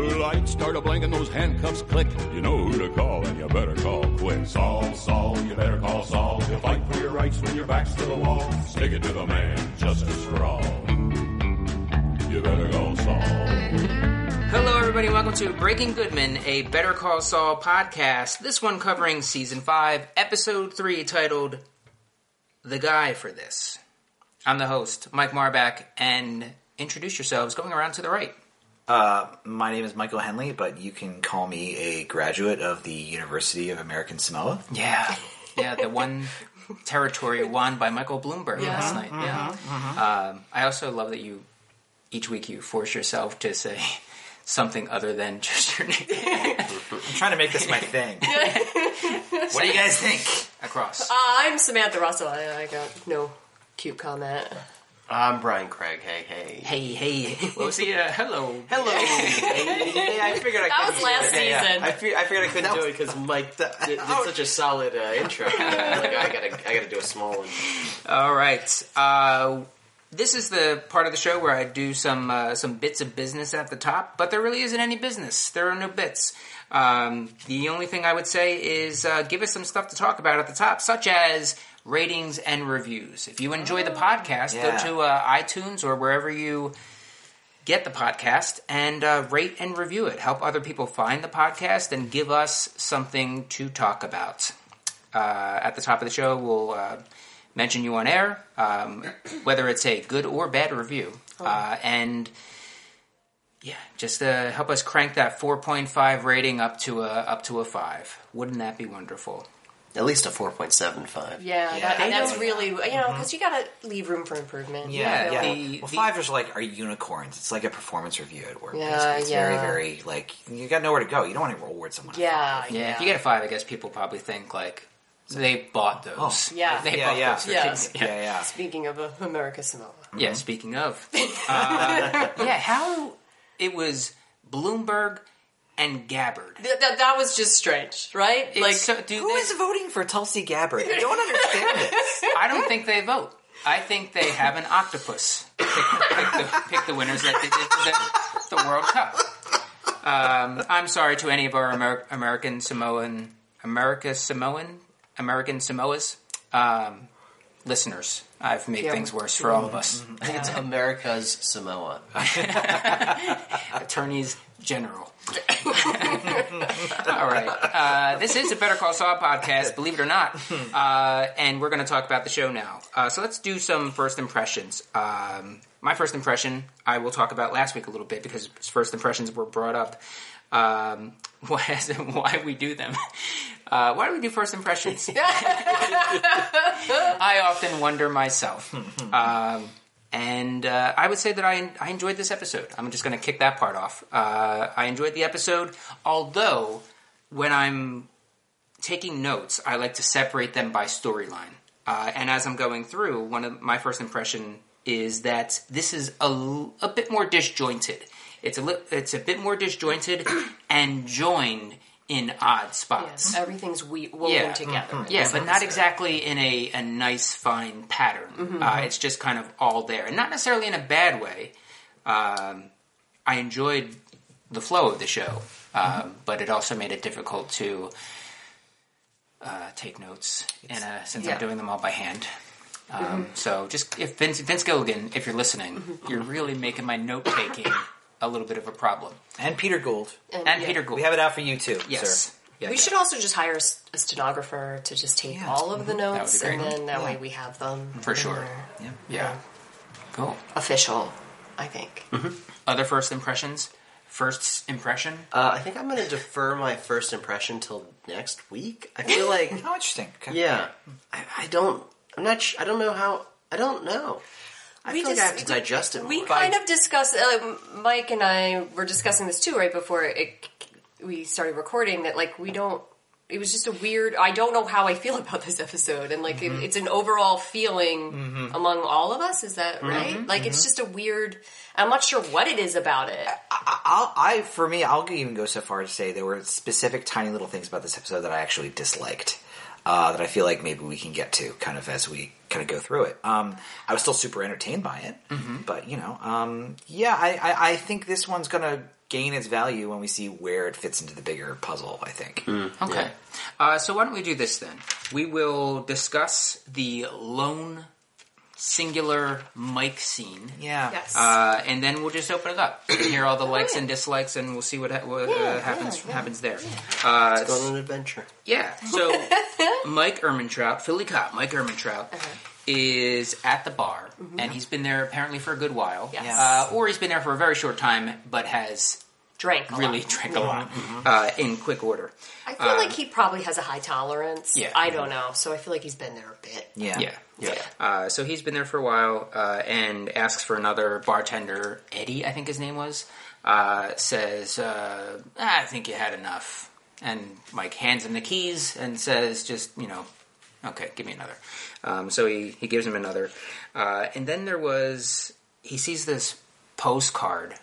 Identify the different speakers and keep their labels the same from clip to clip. Speaker 1: lights start a blinking, those handcuffs click. You know who to call, and you better call quick. Saul, Saul, you better call Saul. You'll fight for your rights when your back's to the wall. Stick it to the man, justice for all. You better call Saul.
Speaker 2: Hello, everybody. Welcome to Breaking Goodman, a Better Call Saul podcast. This one covering season five, episode three, titled "The Guy for This." I'm the host, Mike Marbach, and introduce yourselves. Going around to the right.
Speaker 3: My name is Michael Henley, but you can call me a graduate of the University of American Samoa.
Speaker 2: Yeah, yeah. The one territory won by Michael Bloomberg last night. Yeah. Mm-hmm. Um, I also love that you each week you force yourself to say something other than just your name
Speaker 3: I'm trying to make this my thing. what do you guys think?
Speaker 2: across.
Speaker 4: Uh, I'm Samantha Russell. I, I got no cute comment.
Speaker 5: I'm Brian Craig. Hey, hey.
Speaker 2: Hey, hey. What was the uh, hello?
Speaker 5: Hello. hey, hey, I figured I
Speaker 4: That
Speaker 5: couldn't
Speaker 4: was
Speaker 5: do
Speaker 4: last
Speaker 5: it. Yeah, yeah.
Speaker 4: season.
Speaker 5: I, fe- I figured I couldn't do it because Mike did, did such a solid uh, intro. like, I gotta, I gotta do a small one.
Speaker 2: All right. Uh, this is the part of the show where I do some uh, some bits of business at the top, but there really isn't any business. There are no bits. Um, the only thing I would say is uh, give us some stuff to talk about at the top, such as ratings and reviews. If you enjoy the podcast,
Speaker 3: Yeah.
Speaker 2: go to uh, iTunes or wherever you get the podcast and uh, rate and review it. Help other people find the podcast and give us something to talk about. Uh, at the top of the show, we'll uh, mention you on air, um, whether it's a good or bad review. Uh, and yeah, just uh, help us crank that 4.5 rating up to a up to a five. Wouldn't that be wonderful?
Speaker 5: At least a four point seven five.
Speaker 4: Yeah,
Speaker 3: Yeah.
Speaker 4: that, that's
Speaker 3: Yeah.
Speaker 4: really you know because you gotta leave room for improvement.
Speaker 2: Mm-hmm. Yeah,
Speaker 4: you
Speaker 2: yeah.
Speaker 4: know?
Speaker 2: The-
Speaker 3: well,
Speaker 2: the-
Speaker 3: fivers are like are unicorns. It's like a performance review at work.
Speaker 4: Yeah,
Speaker 3: basically. it's very,
Speaker 4: yeah.
Speaker 3: very like you got nowhere to go. You don't want to reward someone. a
Speaker 4: yeah,
Speaker 3: five.
Speaker 2: Yeah, if you get a five, I guess people probably think like they bought those.
Speaker 3: Oh,
Speaker 4: yeah.
Speaker 2: Like, they
Speaker 3: Yeah,
Speaker 2: bought
Speaker 3: yeah.
Speaker 2: those for
Speaker 4: Yeah.
Speaker 2: kids.
Speaker 3: yeah, yeah.
Speaker 4: Speaking of uh, America Samoa,
Speaker 3: Mm-hmm.
Speaker 2: Yeah, speaking of. Uh, yeah, how it was Bloomberg and Gabbard.
Speaker 4: Th- that that was just strange, right?
Speaker 2: It's
Speaker 4: like
Speaker 2: so- do
Speaker 3: Who
Speaker 2: they-
Speaker 3: is voting for Tulsi Gabbard? I don't understand this.
Speaker 2: I don't think they vote. I think they have an octopus pick, pick, the, pick the winners that they did for the, the World Cup. Um, I'm sorry to any of our Amer- American Samoan, America Samoan, American Samoas um, listeners. I've made
Speaker 4: Yeah.
Speaker 2: things worse for all of us.
Speaker 5: I think it's America's Samoa. Uh,
Speaker 2: attorneys general. All right. Uh, this is a Better Call Saul podcast, believe it or not. Uh, and we're going to talk about the show now. Uh, so let's do some first impressions. Um, my first impression, I will talk about last week a little bit because first impressions were brought up. Um, why, why we do them. Uh, why do we do first impressions? I often wonder myself. Um, and uh, I would say that I, I enjoyed this episode. I'm just going to kick that part off. Uh, I enjoyed the episode, although when I'm taking notes, I like to separate them by storyline. Uh, and as I'm going through, one of my first impression is that this is a, l- a bit more disjointed. It's a li- it's a bit more disjointed and joined in odd spots.
Speaker 4: everything's we- woven
Speaker 2: Yeah. Mm-hmm.
Speaker 4: together.
Speaker 2: Yeah, but not exactly in a, a nice, fine pattern.
Speaker 3: Mm-hmm.
Speaker 2: Uh, it's just kind of all there. And not necessarily in a bad way. Um, I enjoyed the flow of the show, um,
Speaker 3: Mm-hmm.
Speaker 2: but it also made it difficult to uh, take notes in a, since
Speaker 4: yeah.
Speaker 2: I'm doing them all by hand. Um,
Speaker 3: Mm-hmm.
Speaker 2: So just if Vince, Vince Gilligan, if you're listening, you're really making my note taking a little bit of a problem.
Speaker 3: And Peter Gould.
Speaker 2: And Peter Gould,
Speaker 3: We have it out for you too,
Speaker 2: yes.
Speaker 3: sir. Yeah,
Speaker 4: We
Speaker 3: yeah.
Speaker 4: should also just hire a s- a stenographer to just take
Speaker 3: Yeah.
Speaker 4: all of the
Speaker 2: Mm-hmm. would be
Speaker 4: notes, and
Speaker 2: great.
Speaker 4: then that
Speaker 3: Yeah.
Speaker 4: way we have them
Speaker 2: For sure.
Speaker 3: Yeah.
Speaker 2: Yeah. Cool.
Speaker 4: official. I think.
Speaker 2: Other first impressions? First impression?
Speaker 5: Uh, I think I'm gonna defer my first impression till next week. I feel like,
Speaker 3: How interesting. Okay.
Speaker 5: yeah, I, I don't. I'm not. Sh- I don't know how. I don't know. I
Speaker 4: We
Speaker 5: feel like I
Speaker 4: just-
Speaker 5: have to digest it.
Speaker 4: We
Speaker 5: more.
Speaker 4: kind of discussed. Uh, Mike and I were discussing this too right before it, we started recording. That like we don't. It was just a weird. I don't know how I feel about this episode, and like
Speaker 2: Mm-hmm.
Speaker 4: it, it's an overall feeling among all of us. Is that
Speaker 2: Mm-hmm.
Speaker 4: right? Like it's just a weird. I'm not sure what it is about it.
Speaker 3: I'll, I for me, I'll even go so far to say there were specific tiny little things about this episode that I actually disliked. uh, that I feel like maybe we can get to kind of as we kind of go through it. Um, I was still super entertained by it, but you know, um, yeah, I, I, I think this one's gonna gain its value when we see where it fits into the bigger puzzle. I think.
Speaker 2: Okay. Uh, so why don't we do this then? We will discuss the lone singular mic scene.
Speaker 3: Yeah.
Speaker 4: Yes.
Speaker 2: Uh, and then we'll just open it up. We can hear all the likes and dislikes, and we'll see what, ha- what uh, happens happens there. Uh,
Speaker 5: Go on an adventure.
Speaker 2: yeah. So Mike Ermintrout, Philly cop Mike Ermintrout,
Speaker 4: Uh-huh.
Speaker 2: is at the bar, and he's been there apparently for a good while.
Speaker 4: Mm-hmm. Yes.
Speaker 2: Uh, or he's been there for a very short time, but has
Speaker 4: Drank a lot. Mm-hmm.
Speaker 2: really drank a lot uh, in quick order.
Speaker 4: I feel like he probably has a high tolerance.
Speaker 2: Yeah. Mm-hmm.
Speaker 4: I don't know. So I feel like he's been there a bit.
Speaker 3: Yeah.
Speaker 2: Yeah.
Speaker 5: Yeah.
Speaker 2: Uh, so he's been there for a while uh, and asks for another bartender. Eddie, I think his name was, uh, says, uh, "Ah, I think you had enough. And Mike hands him the keys and says, just, you know, okay, give me another. Um, so he, he gives him another. Uh, and then there was, he sees this postcard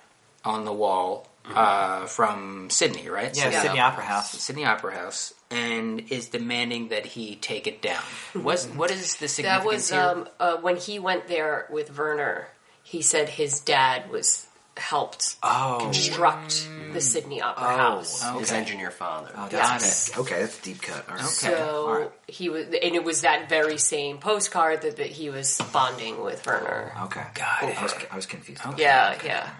Speaker 2: on the wall uh, from Sydney, right?
Speaker 3: Mm-hmm. Yeah,
Speaker 2: So-
Speaker 3: Sydney Opera House.
Speaker 2: Sydney Opera House and is demanding that he take it down. What's, what is the significance
Speaker 4: That was
Speaker 2: here?
Speaker 4: um, uh, when he went there with Werner. He said his dad was helped
Speaker 3: Oh.
Speaker 4: construct the Sydney Opera House.
Speaker 5: His
Speaker 2: Okay.
Speaker 5: engineer father.
Speaker 3: Oh,
Speaker 2: Yes.
Speaker 3: that's okay. okay. That's a deep cut. All right.
Speaker 4: So
Speaker 3: All right.
Speaker 4: he was, and it was that very same postcard that, that he was bonding with Werner.
Speaker 3: Okay.
Speaker 2: Got
Speaker 3: Oh,
Speaker 2: it.
Speaker 3: I was, I was confused. about
Speaker 4: Yeah,
Speaker 3: that.
Speaker 4: yeah.
Speaker 3: All right.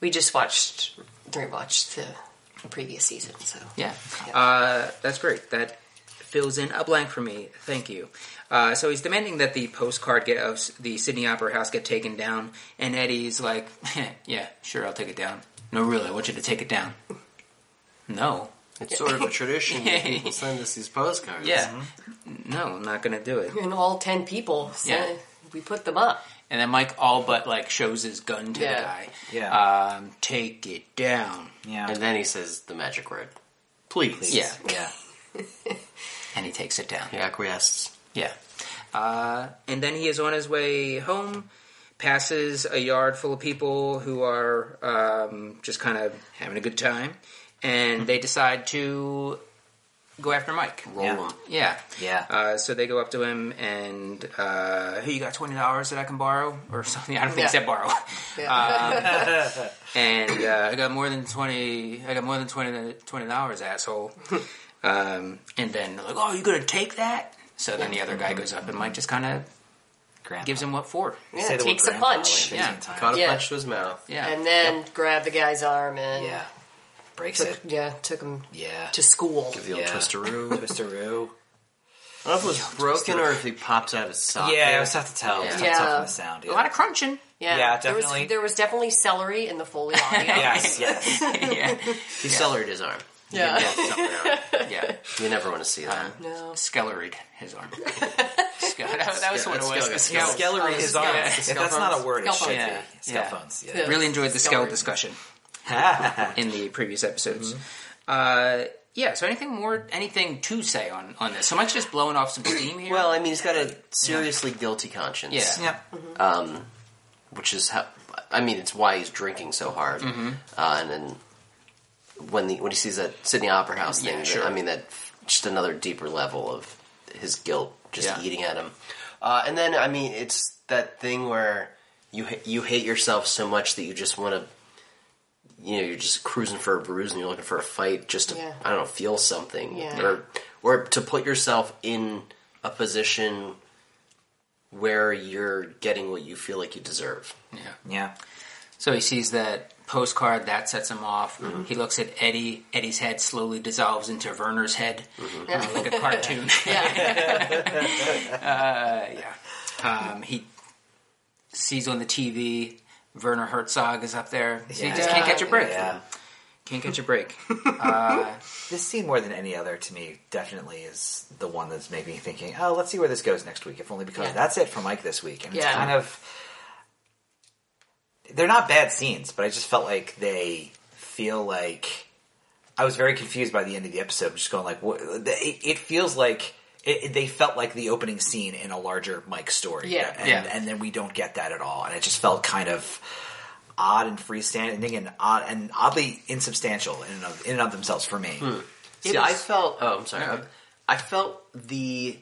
Speaker 4: We just watched, rewatched the previous season. So
Speaker 2: Yeah, Uh, that's great. That fills in a blank for me. Thank you. Uh, so he's demanding that the postcard get of s- the Sydney Opera House get taken down, and Eddie's like, "Heh, "Yeah, sure, I'll take it down." No, really, I want you to take it down. No.
Speaker 5: It's sort of a tradition that people send us these postcards.
Speaker 2: Yeah.
Speaker 3: Mm-hmm.
Speaker 2: No, I'm not gonna do it.
Speaker 4: and all ten people, so
Speaker 2: Yeah.
Speaker 4: we put them up.
Speaker 2: And then Mike all but like shows his gun to
Speaker 4: Yeah.
Speaker 2: the guy.
Speaker 3: Yeah.
Speaker 2: Um, take it down.
Speaker 3: Yeah.
Speaker 5: And then he says the magic word. Please.
Speaker 2: Yeah.
Speaker 3: yeah.
Speaker 2: And he takes it down.
Speaker 5: He acquiesces.
Speaker 2: Yeah. Uh, and then he is on his way home, passes a yard full of people who are um, just kind of having a good time, and they decide to go after Mike.
Speaker 5: Roll
Speaker 3: Yeah.
Speaker 5: on.
Speaker 2: Yeah.
Speaker 3: Yeah.
Speaker 2: Uh, so they go up to him and, uh, hey, you got $20 that I can borrow? Or something. I don't think he
Speaker 4: Yeah.
Speaker 2: said borrow.
Speaker 3: Uh,
Speaker 2: and uh, I got more than 20 I got more than 20 dollars asshole um, and then they're like oh you gonna take that so then the other guy goes up and Mike just kind of
Speaker 3: Grandpa.
Speaker 2: gives him what for
Speaker 4: Yeah,
Speaker 3: Say the word
Speaker 4: takes a
Speaker 3: grandpa like
Speaker 4: punch.
Speaker 3: 15
Speaker 2: Yeah.
Speaker 3: times.
Speaker 5: Caught a
Speaker 4: Yeah.
Speaker 5: punch to his mouth.
Speaker 2: yeah
Speaker 4: and then grabbed the guy's arm and
Speaker 3: Yeah. Breaks
Speaker 4: took,
Speaker 3: it.
Speaker 4: yeah, took him
Speaker 3: Yeah.
Speaker 4: to school.
Speaker 5: The old
Speaker 3: Yeah.
Speaker 5: twisteroo.
Speaker 3: Twisteroo.
Speaker 5: I don't know if it was broken or if he pops out his socket.
Speaker 3: Yeah, it was tough to tell. It was
Speaker 4: Yeah.
Speaker 3: tough from the sound.
Speaker 2: a
Speaker 3: Yeah.
Speaker 2: lot of crunching
Speaker 3: Yeah,
Speaker 4: Yeah, there was-
Speaker 3: definitely.
Speaker 4: There was, definitely celery in the Foley audio.
Speaker 3: yes, yes.
Speaker 2: yeah
Speaker 5: He cellared his arm.
Speaker 4: Yeah.
Speaker 5: Yeah.
Speaker 2: yeah
Speaker 5: you never want to see
Speaker 2: Uh-huh.
Speaker 5: that.
Speaker 4: No.
Speaker 2: skelleried his arm Skel- that, that was
Speaker 5: Yeah,
Speaker 2: what it was
Speaker 5: skellery.
Speaker 2: Skel-
Speaker 3: Skellery is on.
Speaker 2: yeah.
Speaker 3: If that's not a word, it should
Speaker 4: Scalphones.
Speaker 3: be.
Speaker 2: Yeah. Yeah.
Speaker 3: Scalphones. Yeah.
Speaker 4: Yeah.
Speaker 2: really enjoyed the scale
Speaker 4: Skelleried.
Speaker 2: discussion in the previous episodes. Uh, yeah, so anything more, anything to say on, on this? So much just blowing off some steam here.
Speaker 5: Well, I mean, he's got a seriously guilty conscience.
Speaker 2: Yeah.
Speaker 3: Yeah.
Speaker 5: which is how I mean it's why he's drinking so hard.
Speaker 2: Mm-hmm.
Speaker 5: Uh, and then when the when he sees that Sydney Opera House thing,
Speaker 2: Yeah,
Speaker 5: that-
Speaker 2: sure.
Speaker 5: I mean that just another deeper level of his guilt just
Speaker 2: Yeah.
Speaker 5: eating at him. Uh, and then I mean it's that thing where you ha- you hate yourself so much that you just want to. You know, you're just cruising for a bruise, and you're looking for a fight just to,
Speaker 4: Yeah.
Speaker 5: I don't know, feel something,
Speaker 4: Yeah.
Speaker 5: or or to put yourself in a position where you're getting what you feel like you deserve.
Speaker 2: yeah.
Speaker 3: Yeah.
Speaker 2: So he sees that postcard, that sets him off. He looks at Eddie. Eddie's head slowly dissolves into Werner's head, uh,
Speaker 4: Mm-hmm.
Speaker 2: like a cartoon. uh, yeah. Um, he sees on the TV Werner Herzog is up there. So you just
Speaker 3: Yeah.
Speaker 2: can't catch a break.
Speaker 3: Yeah. Um,
Speaker 2: Can't catch a break.
Speaker 3: This scene, more than any other, to me, definitely is the one that's made me thinking, oh, let's see where this goes next week, if only because
Speaker 4: Yeah.
Speaker 3: that's it for Mike this week. And
Speaker 4: Yeah.
Speaker 3: it's kind of. They're not bad scenes, but I just felt like they feel like. I was very confused by the end of the episode, just going like, what, it, it feels like. It, it- they felt like the opening scene in a larger Mike story.
Speaker 4: Yeah.
Speaker 3: And,
Speaker 2: Yeah.
Speaker 3: and then we don't get that at all. And it just felt kind of odd and freestanding and odd and oddly insubstantial in and of, in and of themselves for me.
Speaker 5: See, I felt. Oh, I'm sorry. I- I felt the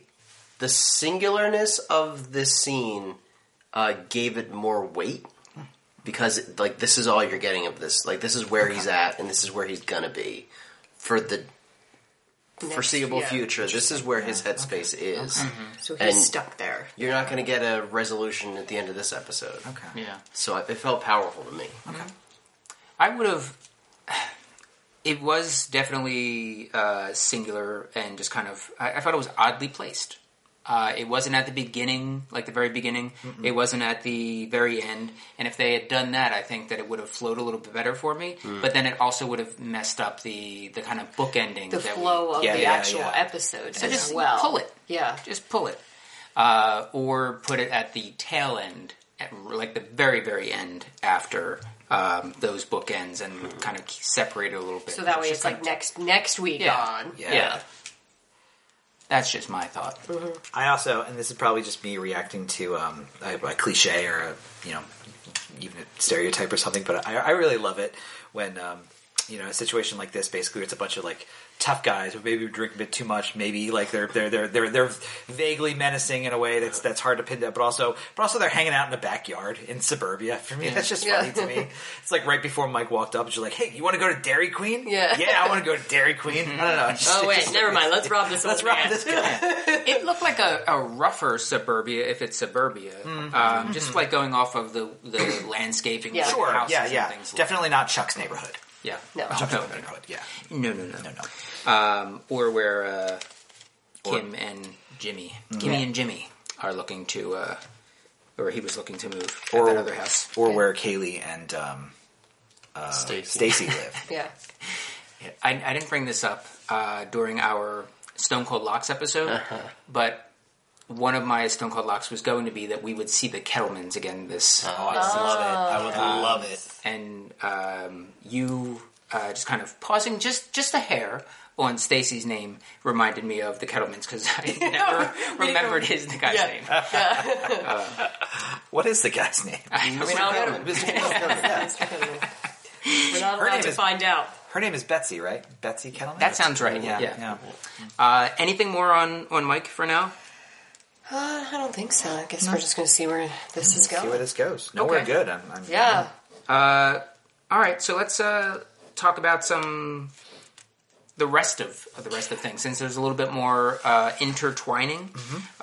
Speaker 5: the singularness of this scene uh, gave it more weight because like this is all you're getting of this. Like this is where he's at and this is where he's gonna be for the foreseeable
Speaker 4: yeah. Mm-hmm.
Speaker 5: future. This is where his headspace is.
Speaker 4: So he's
Speaker 5: And-
Speaker 4: stuck there.
Speaker 5: You're not gonna get a resolution at the end of this episode.
Speaker 3: Okay.
Speaker 2: Yeah.
Speaker 5: So I, it felt powerful to me.
Speaker 2: I would have. It was definitely uh, singular and just kind of. I, I thought it was oddly placed. Uh, it wasn't at the beginning, like the very beginning. It wasn't at the very end. And if they had done that, I think that it would have flowed a little bit better for me.
Speaker 3: Mm.
Speaker 2: But then it also would have messed up the the kind of book ending.
Speaker 4: The
Speaker 2: that we-
Speaker 4: flow of
Speaker 3: Yeah,
Speaker 4: the
Speaker 3: yeah,
Speaker 4: actual
Speaker 3: yeah.
Speaker 4: episode as
Speaker 2: just
Speaker 4: well.
Speaker 2: pull it.
Speaker 4: Yeah.
Speaker 2: just pull it, uh, or put it at the tail end, at, like the very very end after um, those bookends, and kind of separate it a little bit.
Speaker 4: So that way
Speaker 2: Just
Speaker 4: it's
Speaker 2: kind
Speaker 4: like next next week
Speaker 2: Yeah.
Speaker 4: on.
Speaker 3: Yeah.
Speaker 2: That's just my thought.
Speaker 3: I also, and this is probably just me reacting to um, a, a cliche or a you know even a stereotype or something, but I, I really love it when um, you know a situation like this. Basically, it's a bunch of like tough guys who maybe drink a bit too much, maybe like they're they're they're they're, they're vaguely menacing in a way that's that's hard to pin down, but also but also they're hanging out in the backyard in suburbia. For me, that's just
Speaker 4: Yeah.
Speaker 3: funny to me. It's like right before Mike walked up, you're like, "Hey, you want to go to Dairy Queen?
Speaker 4: Yeah.
Speaker 3: yeah, I want to go to Dairy Queen. I don't know. It's just- it's
Speaker 4: Oh wait,
Speaker 3: just-
Speaker 4: never mind. Let's rob this.
Speaker 3: Let's
Speaker 4: old
Speaker 3: rob
Speaker 4: man.
Speaker 3: this guy.
Speaker 2: It looked like a, a rougher suburbia, if it's suburbia, um, just like going off of the the landscaping,
Speaker 4: Yeah.
Speaker 2: like
Speaker 4: Sure,
Speaker 2: houses
Speaker 3: yeah,
Speaker 2: and
Speaker 3: yeah.
Speaker 2: things like-
Speaker 3: Definitely not Chuck's neighborhood.
Speaker 2: yeah.
Speaker 4: No.
Speaker 2: Oh,
Speaker 3: Chuck's
Speaker 2: no,
Speaker 3: neighborhood, yeah.
Speaker 2: no, no, no,
Speaker 3: No,
Speaker 2: no,
Speaker 3: no.
Speaker 2: Um, or where uh, Kim and Jimmy, Kimmy and Jimmy, are looking to, uh, or he was looking to move or,
Speaker 3: Or-
Speaker 2: that other house.
Speaker 3: Or where Kaylee and um,
Speaker 5: Stacey.
Speaker 3: Stacy live.
Speaker 4: Yeah.
Speaker 2: I, I didn't bring this up uh, during our Stone Cold Locks episode, but one of my Stone Cold Locks was going to be that we would see the Kettlemans again this
Speaker 5: Oh, I love it.
Speaker 3: I would love it.
Speaker 2: and um, you uh, just kind of pausing just just a hair on Stacy's name reminded me of the Kettlemans because I never remembered his the guy's name.
Speaker 3: What is the guy's name?
Speaker 4: We're not allowed to- We're not allowed
Speaker 3: name
Speaker 4: to
Speaker 3: is-
Speaker 4: find out.
Speaker 3: Her name is Betsy, right? Betsy Kettleman.
Speaker 2: That sounds right.
Speaker 3: Yeah,
Speaker 2: Yeah.
Speaker 3: yeah.
Speaker 2: Uh, anything more on on Mike for now?
Speaker 4: Uh, I don't think so. I guess we're just going to see where this is
Speaker 3: Mm-hmm. See where
Speaker 4: going.
Speaker 3: this goes. No, we're
Speaker 2: Okay.
Speaker 3: good. I'm, I'm,
Speaker 4: Yeah.
Speaker 2: All right, so let's uh, talk about some the rest of of the rest of things since there's a little bit more uh, intertwining.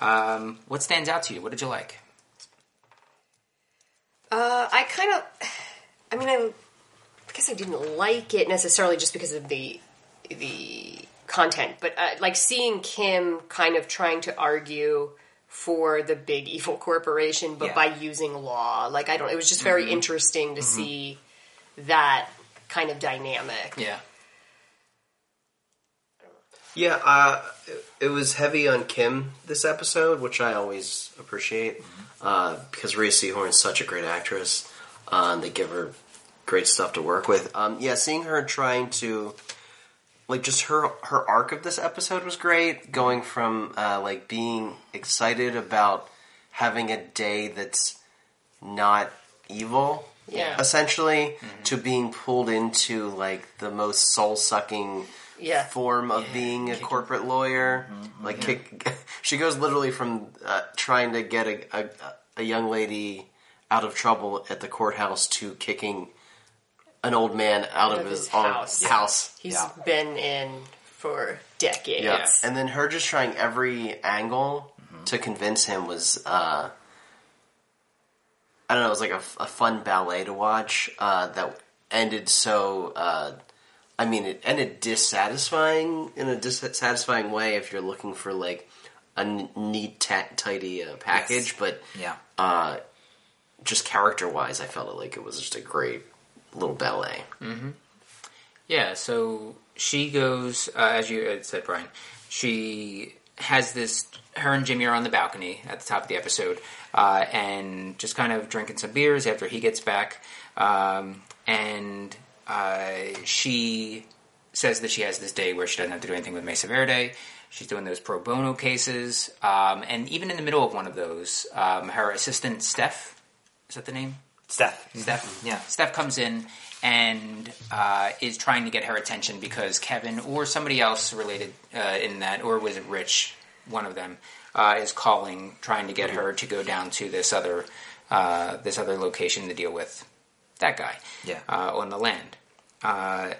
Speaker 2: Um, what stands out to you? What did you like?
Speaker 4: Uh, I kind of. I mean, I, I guess I didn't like it necessarily just because of the the content, but uh, like seeing Kim kind of trying to argue for the big evil corporation, but
Speaker 3: Yeah. Mm-hmm.
Speaker 4: by using law. Like I don't. It was just very interesting to see that kind of dynamic.
Speaker 2: Yeah.
Speaker 5: Yeah, uh, it- it was heavy on Kim this episode, which I always appreciate uh, because Rhea Seahorn's such a great actress. Uh, and they give her great stuff to work with. Um, yeah, seeing her trying to like just her her arc of this episode was great. Going from uh, like being excited about having a day that's not evil,
Speaker 4: Yeah.
Speaker 5: essentially, to being pulled into like the most soul sucking
Speaker 4: Yeah.
Speaker 5: form of being a corporate lawyer. Like, kick, she goes literally from uh, trying to get a, a a young lady out of trouble at the courthouse to kicking an old man out of,
Speaker 4: of
Speaker 5: his,
Speaker 4: his
Speaker 5: own
Speaker 4: house.
Speaker 5: house.
Speaker 4: He's
Speaker 3: Yeah.
Speaker 4: been in for decades.
Speaker 5: Yeah. And then her just trying every angle to convince him was, uh, I don't know, it was like a, a fun ballet to watch uh, that ended so, uh, I mean, it ended dissatisfying in a dissatisfying way if you're looking for like a n- neat, ta- tidy uh, package, but
Speaker 3: yeah.
Speaker 5: uh, just character wise, I felt like it was just a great little ballet.
Speaker 2: Yeah, so she goes, uh, as you had said, Brian, she has this. Her and Jimmy are on the balcony at the top of the episode uh, and just kind of drinking some beers after he gets back. Um, and uh, she says that she has this day where she doesn't have to do anything with Mesa Verde. She's doing those pro bono cases. Um, and even in the middle of one of those, um, her assistant, Steph, is that the name?
Speaker 3: Steph.
Speaker 2: Steph.
Speaker 3: Yeah.
Speaker 2: Steph comes in and uh, is trying to get her attention because Kevin or somebody else related uh, in that, or was it Rich, one of them, uh, is calling, trying to get her to go down to this other uh, this other location to deal with that guy
Speaker 3: Yeah.
Speaker 2: uh, on the land. Uh,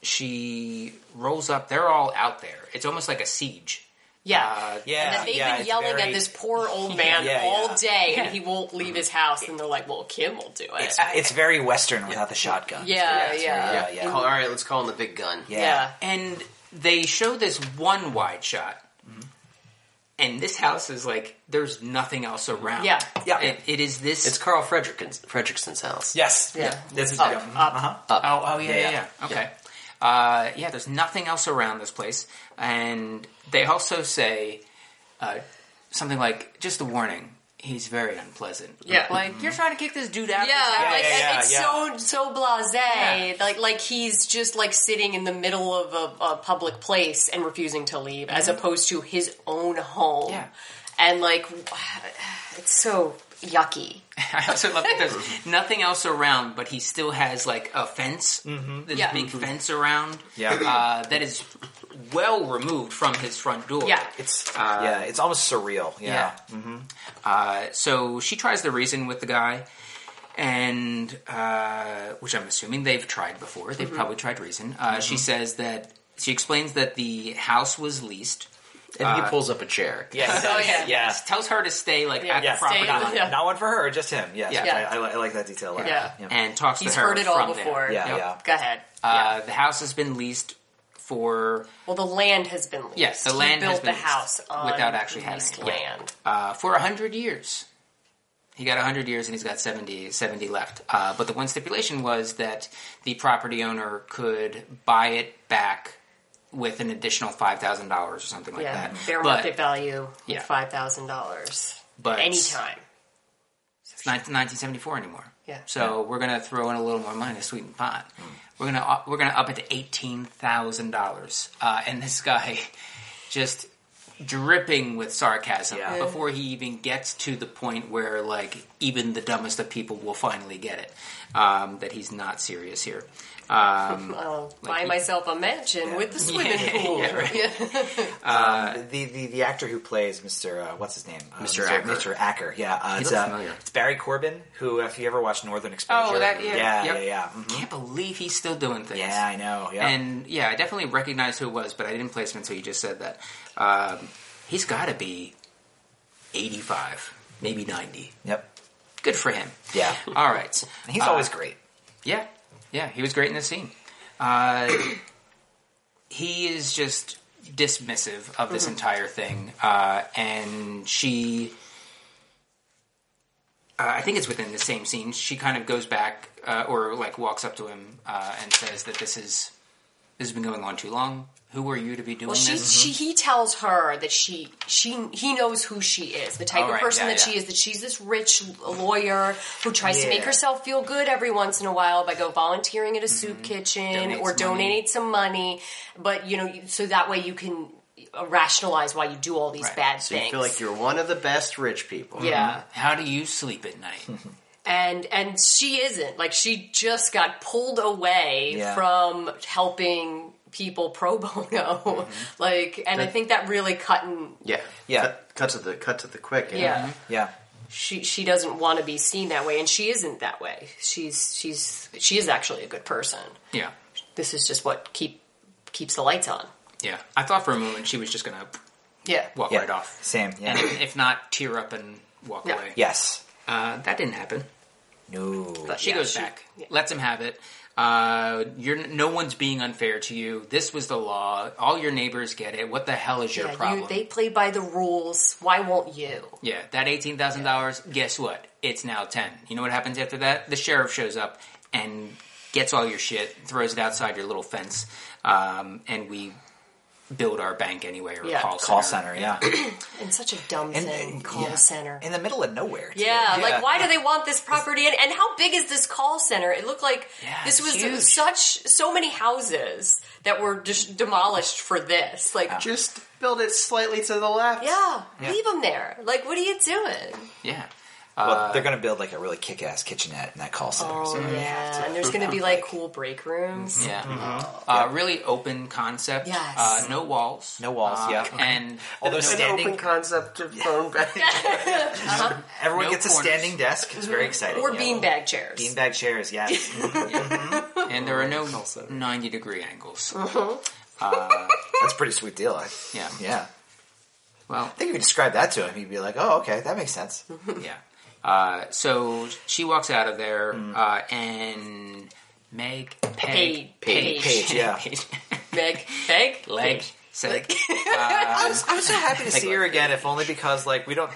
Speaker 2: she rolls up. They're all out there. It's almost like a siege.
Speaker 4: Yeah.
Speaker 3: Uh, yeah,
Speaker 4: And that they've
Speaker 3: yeah,
Speaker 4: been
Speaker 3: it's
Speaker 4: yelling
Speaker 3: very-
Speaker 4: at this poor old man
Speaker 3: Yeah,
Speaker 4: all
Speaker 3: yeah. Mm-hmm.
Speaker 4: day and he won't leave his house and they're like, Well Kim will do it.
Speaker 3: It's, it's very Western without the shotgun.
Speaker 4: yeah, yeah.
Speaker 3: yeah,
Speaker 5: Call- all right, let's call him the big gun.
Speaker 3: Yeah.
Speaker 4: Yeah.
Speaker 2: And they show this one wide shot. And this house is like there's nothing else around.
Speaker 4: Yeah.
Speaker 3: Yeah.
Speaker 2: It, it is this.
Speaker 5: It's Carl Fredrickson, Fredrickson's house.
Speaker 3: Yes.
Speaker 4: Yeah.
Speaker 3: This is
Speaker 4: Up,
Speaker 3: yeah.
Speaker 4: up.
Speaker 3: Uh-huh.
Speaker 2: oh, oh yeah, yeah,
Speaker 3: Yeah.
Speaker 2: yeah. Okay. Uh, yeah, there's nothing else around this place, and they also say uh, something like, "Just a warning, he's very unpleasant."
Speaker 4: Yeah.
Speaker 2: like
Speaker 3: Mm-hmm.
Speaker 2: you're trying to kick this dude out. of
Speaker 4: Yeah,
Speaker 2: this house.
Speaker 4: like
Speaker 3: yeah, yeah,
Speaker 4: it's
Speaker 3: yeah.
Speaker 4: so so blasé.
Speaker 2: Yeah.
Speaker 4: Like like he's just like sitting in the middle of a, a public place and refusing to leave, as opposed to his own home.
Speaker 2: Yeah.
Speaker 4: and like it's so yucky.
Speaker 2: I also love that there's nothing else around, but he still has like a fence,
Speaker 3: Mm-hmm.
Speaker 2: this
Speaker 4: Yeah.
Speaker 2: big fence around,
Speaker 3: Yeah.
Speaker 2: uh, that is well removed from his front door.
Speaker 4: Yeah,
Speaker 3: It's yeah. It's almost surreal. Yeah.
Speaker 2: Uh, so she tries to reason with the guy, and uh, which I'm assuming they've tried before.
Speaker 4: Mm-hmm.
Speaker 2: They've probably tried reason. Uh, She says that she explains that the house was leased.
Speaker 5: And he pulls up a chair.
Speaker 3: Yes.
Speaker 4: Oh, yeah.
Speaker 3: Yeah.
Speaker 2: Tells her to stay like
Speaker 4: Yeah,
Speaker 2: at
Speaker 4: yeah,
Speaker 2: the
Speaker 4: stay
Speaker 2: property,
Speaker 4: on-
Speaker 2: line
Speaker 4: yeah.
Speaker 3: Not one for her, just him. Yes.
Speaker 2: Yeah.
Speaker 4: Yeah.
Speaker 3: I, I, li- I like that detail. a lot.
Speaker 4: Yeah.
Speaker 2: and talks
Speaker 4: he's
Speaker 2: to her
Speaker 4: heard it all
Speaker 2: from there.
Speaker 4: before.
Speaker 3: Yeah,
Speaker 2: Yep.
Speaker 3: yeah.
Speaker 4: Go ahead.
Speaker 2: Uh, The house has been leased for
Speaker 4: Well, the land has been leased.
Speaker 2: Yes, the
Speaker 4: He
Speaker 2: land has
Speaker 4: built
Speaker 2: been
Speaker 4: the house
Speaker 2: leased
Speaker 4: on
Speaker 2: without actually having
Speaker 4: leased
Speaker 2: it.
Speaker 4: land.
Speaker 2: uh, for 100 years. He got 100 years and he's got 70, 70 left. Uh, but the one stipulation was that the property owner could buy it back with an additional $5,000 or something like
Speaker 4: Yeah,
Speaker 2: that.
Speaker 4: fair
Speaker 2: but,
Speaker 4: market value,
Speaker 2: Yeah.
Speaker 4: five thousand dollars
Speaker 2: But
Speaker 4: anytime.
Speaker 2: It's not 1974 anymore.
Speaker 4: Yeah.
Speaker 2: So we're going to throw in a little more money to sweeten the pot.
Speaker 3: Hmm.
Speaker 2: We're going to we're going to up it to $18,000. Uh, and this guy just dripping with sarcasm
Speaker 3: Yeah.
Speaker 2: before he even gets to the point where like even the dumbest of people will finally get it um, that he's not serious here um,
Speaker 4: I'll buy myself a mansion with the swimming
Speaker 2: Yeah,
Speaker 4: pool.
Speaker 2: yeah, right.
Speaker 4: Yeah.
Speaker 3: The, the the actor who plays Mr. Uh, what's his name? Uh,
Speaker 2: Mr. Acker.
Speaker 3: Mr. Acker. Yeah. Uh, it's,
Speaker 2: looks
Speaker 3: uh,
Speaker 2: familiar.
Speaker 3: It's Barry Corbin, who if you ever watched Northern Exposure.
Speaker 2: Oh, that- yeah.
Speaker 3: Yeah.
Speaker 2: Yep.
Speaker 3: Yeah. Yeah. Mhm.
Speaker 2: can't believe he's still doing things
Speaker 3: Yeah, I know. Yeah.
Speaker 2: And yeah, I definitely recognized who it was, but I didn't place him until you just said that. Um, he's got to be 85, maybe 90.
Speaker 3: yep.
Speaker 2: Good for him.
Speaker 3: Yeah.
Speaker 2: All right.
Speaker 3: And he's
Speaker 2: Uh,
Speaker 3: always great.
Speaker 2: Yeah. Yeah, he was great in this scene. Uh, he is just dismissive of this entire thing. Uh, and she. Uh, I think it's within the same scene. She kind of goes back, uh, or like walks up to him uh, and says that this is this has been going on too long. Who are you to be doing
Speaker 4: Well, she,
Speaker 2: this?
Speaker 4: she he tells her that she she he knows who she is, the type
Speaker 2: Oh,
Speaker 4: of
Speaker 2: right.
Speaker 4: person
Speaker 2: Yeah,
Speaker 4: that
Speaker 2: yeah.
Speaker 4: she is. That she's this rich lawyer who tries to make
Speaker 3: Yeah.
Speaker 4: herself feel good every once in a while by go volunteering at a soup kitchen
Speaker 2: Donates
Speaker 4: or donate
Speaker 2: money.
Speaker 4: some money, but you know, you- so that way you can uh, rationalize why you do all these
Speaker 2: Right.
Speaker 4: bad
Speaker 5: So
Speaker 4: things.
Speaker 5: you feel like you're one of the best rich people.
Speaker 4: yeah.
Speaker 2: How do you sleep at night?
Speaker 4: and and she isn't like she just got pulled away
Speaker 3: Yeah.
Speaker 4: from helping people pro bono like and i think that really cut and
Speaker 5: Yeah.
Speaker 3: Yeah.
Speaker 5: Cut, cut to the cut to the quick. you know?
Speaker 4: yeah
Speaker 3: Yeah.
Speaker 4: she she doesn't want to be seen that way and she isn't that way she's she's she is actually a good person
Speaker 2: yeah,
Speaker 4: this is just what keep keeps the lights on
Speaker 2: yeah. I thought for a moment she was just gonna
Speaker 4: yeah
Speaker 2: walk
Speaker 3: Yeah.
Speaker 2: right off,
Speaker 3: Same. Yeah.
Speaker 2: and if not, tear up and walk
Speaker 4: Yeah.
Speaker 2: away.
Speaker 3: yes.
Speaker 2: Uh, that didn't happen.
Speaker 3: No.
Speaker 4: But
Speaker 2: She
Speaker 4: yeah,
Speaker 2: goes back,
Speaker 4: yeah.
Speaker 2: lets him have it. Uh, you're no one's being unfair to you. This was the law. All your neighbors get it. What the hell is your
Speaker 4: yeah,
Speaker 2: problem?
Speaker 4: you, they play by the rules why won't you
Speaker 2: yeah, that eighteen thousand dollars. Guess what? It's now ten. You know what happens after that? The sheriff shows up and gets all your shit, throws it outside your little fence, um, and we build our bank anyway or
Speaker 4: Yeah.
Speaker 2: call center.
Speaker 3: Call center. Yeah.
Speaker 4: and such a dumb thing
Speaker 3: and-
Speaker 4: call
Speaker 3: yeah.
Speaker 4: center
Speaker 3: In the middle of nowhere. too.
Speaker 4: Yeah, like why do they want this property? And, and how big is this call center? It looked like
Speaker 2: Yeah,
Speaker 4: this was
Speaker 2: huge.
Speaker 4: such so many houses that were just demolished for this. Like, yeah,
Speaker 5: Just build it slightly to the left.
Speaker 4: leave them there. Like, what are you doing?
Speaker 2: Yeah.
Speaker 3: well, they're going to build like a really kick-ass kitchenette in that call center. so
Speaker 4: Oh, yeah. And there's going to be like cool break rooms.
Speaker 2: Yeah. Uh, Really open concept.
Speaker 4: Mm-hmm. Yes.
Speaker 2: Uh, no walls.
Speaker 3: No walls,
Speaker 2: Uh,
Speaker 3: yeah.
Speaker 2: And
Speaker 3: Although
Speaker 5: An
Speaker 3: standing,
Speaker 5: open concept of phone bank.
Speaker 3: everyone
Speaker 2: no corners.
Speaker 3: gets a standing desk. It's very exciting.
Speaker 4: Or
Speaker 3: yeah.
Speaker 4: Mm-hmm. beanbag chairs.
Speaker 3: beanbag chairs. Yes.
Speaker 2: and there are no 90 degree angles.
Speaker 3: That's a pretty sweet deal. I,
Speaker 2: Yeah.
Speaker 3: yeah.
Speaker 2: Well,
Speaker 3: I think if you describe that to him, he'd be like, "Oh, okay, that makes sense."
Speaker 2: yeah. Uh, so she walks out of there, uh, and Meg Peg
Speaker 4: Page. Page.
Speaker 3: Page, yeah.
Speaker 2: Page-
Speaker 4: Meg, Meg,
Speaker 2: Leg said,
Speaker 3: I was, I was so happy to see her again, if only because like we don't.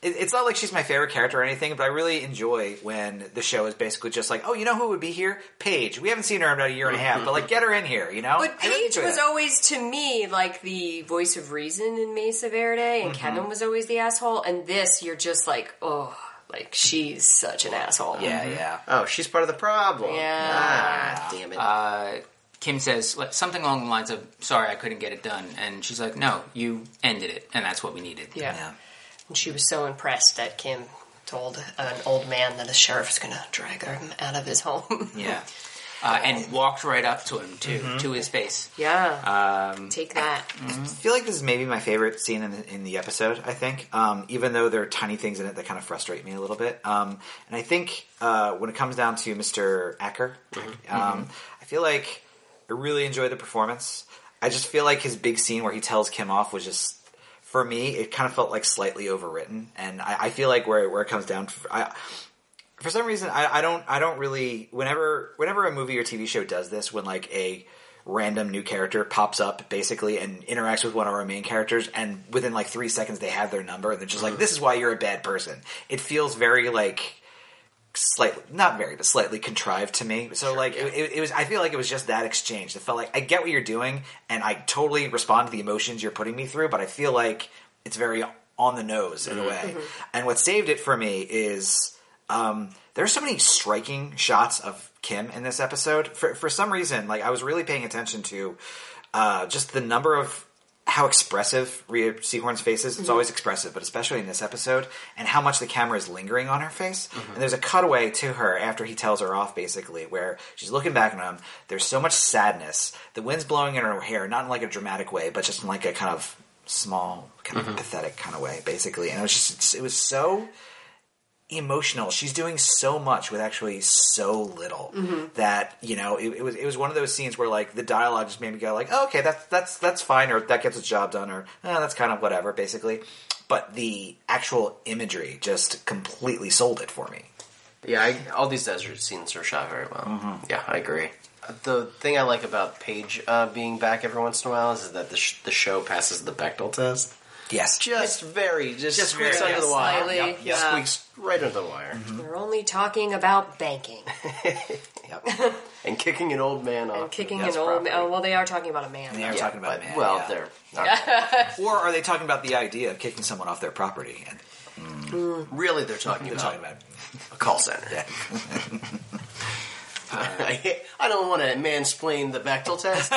Speaker 3: It, it's not like she's my favorite character or anything, but I really enjoy when the show is basically just like, "Oh, you know who would be here? Paige. We haven't seen her in about a year and a half, but like, get her in here." You know.
Speaker 4: But
Speaker 3: I really
Speaker 4: Paige
Speaker 3: enjoy
Speaker 4: was
Speaker 3: that.
Speaker 4: always to me like the voice of reason in Mesa Verde, and Kevin was always the asshole. And this, you're just like, oh, like she's such an asshole.
Speaker 3: Yeah, yeah.
Speaker 5: Oh, she's part of the problem.
Speaker 4: Yeah. Uh,
Speaker 5: Ah, damn it.
Speaker 2: Kim says like, something along the lines of, sorry, I couldn't get it done. And she's like, no, you ended it, and that's what we needed.
Speaker 4: yeah.
Speaker 3: Yeah.
Speaker 4: And she was so impressed that Kim told an old man that the sheriff's going to drag him out of his home.
Speaker 3: Yeah.
Speaker 2: Uh, and walked right up to him, too, to his face.
Speaker 4: yeah. Um, Take that.
Speaker 3: I feel like this is maybe my favorite scene in the, in the episode. I think, um, even though there are tiny things in it that kind of frustrate me a little bit, um, and I think uh, when it comes down to Mr. Acker, um, I feel like I really enjoy the performance. I just feel like his big scene where he tells Kim off was just for me. It kind of felt like slightly overwritten, and I, I feel like where where it comes down, I, for some reason I, I don't I don't really whenever whenever a movie or TV show does this when like a random new character pops up basically and interacts with one of our main characters and within like three seconds they have their number and they're just like this is why you're a bad person it feels very like slightly not very but slightly contrived to me so like it, it, it was i feel like it was just that exchange that felt like i get what you're doing and i totally respond to the emotions you're putting me through but i feel like it's very on the nose in a way and what saved it for me is um, there are so many striking shots of Kim in this episode. For, for some reason, like I was really paying attention to uh, just the number of how expressive Rhea Seahorn's face is. It's always expressive, but especially in this episode, and how much the camera is lingering on her face. And there's a cutaway to her after he tells her off, basically, where she's looking back at him. There's so much sadness. The wind's blowing in her hair, not in like a dramatic way, but just in like a kind of small, kind of pathetic kind of way, basically. And it was just, it was so emotional. She's doing so much with actually so little that you know it, it was it was one of those scenes where like the dialogue just made me go like, oh, okay, that's that's that's fine, or that gets its job done, or "Ah, that's kind of whatever, basically. But the actual imagery just completely sold it for me.
Speaker 5: Yeah, I, all these desert scenes are shot very well.
Speaker 3: Mm-hmm.
Speaker 5: Yeah, I agree. The thing I like about Paige uh, being back every once in a while is that the, sh- the show passes the Bechtel test.
Speaker 3: Yes,
Speaker 5: Just very, just,
Speaker 3: Just
Speaker 5: squeaks
Speaker 3: very,
Speaker 5: under the
Speaker 4: yeah,
Speaker 5: wire.
Speaker 4: slightly,
Speaker 5: Yep, yep.
Speaker 4: yeah.
Speaker 5: Squeaks right under the wire.
Speaker 3: Mm-hmm.
Speaker 4: We're only talking about banking
Speaker 3: yep.
Speaker 5: And kicking an old man off.
Speaker 4: and kicking
Speaker 5: That's
Speaker 4: an old
Speaker 5: property.
Speaker 4: man. Oh, well, they are talking about a man.
Speaker 3: They are
Speaker 5: Yeah,
Speaker 3: talking about
Speaker 5: but-
Speaker 3: man,
Speaker 5: Well,
Speaker 3: yeah.
Speaker 5: they're not-
Speaker 3: or are they talking about the idea of kicking someone off their property? And
Speaker 5: Mm. really they're talking
Speaker 3: they're
Speaker 5: about
Speaker 3: talking about
Speaker 5: a call center.
Speaker 3: Yeah.
Speaker 5: I, I don't want to mansplain the Bechtel test.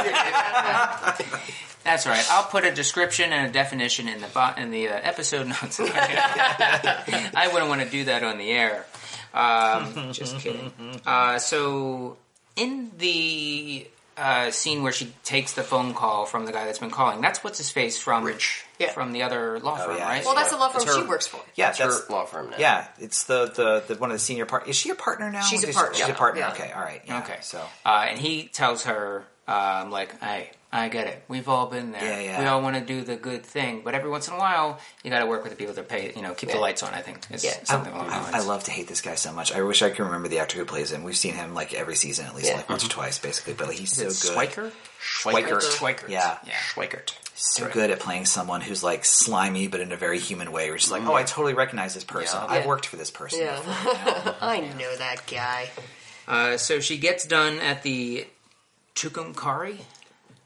Speaker 2: That's all right. I'll put a description and a definition in the bo- in the uh, episode notes. I wouldn't want to do that on the air. Um, just kidding. Uh, so in the uh, scene where she takes the phone call from the guy that's been calling, that's what's his face from
Speaker 5: Rich.
Speaker 4: Yeah.
Speaker 2: from the other law firm,
Speaker 3: yeah.
Speaker 2: right?
Speaker 4: Well, that's the law firm
Speaker 5: It's her-
Speaker 4: she works for.
Speaker 3: yeah,
Speaker 5: That's her law firm now.
Speaker 3: Yeah, it's the, the, the one of the senior part. Is she a partner now?
Speaker 4: She's a
Speaker 3: Is-
Speaker 4: partner,
Speaker 3: She's
Speaker 4: yeah.
Speaker 3: a partner.
Speaker 4: Yeah.
Speaker 3: Okay, all right. yeah,
Speaker 2: Okay.
Speaker 3: so
Speaker 2: uh, and he tells her, um, like, hey, I get it. We've all been there.
Speaker 3: Yeah, yeah.
Speaker 2: We all want to do the good thing, but every once in a while, you got to work with the people that pay. You know, keep the lights on. I think is
Speaker 4: Yeah.
Speaker 2: something along
Speaker 3: I,
Speaker 2: those
Speaker 3: I
Speaker 2: lines.
Speaker 3: love to hate this guy so much. I wish I could remember the actor who plays him. We've seen him like every season at least
Speaker 4: Yeah.
Speaker 3: like once or twice, basically. But like, he's so
Speaker 2: Mm-hmm. Is it
Speaker 3: good.
Speaker 2: Schweikert?
Speaker 3: Schweikert.
Speaker 2: Schweikert.
Speaker 3: Yeah.
Speaker 2: yeah. Schweikert.
Speaker 3: So good at playing someone who's like slimy, but in a very human way. Where she's
Speaker 2: Mm-hmm.
Speaker 3: like, "Oh, I totally recognize this person.
Speaker 5: Yeah.
Speaker 3: I've
Speaker 4: Yeah.
Speaker 3: worked for this person."
Speaker 4: Yeah.
Speaker 3: before."
Speaker 4: I know that guy.
Speaker 2: Uh, so she gets done at the Tucumcari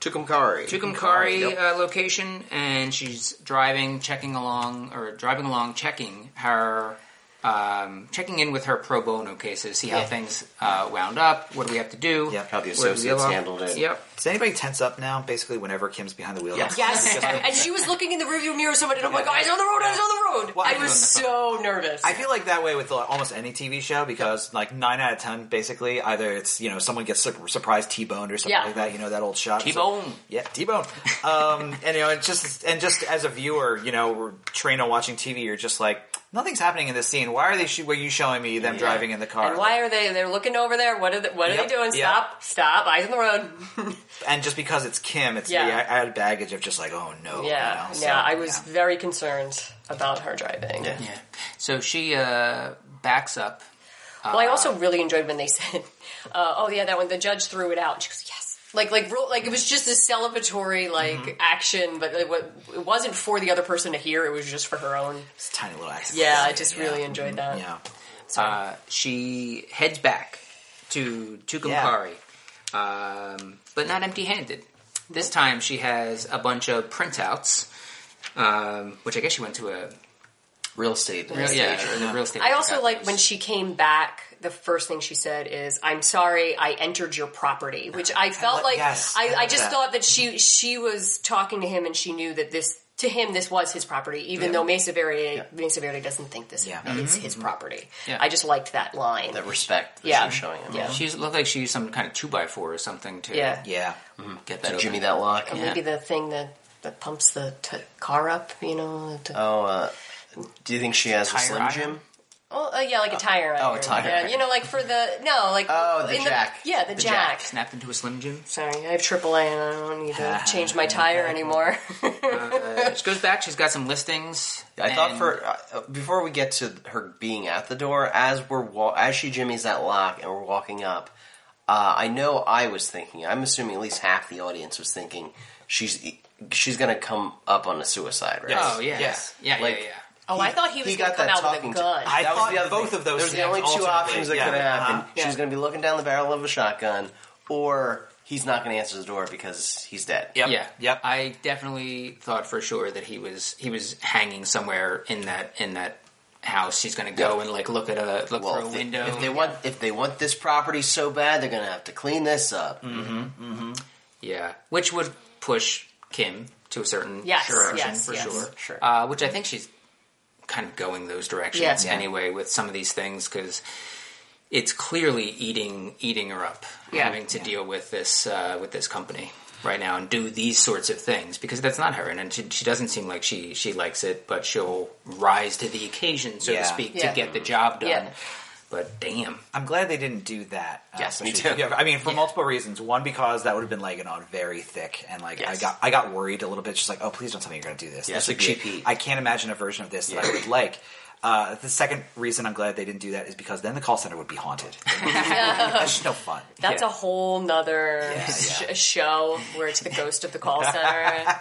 Speaker 5: Tucumcari.
Speaker 2: Tucumcari
Speaker 5: Yep.
Speaker 2: uh, location, and she's driving, checking along, or driving along, checking her um, checking in with her pro bono cases, see how
Speaker 3: Yeah.
Speaker 2: things uh, wound up. What do we have to do?
Speaker 3: Yep.
Speaker 5: How the
Speaker 2: Where do we
Speaker 5: associates
Speaker 2: go?
Speaker 5: handled it.
Speaker 2: Yep.
Speaker 3: Does anybody tense up now? Basically, whenever Kim's behind the wheel.
Speaker 5: Yes.
Speaker 4: Yes, and she was looking in the rearview mirror. Somebody, oh my god, he's on the road! He's on the road!
Speaker 3: Well,
Speaker 4: I
Speaker 3: I
Speaker 4: was so nervous.
Speaker 3: I feel like that way with like, almost any TV show because like nine out of ten, basically, either it's you know someone gets sur- surprised T-boned or something
Speaker 4: Yeah.
Speaker 3: like that. You know that old shot. So-
Speaker 2: T-bone.
Speaker 3: yeah, T-bone. um, and you know, it's just and just as a viewer, you know, we're trained on watching TV, you're just like nothing's happening in this scene. Why are they? Sh- were you showing me them driving in the car?
Speaker 4: And why are they? They're looking over there. What are they, What are
Speaker 3: Yep,
Speaker 4: they doing?
Speaker 3: yep.
Speaker 4: Stop! Stop! Eyes on the road.
Speaker 3: And just because it's Kim, it's
Speaker 4: Yeah.
Speaker 3: the a- added baggage of just like oh no.
Speaker 4: yeah,
Speaker 3: you know, so,
Speaker 4: yeah. I was
Speaker 3: yeah.
Speaker 4: very concerned about her driving.
Speaker 5: Yeah.
Speaker 2: Yeah. So she uh, backs up.
Speaker 4: Well, I also really enjoyed when they said, uh, "Oh yeah, that one." The judge threw it out. She goes, "Yes." Like, like, real, like it was just this celebratory like action, but it, wa- it wasn't for the other person to hear. It was just for her own.
Speaker 3: It's a tiny little accident.
Speaker 4: Yeah, I just really enjoyed that.
Speaker 3: Yeah.
Speaker 2: Uh, she heads back to Tucumcari, um, but not empty-handed. This time she has a bunch of printouts, um, which I guess she went to a
Speaker 5: Real estate.
Speaker 2: real, yeah, a real estate.
Speaker 4: I also
Speaker 2: got
Speaker 4: like
Speaker 2: those.
Speaker 4: when she came back. The first thing she said is, "I'm sorry, I entered your property," which I felt
Speaker 3: lo-
Speaker 4: like
Speaker 3: yes, I
Speaker 4: I, I,
Speaker 3: love
Speaker 4: just
Speaker 3: that.
Speaker 4: thought that she she was talking to him and she knew that this to him this was his property, even though Mesa Verde Mesa Verde doesn't think this
Speaker 3: Yeah.
Speaker 4: is his property.
Speaker 2: Yeah.
Speaker 4: I just liked Mm-hmm. that line.
Speaker 5: That respect that
Speaker 4: Yeah.
Speaker 5: you're showing him.
Speaker 4: Yeah.
Speaker 2: she looked like she used some kind of two by four or something to
Speaker 4: Yeah.
Speaker 3: Yeah.
Speaker 5: Mm-hmm.
Speaker 2: get that
Speaker 5: Jimmy
Speaker 2: open.
Speaker 5: that lock.
Speaker 4: Or Maybe the thing that that pumps the t- car up, you know. To,
Speaker 5: Oh, uh, do you think she has a
Speaker 2: Tire
Speaker 5: Slim
Speaker 2: iron?
Speaker 5: Jim?
Speaker 4: oh, uh, yeah, like a tire.
Speaker 5: oh,
Speaker 4: iron.
Speaker 5: a tire
Speaker 4: Yeah,
Speaker 5: iron.
Speaker 4: you know, like for the no, like
Speaker 5: Oh, the
Speaker 4: in
Speaker 5: jack.
Speaker 4: The, yeah, the,
Speaker 5: The
Speaker 4: jack.
Speaker 5: jack. Ah,
Speaker 2: snapped into a slim jim.
Speaker 4: Sorry, I have AAA and I don't need to change my tire anymore.
Speaker 2: Uh, she goes back. She's got some listings.
Speaker 5: I thought
Speaker 2: and-
Speaker 5: for uh, before we get to her being at the door, as we're wa- as she jimmies that lock and we're walking up, uh, I know I was thinking. I'm assuming at least half the audience was thinking she's she's going to come up on a suicide. Right?
Speaker 2: Oh yeah,
Speaker 5: Yes.
Speaker 2: yeah, yeah,
Speaker 5: Like-
Speaker 2: yeah.
Speaker 4: oh, I thought he was
Speaker 5: he
Speaker 4: going to
Speaker 5: got
Speaker 4: come
Speaker 5: that
Speaker 4: out with
Speaker 5: talking
Speaker 4: a
Speaker 5: to-
Speaker 4: gun.
Speaker 3: I
Speaker 5: That was
Speaker 3: thought
Speaker 5: the other
Speaker 3: both
Speaker 5: thing.
Speaker 3: of those.
Speaker 5: There's the
Speaker 3: things
Speaker 5: only two
Speaker 3: ultimately,
Speaker 5: options that
Speaker 3: yeah.
Speaker 5: could have happened.
Speaker 3: Uh-huh.
Speaker 5: She's going to be looking down the barrel of a shotgun, or he's not going to answer the door because he's dead.
Speaker 3: Yep.
Speaker 2: Yeah.
Speaker 3: Yep.
Speaker 2: I definitely thought for sure that he was he was hanging somewhere in that in that house. He's going to go
Speaker 5: Yeah.
Speaker 2: and like look at a look
Speaker 5: Well,
Speaker 2: through
Speaker 5: if
Speaker 2: a
Speaker 5: they,
Speaker 2: window.
Speaker 5: if they want if they want this property so bad, they're going to have to clean this up.
Speaker 2: Mm-hmm. yeah, which would push Kim to a certain
Speaker 4: Yes,
Speaker 2: direction
Speaker 4: yes,
Speaker 2: for
Speaker 4: yes.
Speaker 2: sure.
Speaker 5: Sure.
Speaker 2: Uh, which I think she's kind of going those directions
Speaker 4: Yes. Yeah.
Speaker 2: anyway with some of these things because it's clearly eating eating her up
Speaker 4: Yeah.
Speaker 2: having to deal with this uh, with this company right now and do these sorts of things because that's not her and, and she, she doesn't seem like she she likes it but she'll rise to the occasion so
Speaker 3: Yeah.
Speaker 2: to speak
Speaker 4: Yeah.
Speaker 2: to get the job done
Speaker 4: Yeah.
Speaker 2: but damn
Speaker 3: I'm glad they didn't do that. uh,
Speaker 2: Yes, me
Speaker 3: especially-
Speaker 2: too.
Speaker 3: yeah, I mean, for multiple reasons. One, because that would have been like an on very thick, and like I
Speaker 2: Yes.
Speaker 3: got I got worried a little bit. Just like, oh, please don't tell me you're going to do this.
Speaker 5: Yes,
Speaker 3: This would
Speaker 5: like
Speaker 3: be-
Speaker 5: GP.
Speaker 3: I can't imagine a version of this that I would like. Uh, the second reason I'm glad they didn't do that is because then the call center would be haunted. That's just no fun.
Speaker 4: That's
Speaker 2: Yeah.
Speaker 4: a whole nother
Speaker 3: Yeah,
Speaker 4: sh-
Speaker 3: yeah.
Speaker 4: show where it's the ghost of the call center.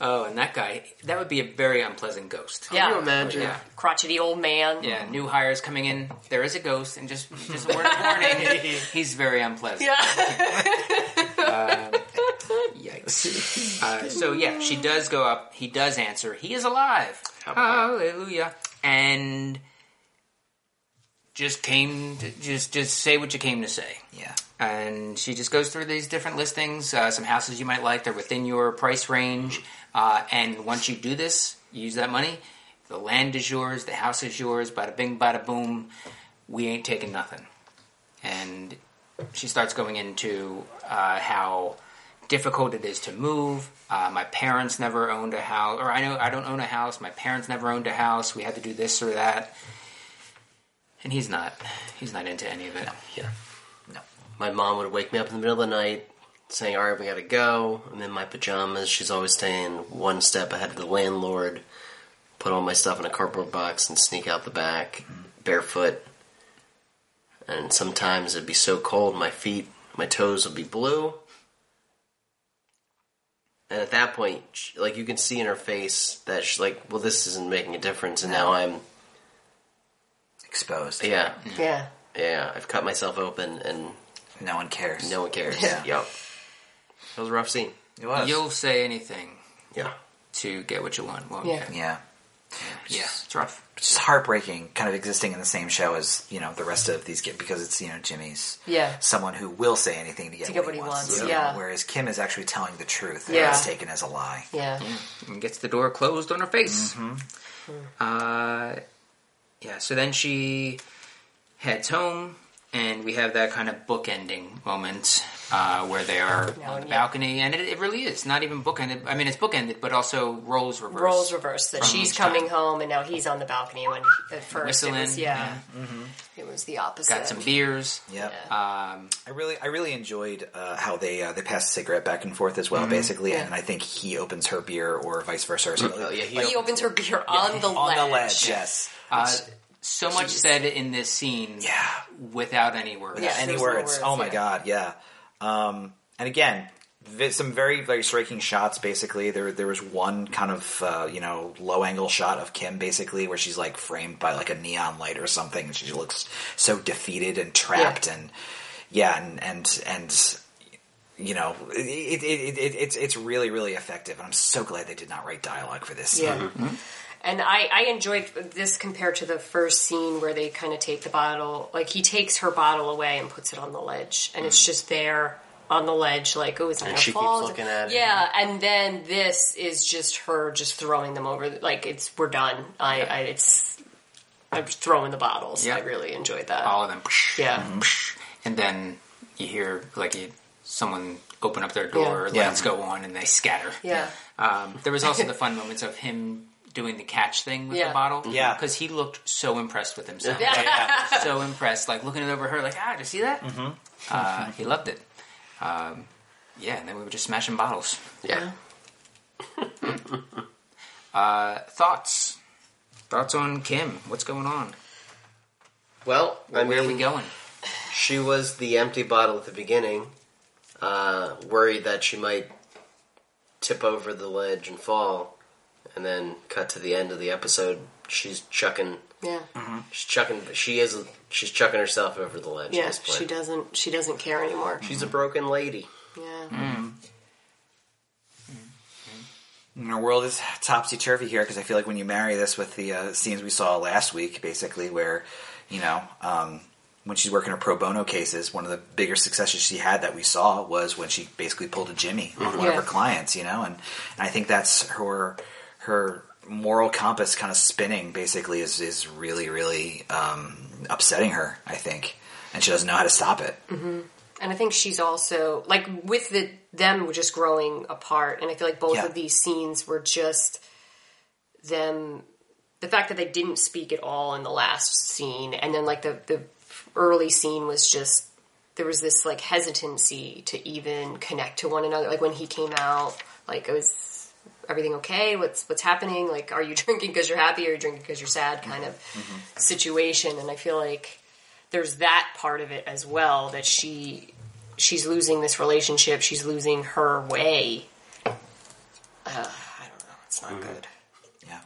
Speaker 2: oh and that guy that would be a very unpleasant ghost
Speaker 4: yeah.
Speaker 5: Can you imagine?
Speaker 2: yeah
Speaker 4: Crotchety old man.
Speaker 2: Yeah, new hires coming in. There is a ghost, and just just a word of warning. He's very unpleasant.
Speaker 4: Yeah.
Speaker 2: Yikes. Uh, so yeah, she does go up. He does answer. He is alive. Hallelujah. And just came to, just just say what you came to say.
Speaker 3: Yeah,
Speaker 2: And she just goes through these different listings, uh, some houses you might like. They're within your price range. Uh, and once you do this, use that money. The land is yours. The house is yours. Bada bing, bada boom. We ain't taking nothing. And she starts going into uh, how difficult it is to move. Uh, my parents never owned a house, or I know I don't own a house. My parents never owned a house. We had to do this or that. And he's not. He's not into any of it.
Speaker 5: Yeah.
Speaker 3: no.
Speaker 5: My mom would wake me up in the middle of the night saying, All right, we gotta go. I'm in my pajamas. She's always staying one step ahead of the landlord, put all my stuff in a cardboard box and sneak out the back barefoot. And sometimes it'd be so cold, my feet, my toes would be blue. And at that point, she, like you can see in her face that she's like, "Well, this isn't making a difference." And now I'm,
Speaker 3: Exposed.
Speaker 5: yeah,
Speaker 4: yeah.
Speaker 5: yeah, I've cut myself open, and
Speaker 3: No one cares.
Speaker 5: no one cares.
Speaker 3: Yeah.
Speaker 5: Yep. That was a rough scene.
Speaker 3: it was.
Speaker 2: You'll say anything
Speaker 5: Yeah.
Speaker 2: to get what you want, won't
Speaker 4: Yeah.
Speaker 2: you?
Speaker 3: Yeah.
Speaker 2: Yeah, it's rough.
Speaker 3: It's just heartbreaking, kind of existing in the same show as you know the rest of these kids because it's you know Jimmy's
Speaker 4: Yeah.
Speaker 3: someone who will say anything to get,
Speaker 4: get what he wants,
Speaker 3: you know,
Speaker 4: yeah.
Speaker 3: Whereas Kim is actually telling the truth.
Speaker 4: Yeah.
Speaker 3: and it's taken as a lie.
Speaker 4: Yeah.
Speaker 2: and gets the door closed on her face.
Speaker 5: Mm-hmm.
Speaker 2: Uh, yeah, so then she heads home, and we have that kind of bookending moment uh, where they are on the
Speaker 4: yeah.
Speaker 2: balcony, and it, it really is not even bookended. I mean, it's bookended, but also roles reversed.
Speaker 4: Roles reversed that
Speaker 2: From
Speaker 4: she's
Speaker 2: each time.
Speaker 4: coming home and now he's on the balcony when at first it was
Speaker 2: Whistling,
Speaker 4: yeah, it was the opposite.
Speaker 2: Got some beers.
Speaker 3: Yep.
Speaker 4: Yeah.
Speaker 2: Um,
Speaker 3: I really, I really enjoyed uh, how they uh, they passed a cigarette back and forth as well, basically,
Speaker 4: Yeah.
Speaker 3: and I think he opens her beer or vice versa. Or something.
Speaker 5: Oh, yeah, he,
Speaker 4: he opens her beer on the
Speaker 3: on
Speaker 4: ledge.
Speaker 3: the ledge, yes,
Speaker 2: uh, so much said in this scene
Speaker 3: yeah.
Speaker 2: without any words.
Speaker 4: Yeah.
Speaker 3: any
Speaker 4: there's no
Speaker 3: words.
Speaker 4: words,
Speaker 3: Oh my
Speaker 4: yeah.
Speaker 3: god, yeah. Um, and again, vi- some very very striking shots. Basically, there there was one kind of uh, you know low angle shot of Kim, basically where she's like framed by like a neon light or something, and she looks so defeated and trapped, and yeah, and and and. You know, it, it, it, it, it's it's really really effective, and I'm so glad they did not write dialogue for this.
Speaker 4: Yeah.
Speaker 5: Mm-hmm.
Speaker 4: And I, I enjoyed this compared to the first scene where they kind of take the bottle, like he takes her bottle away and puts it on the ledge, and it's just there on the ledge, like oh, it's not
Speaker 5: Mm-hmm. And
Speaker 4: gonna
Speaker 5: she keeps
Speaker 4: fall.
Speaker 5: looking at it.
Speaker 4: Yeah, and then this is just her just throwing them over, like it's we're done. I, I it's I'm just throwing the bottles.
Speaker 2: Yeah.
Speaker 4: I really enjoyed that.
Speaker 2: All of them.
Speaker 4: Yeah.
Speaker 2: And then you hear like you, someone open up their door,
Speaker 3: Yeah.
Speaker 2: lights go on, and they scatter.
Speaker 4: Yeah.
Speaker 2: Um, there was also the fun moments of him doing the catch thing with
Speaker 4: Yeah.
Speaker 2: the bottle.
Speaker 3: Yeah.
Speaker 2: Because he looked so impressed with himself.
Speaker 4: Yeah.
Speaker 2: so impressed, like looking it over her, like, ah, did you see that? Mm-hmm. Uh, he loved it. Um, yeah, and then we were just smashing bottles.
Speaker 5: yeah.
Speaker 2: Thoughts? Thoughts on Kim? What's going on?
Speaker 5: Well, I
Speaker 2: Where are we
Speaker 5: mean,
Speaker 2: going?
Speaker 5: she was the empty bottle at the beginning, uh, worried that she might tip over the ledge and fall, and then cut to the end of the episode. She's chucking.
Speaker 4: Yeah.
Speaker 5: Mm-hmm. She's chucking. She is. She's chucking herself over the ledge. at
Speaker 4: Yeah.
Speaker 5: this point.
Speaker 4: She doesn't she doesn't care anymore.
Speaker 5: She's a broken lady.
Speaker 4: Yeah.
Speaker 5: Mm-hmm.
Speaker 3: And Our world is topsy turvy here because I feel like when you marry this with the uh, scenes we saw last week, basically where you know um, when she's working her pro bono cases, one of the bigger successes she had that we saw was when she basically pulled a Jimmy on one of
Speaker 4: Yeah.
Speaker 3: her clients, you know, and, and I think that's her her moral compass kind of spinning basically is is really really um, upsetting her, I think, and she doesn't know how to stop it.
Speaker 4: and I think she's also like with the them just growing apart, and I feel like both
Speaker 3: Yeah.
Speaker 4: of these scenes were just them. The fact that they didn't speak at all in the last scene, and then like the the early scene was just there was this like hesitancy to even connect to one another. Like when he came out, like it was everything okay? What's what's happening? Like, are you drinking because you're happy? Or are you drinking because you're sad? Kind of situation. And I feel like there's that part of it as well that she she's losing this relationship. She's losing her way. Uh, I don't know. It's not
Speaker 2: Mm-hmm.
Speaker 4: good.
Speaker 3: Yeah.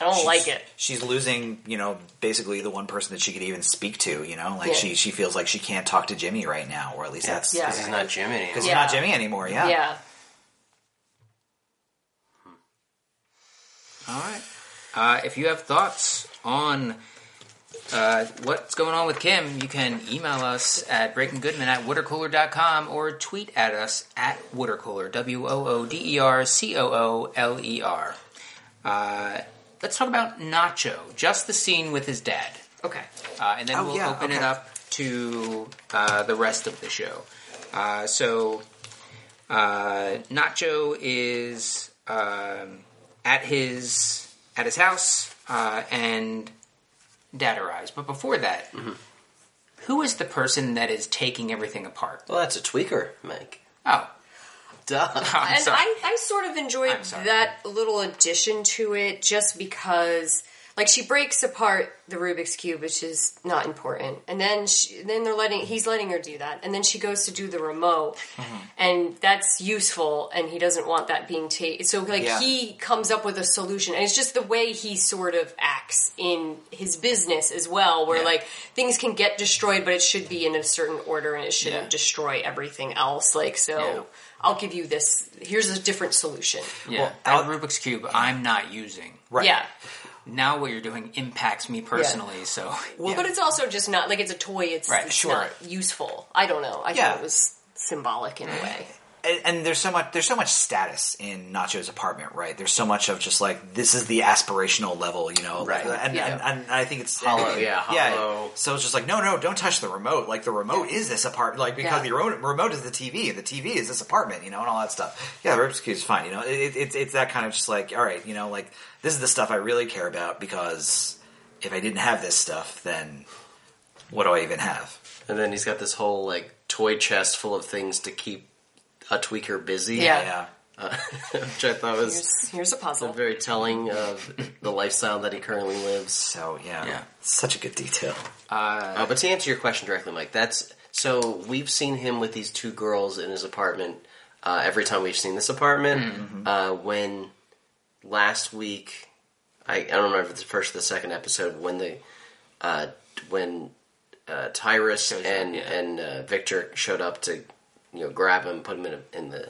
Speaker 4: I don't like it.
Speaker 3: she's losing, you know, basically the one person that she could even speak to, you know? Like
Speaker 4: Yeah.
Speaker 3: she she feels like she can't talk to Jimmy right now, or at least that's
Speaker 4: Yeah.
Speaker 3: because
Speaker 5: This is not Jim anymore.
Speaker 3: he's
Speaker 4: Yeah.
Speaker 3: not Jimmy anymore, yeah.
Speaker 4: Yeah.
Speaker 2: All right. Uh, if you have thoughts on uh, what's going on with Kim, you can email us at breakinggoodman at watercooler.com or tweet at us at watercooler, W O O D E R C O O L E R. Uh, Let's talk about Nacho, just the scene with his dad.
Speaker 4: Okay.
Speaker 2: Uh, and then
Speaker 3: Oh,
Speaker 2: we'll
Speaker 3: yeah,
Speaker 2: open it
Speaker 3: okay.
Speaker 2: up to uh, the rest of the show. Uh, so uh, Nacho is um, at his at his house uh, and dad arrives. But before that,
Speaker 3: Mm-hmm.
Speaker 2: who is the person that is taking everything apart?
Speaker 5: Well, that's a tweaker, Mike.
Speaker 2: Oh,
Speaker 5: Duh.
Speaker 2: I'm
Speaker 4: and
Speaker 2: sorry.
Speaker 4: I, I sort of enjoyed
Speaker 2: I'm sorry.
Speaker 4: that little addition to it just because like she breaks apart the Rubik's cube which is not important and then she, then they're letting he's letting her do that and then she goes to do the remote
Speaker 2: Mm-hmm.
Speaker 4: and that's useful and he doesn't want that being taken so like
Speaker 3: Yeah.
Speaker 4: he comes up with a solution and it's just the way he sort of acts in his business as well where
Speaker 2: Yeah.
Speaker 4: like things can get destroyed but it should be in a certain order and it shouldn't
Speaker 2: Yeah.
Speaker 4: destroy everything else like so
Speaker 2: Yeah.
Speaker 4: I'll give you this. Here's a different solution.
Speaker 2: yeah, that
Speaker 3: Well,
Speaker 2: Rubik's cube I'm not using.
Speaker 3: Right.
Speaker 4: Yeah.
Speaker 2: now what you're doing impacts me personally. So
Speaker 4: But it's also just not like it's a toy. It's,
Speaker 2: Right,
Speaker 4: it's
Speaker 2: sure.
Speaker 4: not useful. I don't know. I
Speaker 3: Yeah.
Speaker 4: thought it was symbolic in a way.
Speaker 3: and, and there's so much there's so much status in Nacho's apartment, right? There's so much of just like this is the aspirational level, you know,
Speaker 5: Right.
Speaker 3: And,
Speaker 4: Yeah.
Speaker 3: and, and I think it's
Speaker 5: Hollow, yeah, hollow.
Speaker 3: So it's just like no, no, don't touch the remote. Like the remote is this apartment, like because
Speaker 4: Yeah.
Speaker 3: the remote, remote is the TV, and the TV is this apartment, you know, and all that stuff. Yeah, the Rip's is fine, you know. It, it, it's it's that kind of just like all right, you know, like this is the stuff I really care about because if I didn't have this stuff, then what do I even have?
Speaker 5: And then he's got this whole like toy chest full of things to keep a tweaker busy.
Speaker 4: Yeah.
Speaker 3: Yeah.
Speaker 5: which I thought was
Speaker 4: Here's, here's a puzzle.
Speaker 5: very telling of the lifestyle that he currently lives.
Speaker 3: So yeah,
Speaker 2: Yeah.
Speaker 3: such a good detail.
Speaker 5: Uh, but to answer your question directly, Mike, that's so we've seen him with these two girls in his apartment. Uh, every time we've seen this apartment, uh, when last week, I, I don't remember if it's the first or the second episode when the uh, when uh, Tyrus and and uh, Victor showed up to you know grab him, put him in, a, in the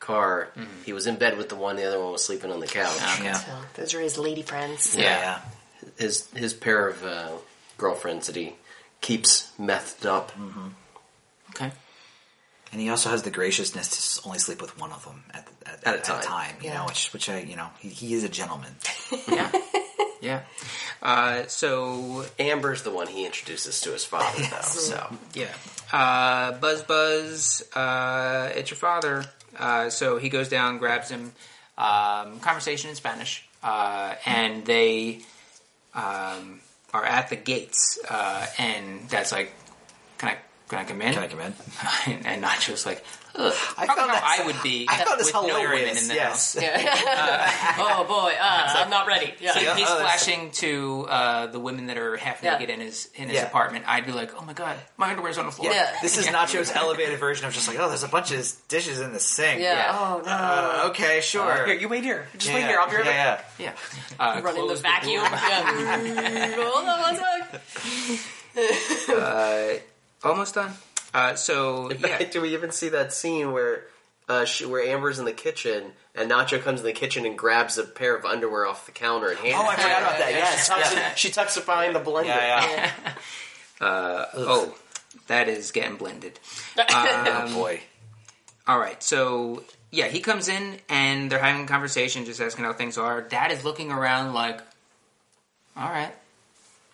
Speaker 5: car. He was in bed with the one; the other one was sleeping on the couch.
Speaker 3: Yeah.
Speaker 4: So those are his lady friends.
Speaker 5: Yeah.
Speaker 3: yeah.
Speaker 5: his his pair of uh, girlfriends that he keeps methed up.
Speaker 3: Mm-hmm.
Speaker 2: okay,
Speaker 3: And he also has the graciousness to s- only sleep with one of them at, at,
Speaker 5: At a
Speaker 3: at
Speaker 5: time.
Speaker 3: a time, you
Speaker 4: Yeah.
Speaker 3: know, which, which I, you know, he, he is a gentleman.
Speaker 2: yeah, yeah. Uh, so
Speaker 5: Amber's the one he introduces to his father, though. So
Speaker 2: Yeah. Uh, buzz, buzz. Uh, it's your father. Uh, so he goes down, grabs him. Um, conversation in Spanish, uh, and they um, are at the gates, uh, and that's like, can I can I come in?
Speaker 3: Can I come in?
Speaker 2: in? and Nacho's like, Ugh, I
Speaker 3: found that-
Speaker 2: I would be.
Speaker 3: I found this
Speaker 2: with no women
Speaker 3: hilarious.
Speaker 2: in the house.
Speaker 3: yes.
Speaker 4: oh boy, uh, I'm not ready. Yeah.
Speaker 2: If he's
Speaker 3: oh, that's-
Speaker 2: flashing to uh, the women that are half
Speaker 4: Yeah.
Speaker 2: naked in his in his
Speaker 3: Yeah.
Speaker 2: apartment. I'd be like, oh my god, my underwear's on the floor.
Speaker 4: Yeah.
Speaker 3: This is Nacho's elevated version of just like, oh, there's a bunch of dishes in the sink.
Speaker 4: Yeah.
Speaker 2: Yeah.
Speaker 4: Oh no.
Speaker 3: Uh, okay, sure.
Speaker 2: Here, you wait here. Just
Speaker 3: yeah,
Speaker 2: wait here. I'll be right
Speaker 3: yeah,
Speaker 2: back.
Speaker 3: yeah.
Speaker 2: Yeah. Uh,
Speaker 4: Run in the
Speaker 2: close
Speaker 4: vacuum.
Speaker 2: door.
Speaker 4: Yeah. Hold on one sec.
Speaker 2: Almost done. Uh, so yeah,
Speaker 5: do we even see that scene where? Uh, she, where Amber's in the kitchen and Nacho comes in the kitchen and grabs a pair of underwear off the counter and hands.
Speaker 3: Oh, I
Speaker 5: it to
Speaker 3: forgot
Speaker 5: her.
Speaker 3: about that.
Speaker 5: And
Speaker 3: Yes.
Speaker 5: she tucks,
Speaker 3: Yeah.
Speaker 5: it, she tucks it behind the blender.
Speaker 3: Yeah, yeah.
Speaker 2: oh, that is getting blended.
Speaker 3: oh, boy.
Speaker 2: All right, so yeah, he comes in and they're having a conversation, just asking how things are. Dad is looking around like, all right,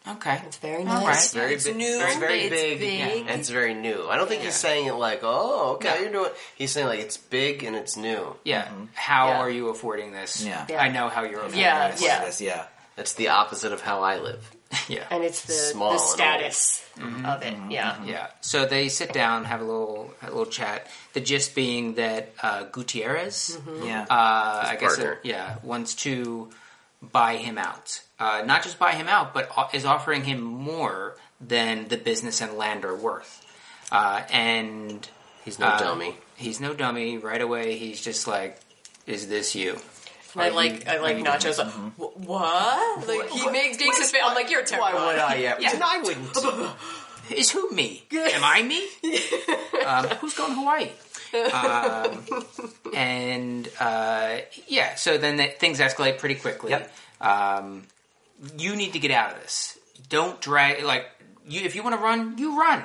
Speaker 2: okay,
Speaker 4: It's very
Speaker 2: All
Speaker 4: nice.
Speaker 2: right.
Speaker 4: It's
Speaker 5: Very big-
Speaker 4: new.
Speaker 5: very, very
Speaker 4: it's
Speaker 5: big, And it's very new. I don't think he's saying it like, oh, okay,
Speaker 2: No.
Speaker 5: you're doing. He's saying like it's big and it's new.
Speaker 2: yeah. How
Speaker 4: Yeah.
Speaker 2: are you affording this?
Speaker 3: Yeah.
Speaker 4: Yeah.
Speaker 2: I know how you're affording
Speaker 4: Yeah,
Speaker 2: this.
Speaker 4: yeah.
Speaker 3: Yes, yeah.
Speaker 5: That's the opposite of how I live.
Speaker 2: yeah.
Speaker 4: And it's the,
Speaker 5: Small
Speaker 4: the
Speaker 5: and Mm-hmm. old.
Speaker 4: status of it. Yeah.
Speaker 2: Yeah. So they sit down, have a little a little chat. The gist being that uh, Gutierrez,
Speaker 4: Mm-hmm.
Speaker 3: Yeah.
Speaker 2: uh, I guess,
Speaker 5: partner.
Speaker 2: yeah, wants to buy him out. Uh, not just buy him out, but o- is offering him more than the business and land are worth. Uh, and
Speaker 5: He's no
Speaker 2: uh,
Speaker 5: dummy.
Speaker 2: He's no dummy. Right away, he's just like, "Is this you?"
Speaker 4: I like I
Speaker 5: Mm-hmm.
Speaker 4: like Nacho's like "Wh- what? Like he makes takes his face. I'm like you're terrible.
Speaker 5: Why would I? Yeah, And I wouldn't.
Speaker 2: Is who me? Am I me? um, who's going to Hawaii? Um, and uh, yeah, so then the, things escalate pretty quickly.
Speaker 3: Yep.
Speaker 2: Um, you need to get out of this. Don't drag like you. If you want to run, you run.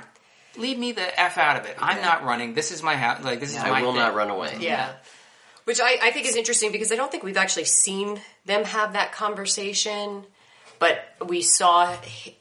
Speaker 2: Leave me the f out of it. I'm not running. This is my house. Like this is my.
Speaker 5: I will
Speaker 2: thing.
Speaker 5: not run away.
Speaker 4: Yeah. Which I, I think is interesting because I don't think we've actually seen them have that conversation, but we saw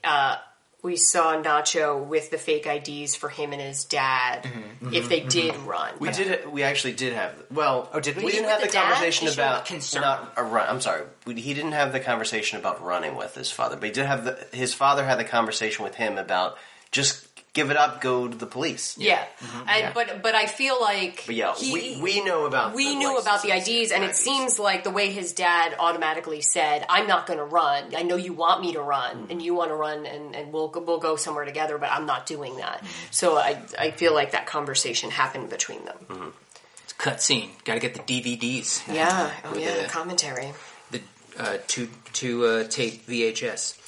Speaker 4: uh, we saw Nacho with the fake IDs for him and his dad if they did run.
Speaker 5: Mm-hmm. We did. We actually did have. Well, oh,
Speaker 3: did we?
Speaker 5: We didn't
Speaker 4: With
Speaker 5: have the,
Speaker 4: the dad?
Speaker 5: conversation
Speaker 4: He showed
Speaker 5: about
Speaker 2: concern.
Speaker 5: not a run. I'm sorry. We, he didn't have the conversation about running with his father, but he did have the, his father had the conversation with him about just give it up, go to the police.
Speaker 4: yeah. And, But but I feel like
Speaker 5: Mm-hmm. But yeah,
Speaker 4: he-
Speaker 5: we we know about.
Speaker 4: we
Speaker 5: the
Speaker 4: knew about the
Speaker 5: licenses
Speaker 4: IDs, and it
Speaker 5: IDs.
Speaker 4: seems like the way his dad automatically said, "I'm not going to run. I know you want me to run,
Speaker 5: Mm-hmm.
Speaker 4: and you want to run, and, and we'll go- we'll go somewhere together, but I'm not doing that."
Speaker 5: Mm-hmm.
Speaker 4: So I I feel like that conversation happened between them.
Speaker 5: Mm-hmm.
Speaker 2: It's cut scene. Got to get the DVDs.
Speaker 4: Yeah, oh yeah,
Speaker 2: the-
Speaker 4: commentary.
Speaker 2: the uh, two two uh, tape VHS.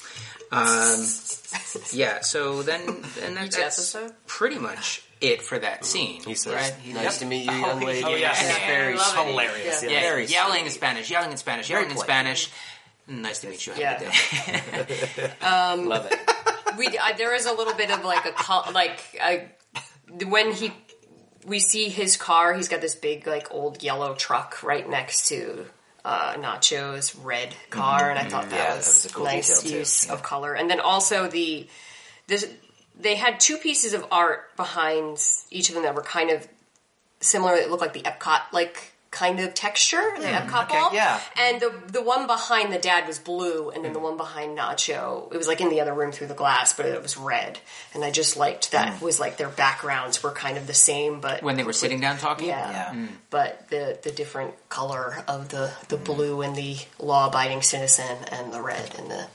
Speaker 2: Um, yeah, so then and that,
Speaker 4: Each
Speaker 2: that's
Speaker 4: episode?
Speaker 2: pretty much it for that scene.
Speaker 5: He says,
Speaker 2: right?
Speaker 5: "Nice to meet you, young lady."
Speaker 2: oh, yeah.
Speaker 3: It's
Speaker 2: Yeah.
Speaker 3: very
Speaker 2: Love it.
Speaker 3: hilarious.
Speaker 4: Yeah.
Speaker 2: Yeah,
Speaker 3: Very
Speaker 2: yelling in Spanish, yelling in Spanish, yelling in
Speaker 3: polite.
Speaker 2: Spanish. Nice to meet you. Have
Speaker 4: Yeah.
Speaker 2: a good day. Love it.
Speaker 4: we I, there is a little bit of like a co- like I, when he we see his car he's got this big like old yellow truck right next to uh, nacho's red car and i thought that
Speaker 3: Mm-hmm. Yeah, that
Speaker 4: was,
Speaker 3: was a cool
Speaker 4: nice
Speaker 3: detail, too.
Speaker 4: use
Speaker 3: Yeah.
Speaker 4: of color and then also the this they had two pieces of art behind each of them that were kind of similar it looked like the epcot like kind of texture the epcot ball
Speaker 3: Hmm, yeah.
Speaker 4: and the the one behind the dad was blue, and then the one behind Nacho, it was like in the other room through the glass, but it was red. And I just liked
Speaker 2: Mm.
Speaker 4: that was like their backgrounds were kind of the same, but
Speaker 2: When they were sitting down talking,
Speaker 4: yeah,
Speaker 3: Yeah.
Speaker 4: but the the different color of the the
Speaker 2: Mm.
Speaker 4: blue and the law abiding citizen and the red and the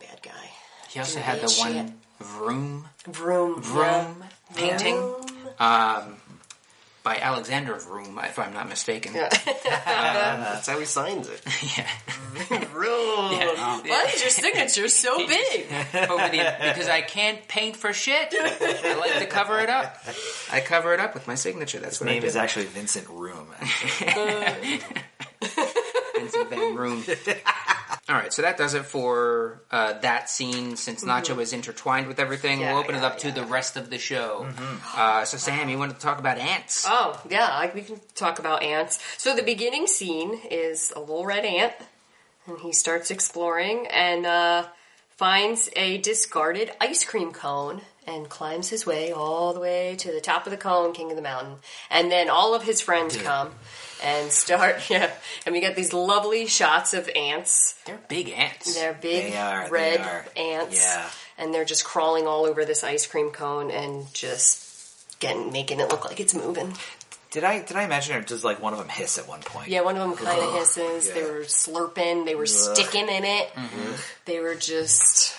Speaker 4: bad guy
Speaker 2: he also had the one vroom
Speaker 4: vroom
Speaker 2: vroom painting um, by Alexander Vroom, if I'm not mistaken.
Speaker 4: Yeah.
Speaker 5: That's how he signs it.
Speaker 4: vroom.
Speaker 2: Yeah.
Speaker 4: Why is your signature so big?
Speaker 2: over the because I can't paint for shit. I like to cover it up. I cover it up with my signature. That's what
Speaker 3: Name
Speaker 2: I do.
Speaker 3: is actually Vincent Room.
Speaker 2: Vincent Van Room. All right, so that does it for uh, that scene. Since Nacho is intertwined with everything,
Speaker 4: Mm-hmm. Yeah,
Speaker 2: we'll open it
Speaker 4: yeah, Mm-hmm.
Speaker 2: up to the rest of the show. Uh, so, Sam, you wanted to talk about ants?
Speaker 4: Oh, yeah, I, we can talk about ants. So the beginning scene is a little red ant, and he starts exploring and uh, finds a discarded ice cream cone and climbs his way all the way to the top of the cone, king of the mountain. And then all of his friends come and start, yeah, and we get these lovely shots of ants.
Speaker 2: They're big ants.
Speaker 4: They're big
Speaker 3: They are, they
Speaker 4: red
Speaker 3: are.
Speaker 4: ants.
Speaker 3: Yeah.
Speaker 4: And they're just crawling all over this ice cream cone and just getting making it look like it's moving.
Speaker 3: did I did I mention or does like one of them hiss at one point?
Speaker 4: Yeah, one of them kind of hisses. They
Speaker 3: yeah. Mm-hmm.
Speaker 4: were slurping. They were sticking in it. They were just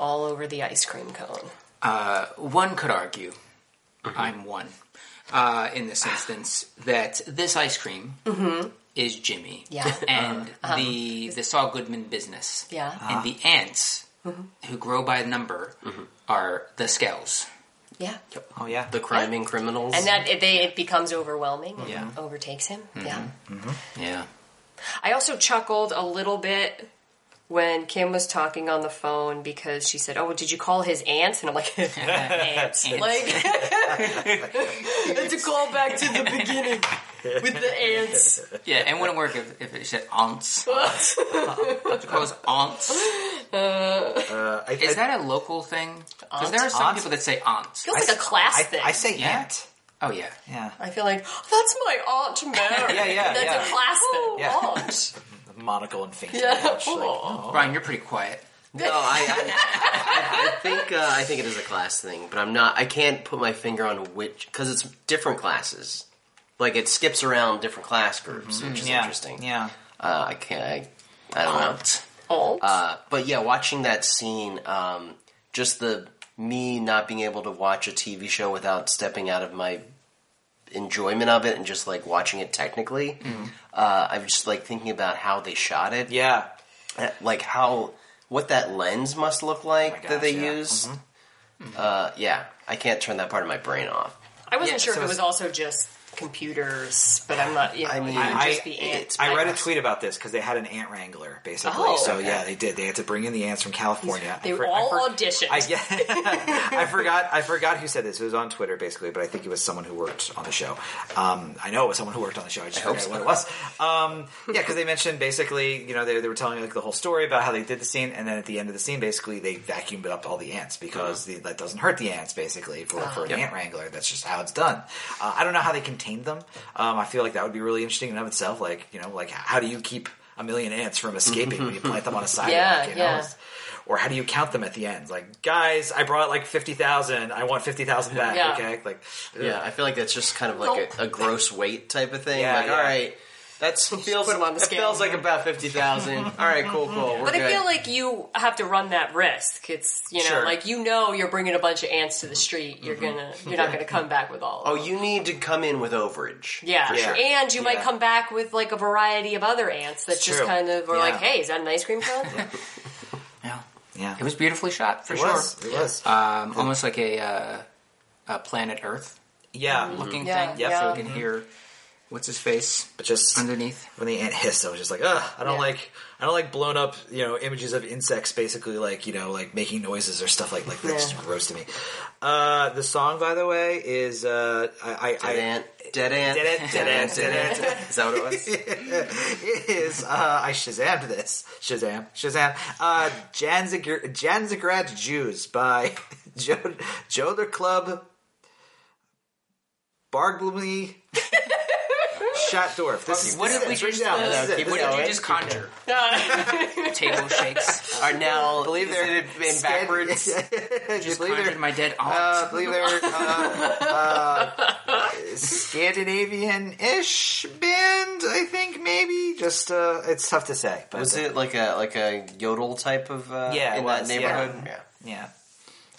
Speaker 4: all over the ice cream cone.
Speaker 2: one could argue, I'm one, uh, in this instance, that this ice cream is Jimmy.
Speaker 4: Mm-hmm. Yeah. Uh-huh. Um,
Speaker 2: And the, the Saul Goodman business.
Speaker 4: Yeah.
Speaker 3: Ah.
Speaker 4: Mm-hmm.
Speaker 2: And the ants, who grow by number, are the skells.
Speaker 4: Yeah,
Speaker 3: Oh yeah.
Speaker 5: The criming criminals.
Speaker 4: and that it, they it becomes overwhelming. And
Speaker 2: Yeah.
Speaker 4: overtakes him.
Speaker 3: Mm-hmm.
Speaker 4: Yeah.
Speaker 2: Yeah.
Speaker 4: I also chuckled a little bit when Kim was talking on the phone because she said, "Oh, did you call his aunts?" And I'm like, "Ants." Like it's a call back to the beginning with the ants.
Speaker 2: Yeah, and wouldn't work if, if it said aunts. aunts. to call us aunts.
Speaker 3: Uh, I,
Speaker 2: Is
Speaker 3: I-
Speaker 2: that a local thing? Because there are some
Speaker 3: Aunts?
Speaker 2: people that say aunts.
Speaker 4: Feels like a class
Speaker 3: I,
Speaker 4: thing.
Speaker 3: I say
Speaker 2: Yeah.
Speaker 3: ant.
Speaker 2: Oh, yeah.
Speaker 3: Yeah.
Speaker 4: I feel like "Oh, that's my aunt Mary.
Speaker 3: Yeah, yeah,
Speaker 4: That's
Speaker 3: yeah. Oh.
Speaker 4: a class thing.
Speaker 3: Yeah.
Speaker 4: Aunt.
Speaker 3: Monocle and faint.
Speaker 4: Yeah.
Speaker 3: Like, oh,
Speaker 4: Aw.
Speaker 2: Brian, you're pretty quiet.
Speaker 5: No, I, I, I think uh, I think it is a class thing, but I'm not. I can't put my finger on which because it's different classes. Like it skips around different class groups, which is
Speaker 3: yeah.
Speaker 5: interesting.
Speaker 3: Yeah.
Speaker 5: uh, I can't. I, I don't know.
Speaker 4: Aunt.
Speaker 5: Uh, but yeah, watching that scene, um, just the me not being able to watch a TV show without stepping out of my enjoyment of it and just like watching it technically. Uh, I was just like thinking about how they shot it,
Speaker 3: Yeah.
Speaker 5: Uh, like how what that lens must look like
Speaker 3: gosh,
Speaker 5: that they
Speaker 3: yeah.
Speaker 5: used. Uh, yeah, I can't turn that part of my brain off.
Speaker 4: I wasn't
Speaker 2: yeah,
Speaker 4: sure
Speaker 2: so
Speaker 4: if it was
Speaker 2: it's-
Speaker 4: also just computers, but I'm not. You know,
Speaker 5: I mean,
Speaker 4: it could
Speaker 3: I-
Speaker 4: just be ants.
Speaker 3: I read a tweet about this because they had an ant wrangler basically.
Speaker 4: Oh.
Speaker 3: so
Speaker 4: Okay.
Speaker 3: yeah, they did. They had to bring in the ants from California.
Speaker 4: They
Speaker 3: I for- I
Speaker 4: all
Speaker 3: for-
Speaker 4: auditioned.
Speaker 3: I, yeah, I forgot. I forgot who said this. It was on Twitter, basically, but I think it was someone who worked on the show. Um, I know it was someone who worked on the show. I just forgot what it was. Um, yeah, because they mentioned basically, you know, they, they were telling like the whole story about how they did the scene, and then at the end of the scene, basically, they vacuumed up all the ants because
Speaker 4: Uh-huh.
Speaker 3: the, that doesn't hurt the ants, basically, for, for an ant wrangler. That's just how it's done. Uh, I don't know how they contained them. Um, I feel like that would be really interesting in and of itself. Like, you know, like how do you keep a million ants from escaping when you plant them on a sidewalk?
Speaker 4: Yeah,
Speaker 3: you know?
Speaker 4: yeah.
Speaker 3: or how do you count them at the end? Like, guys, I brought like fifty thousand. I want fifty thousand back.
Speaker 4: Yeah.
Speaker 3: Okay, like,
Speaker 5: Yeah, I feel like that's just kind of like a, a gross weight type of thing.
Speaker 3: Yeah,
Speaker 5: like,
Speaker 3: yeah.
Speaker 5: all right, that's feels.
Speaker 4: put 'em on the
Speaker 5: it
Speaker 4: scale.
Speaker 5: feels like about fifty thousand. all right, cool, cool. We're
Speaker 4: but
Speaker 5: good.
Speaker 4: I feel like you have to run that risk. It's you know,
Speaker 3: Sure. Mm-hmm.
Speaker 4: like you know, you're bringing a bunch of ants to the street. You're gonna, you're not gonna come back with all. Of
Speaker 5: oh,
Speaker 4: them.
Speaker 5: you need to come in with overage.
Speaker 4: Yeah,
Speaker 5: for sure.
Speaker 4: and you might
Speaker 3: Yeah.
Speaker 4: come back with like a variety of other ants that just
Speaker 3: true.
Speaker 4: kind of are like,
Speaker 3: Yeah.
Speaker 4: "Hey, is that an ice cream cone?"
Speaker 2: Yeah.
Speaker 3: yeah,
Speaker 2: It was beautifully shot, for
Speaker 3: It
Speaker 2: sure.
Speaker 3: was. Uh, It was.
Speaker 2: Um, almost like a, uh, a planet Earth
Speaker 3: yeah,
Speaker 2: looking
Speaker 4: Yeah,
Speaker 3: Mm-hmm.
Speaker 2: thing.
Speaker 4: yeah.
Speaker 2: So you can hear what's his face
Speaker 3: But just
Speaker 2: underneath.
Speaker 3: when the ant hissed, I was just like, ugh, I don't
Speaker 4: Yeah.
Speaker 3: like, I don't like blown up, you know, images of insects basically like, you know, like making noises or stuff like like that. Just
Speaker 4: Yeah.
Speaker 3: gross to me. Uh, the song, by the way, is uh, I, I,
Speaker 5: Dead
Speaker 3: I
Speaker 5: ant. Dead ant.
Speaker 3: Dead ant, dead ant, dead ant.
Speaker 5: Is that what it was?
Speaker 3: it is. Uh, I Shazammed this. Shazam. Shazam. Uh, Jan Zagr- Jan Zagrad's Jews by Joe Joder Club Barglumly Shatdorf. This is
Speaker 2: What
Speaker 3: this
Speaker 2: did we
Speaker 3: is
Speaker 2: just?
Speaker 3: it.
Speaker 2: uh,
Speaker 3: Write it down. This is it. This
Speaker 2: what
Speaker 3: is
Speaker 2: did you
Speaker 3: it.
Speaker 2: just conjure? Table shakes.
Speaker 5: Are now. I believe
Speaker 3: they're
Speaker 5: in backwards.
Speaker 3: Just believe
Speaker 2: Conjured
Speaker 3: they're,
Speaker 2: my dead aunt.
Speaker 3: uh, believe they're uh, uh, Scandinavian-ish band, I think maybe. Just uh, it's tough to say, but
Speaker 5: Was it like a like a yodel type of uh,
Speaker 3: Yeah, it
Speaker 5: in
Speaker 3: was,
Speaker 5: that neighborhood? Yeah.
Speaker 3: yeah.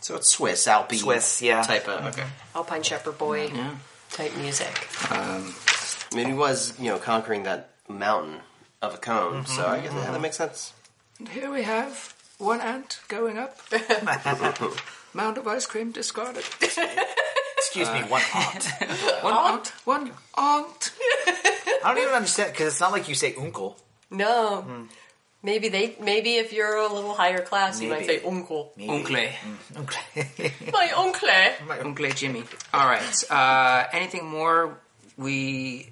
Speaker 5: So it's Swiss Alpine
Speaker 3: Swiss, yeah.
Speaker 5: type of okay.
Speaker 4: Alpine Shepherd Boy type music.
Speaker 5: I mean, he was you know conquering that mountain of a cone, so I guess yeah, that makes sense.
Speaker 2: Here we have one ant going up. Mound of ice cream discarded.
Speaker 3: Excuse me, one aunt.
Speaker 2: One aunt. One aunt.
Speaker 3: I don't even understand because it's not like you say uncle.
Speaker 4: No. Maybe they. Maybe if you're a little higher class, you might
Speaker 3: Maybe.
Speaker 4: say uncle.
Speaker 2: Uncle.
Speaker 4: My uncle.
Speaker 2: Uncle Jimmy. All right. Uh, anything more we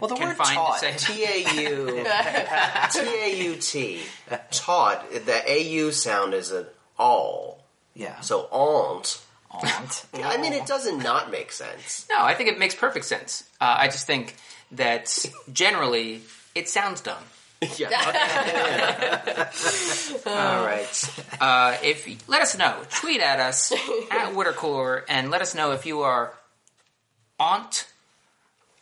Speaker 5: Well, the
Speaker 2: Can
Speaker 5: word
Speaker 2: find
Speaker 5: taught,
Speaker 2: the same-
Speaker 5: T A U T A U T, taught. The A U sound is an all,
Speaker 3: yeah. So
Speaker 5: so aunt.
Speaker 3: aunt.
Speaker 5: I mean, it doesn't not make sense.
Speaker 2: No, I think it makes perfect sense. Uh, I just think that generally it sounds dumb.
Speaker 5: yeah. All right.
Speaker 2: Uh, if let us know, tweet at us at Watercooler and let us know if you are aunt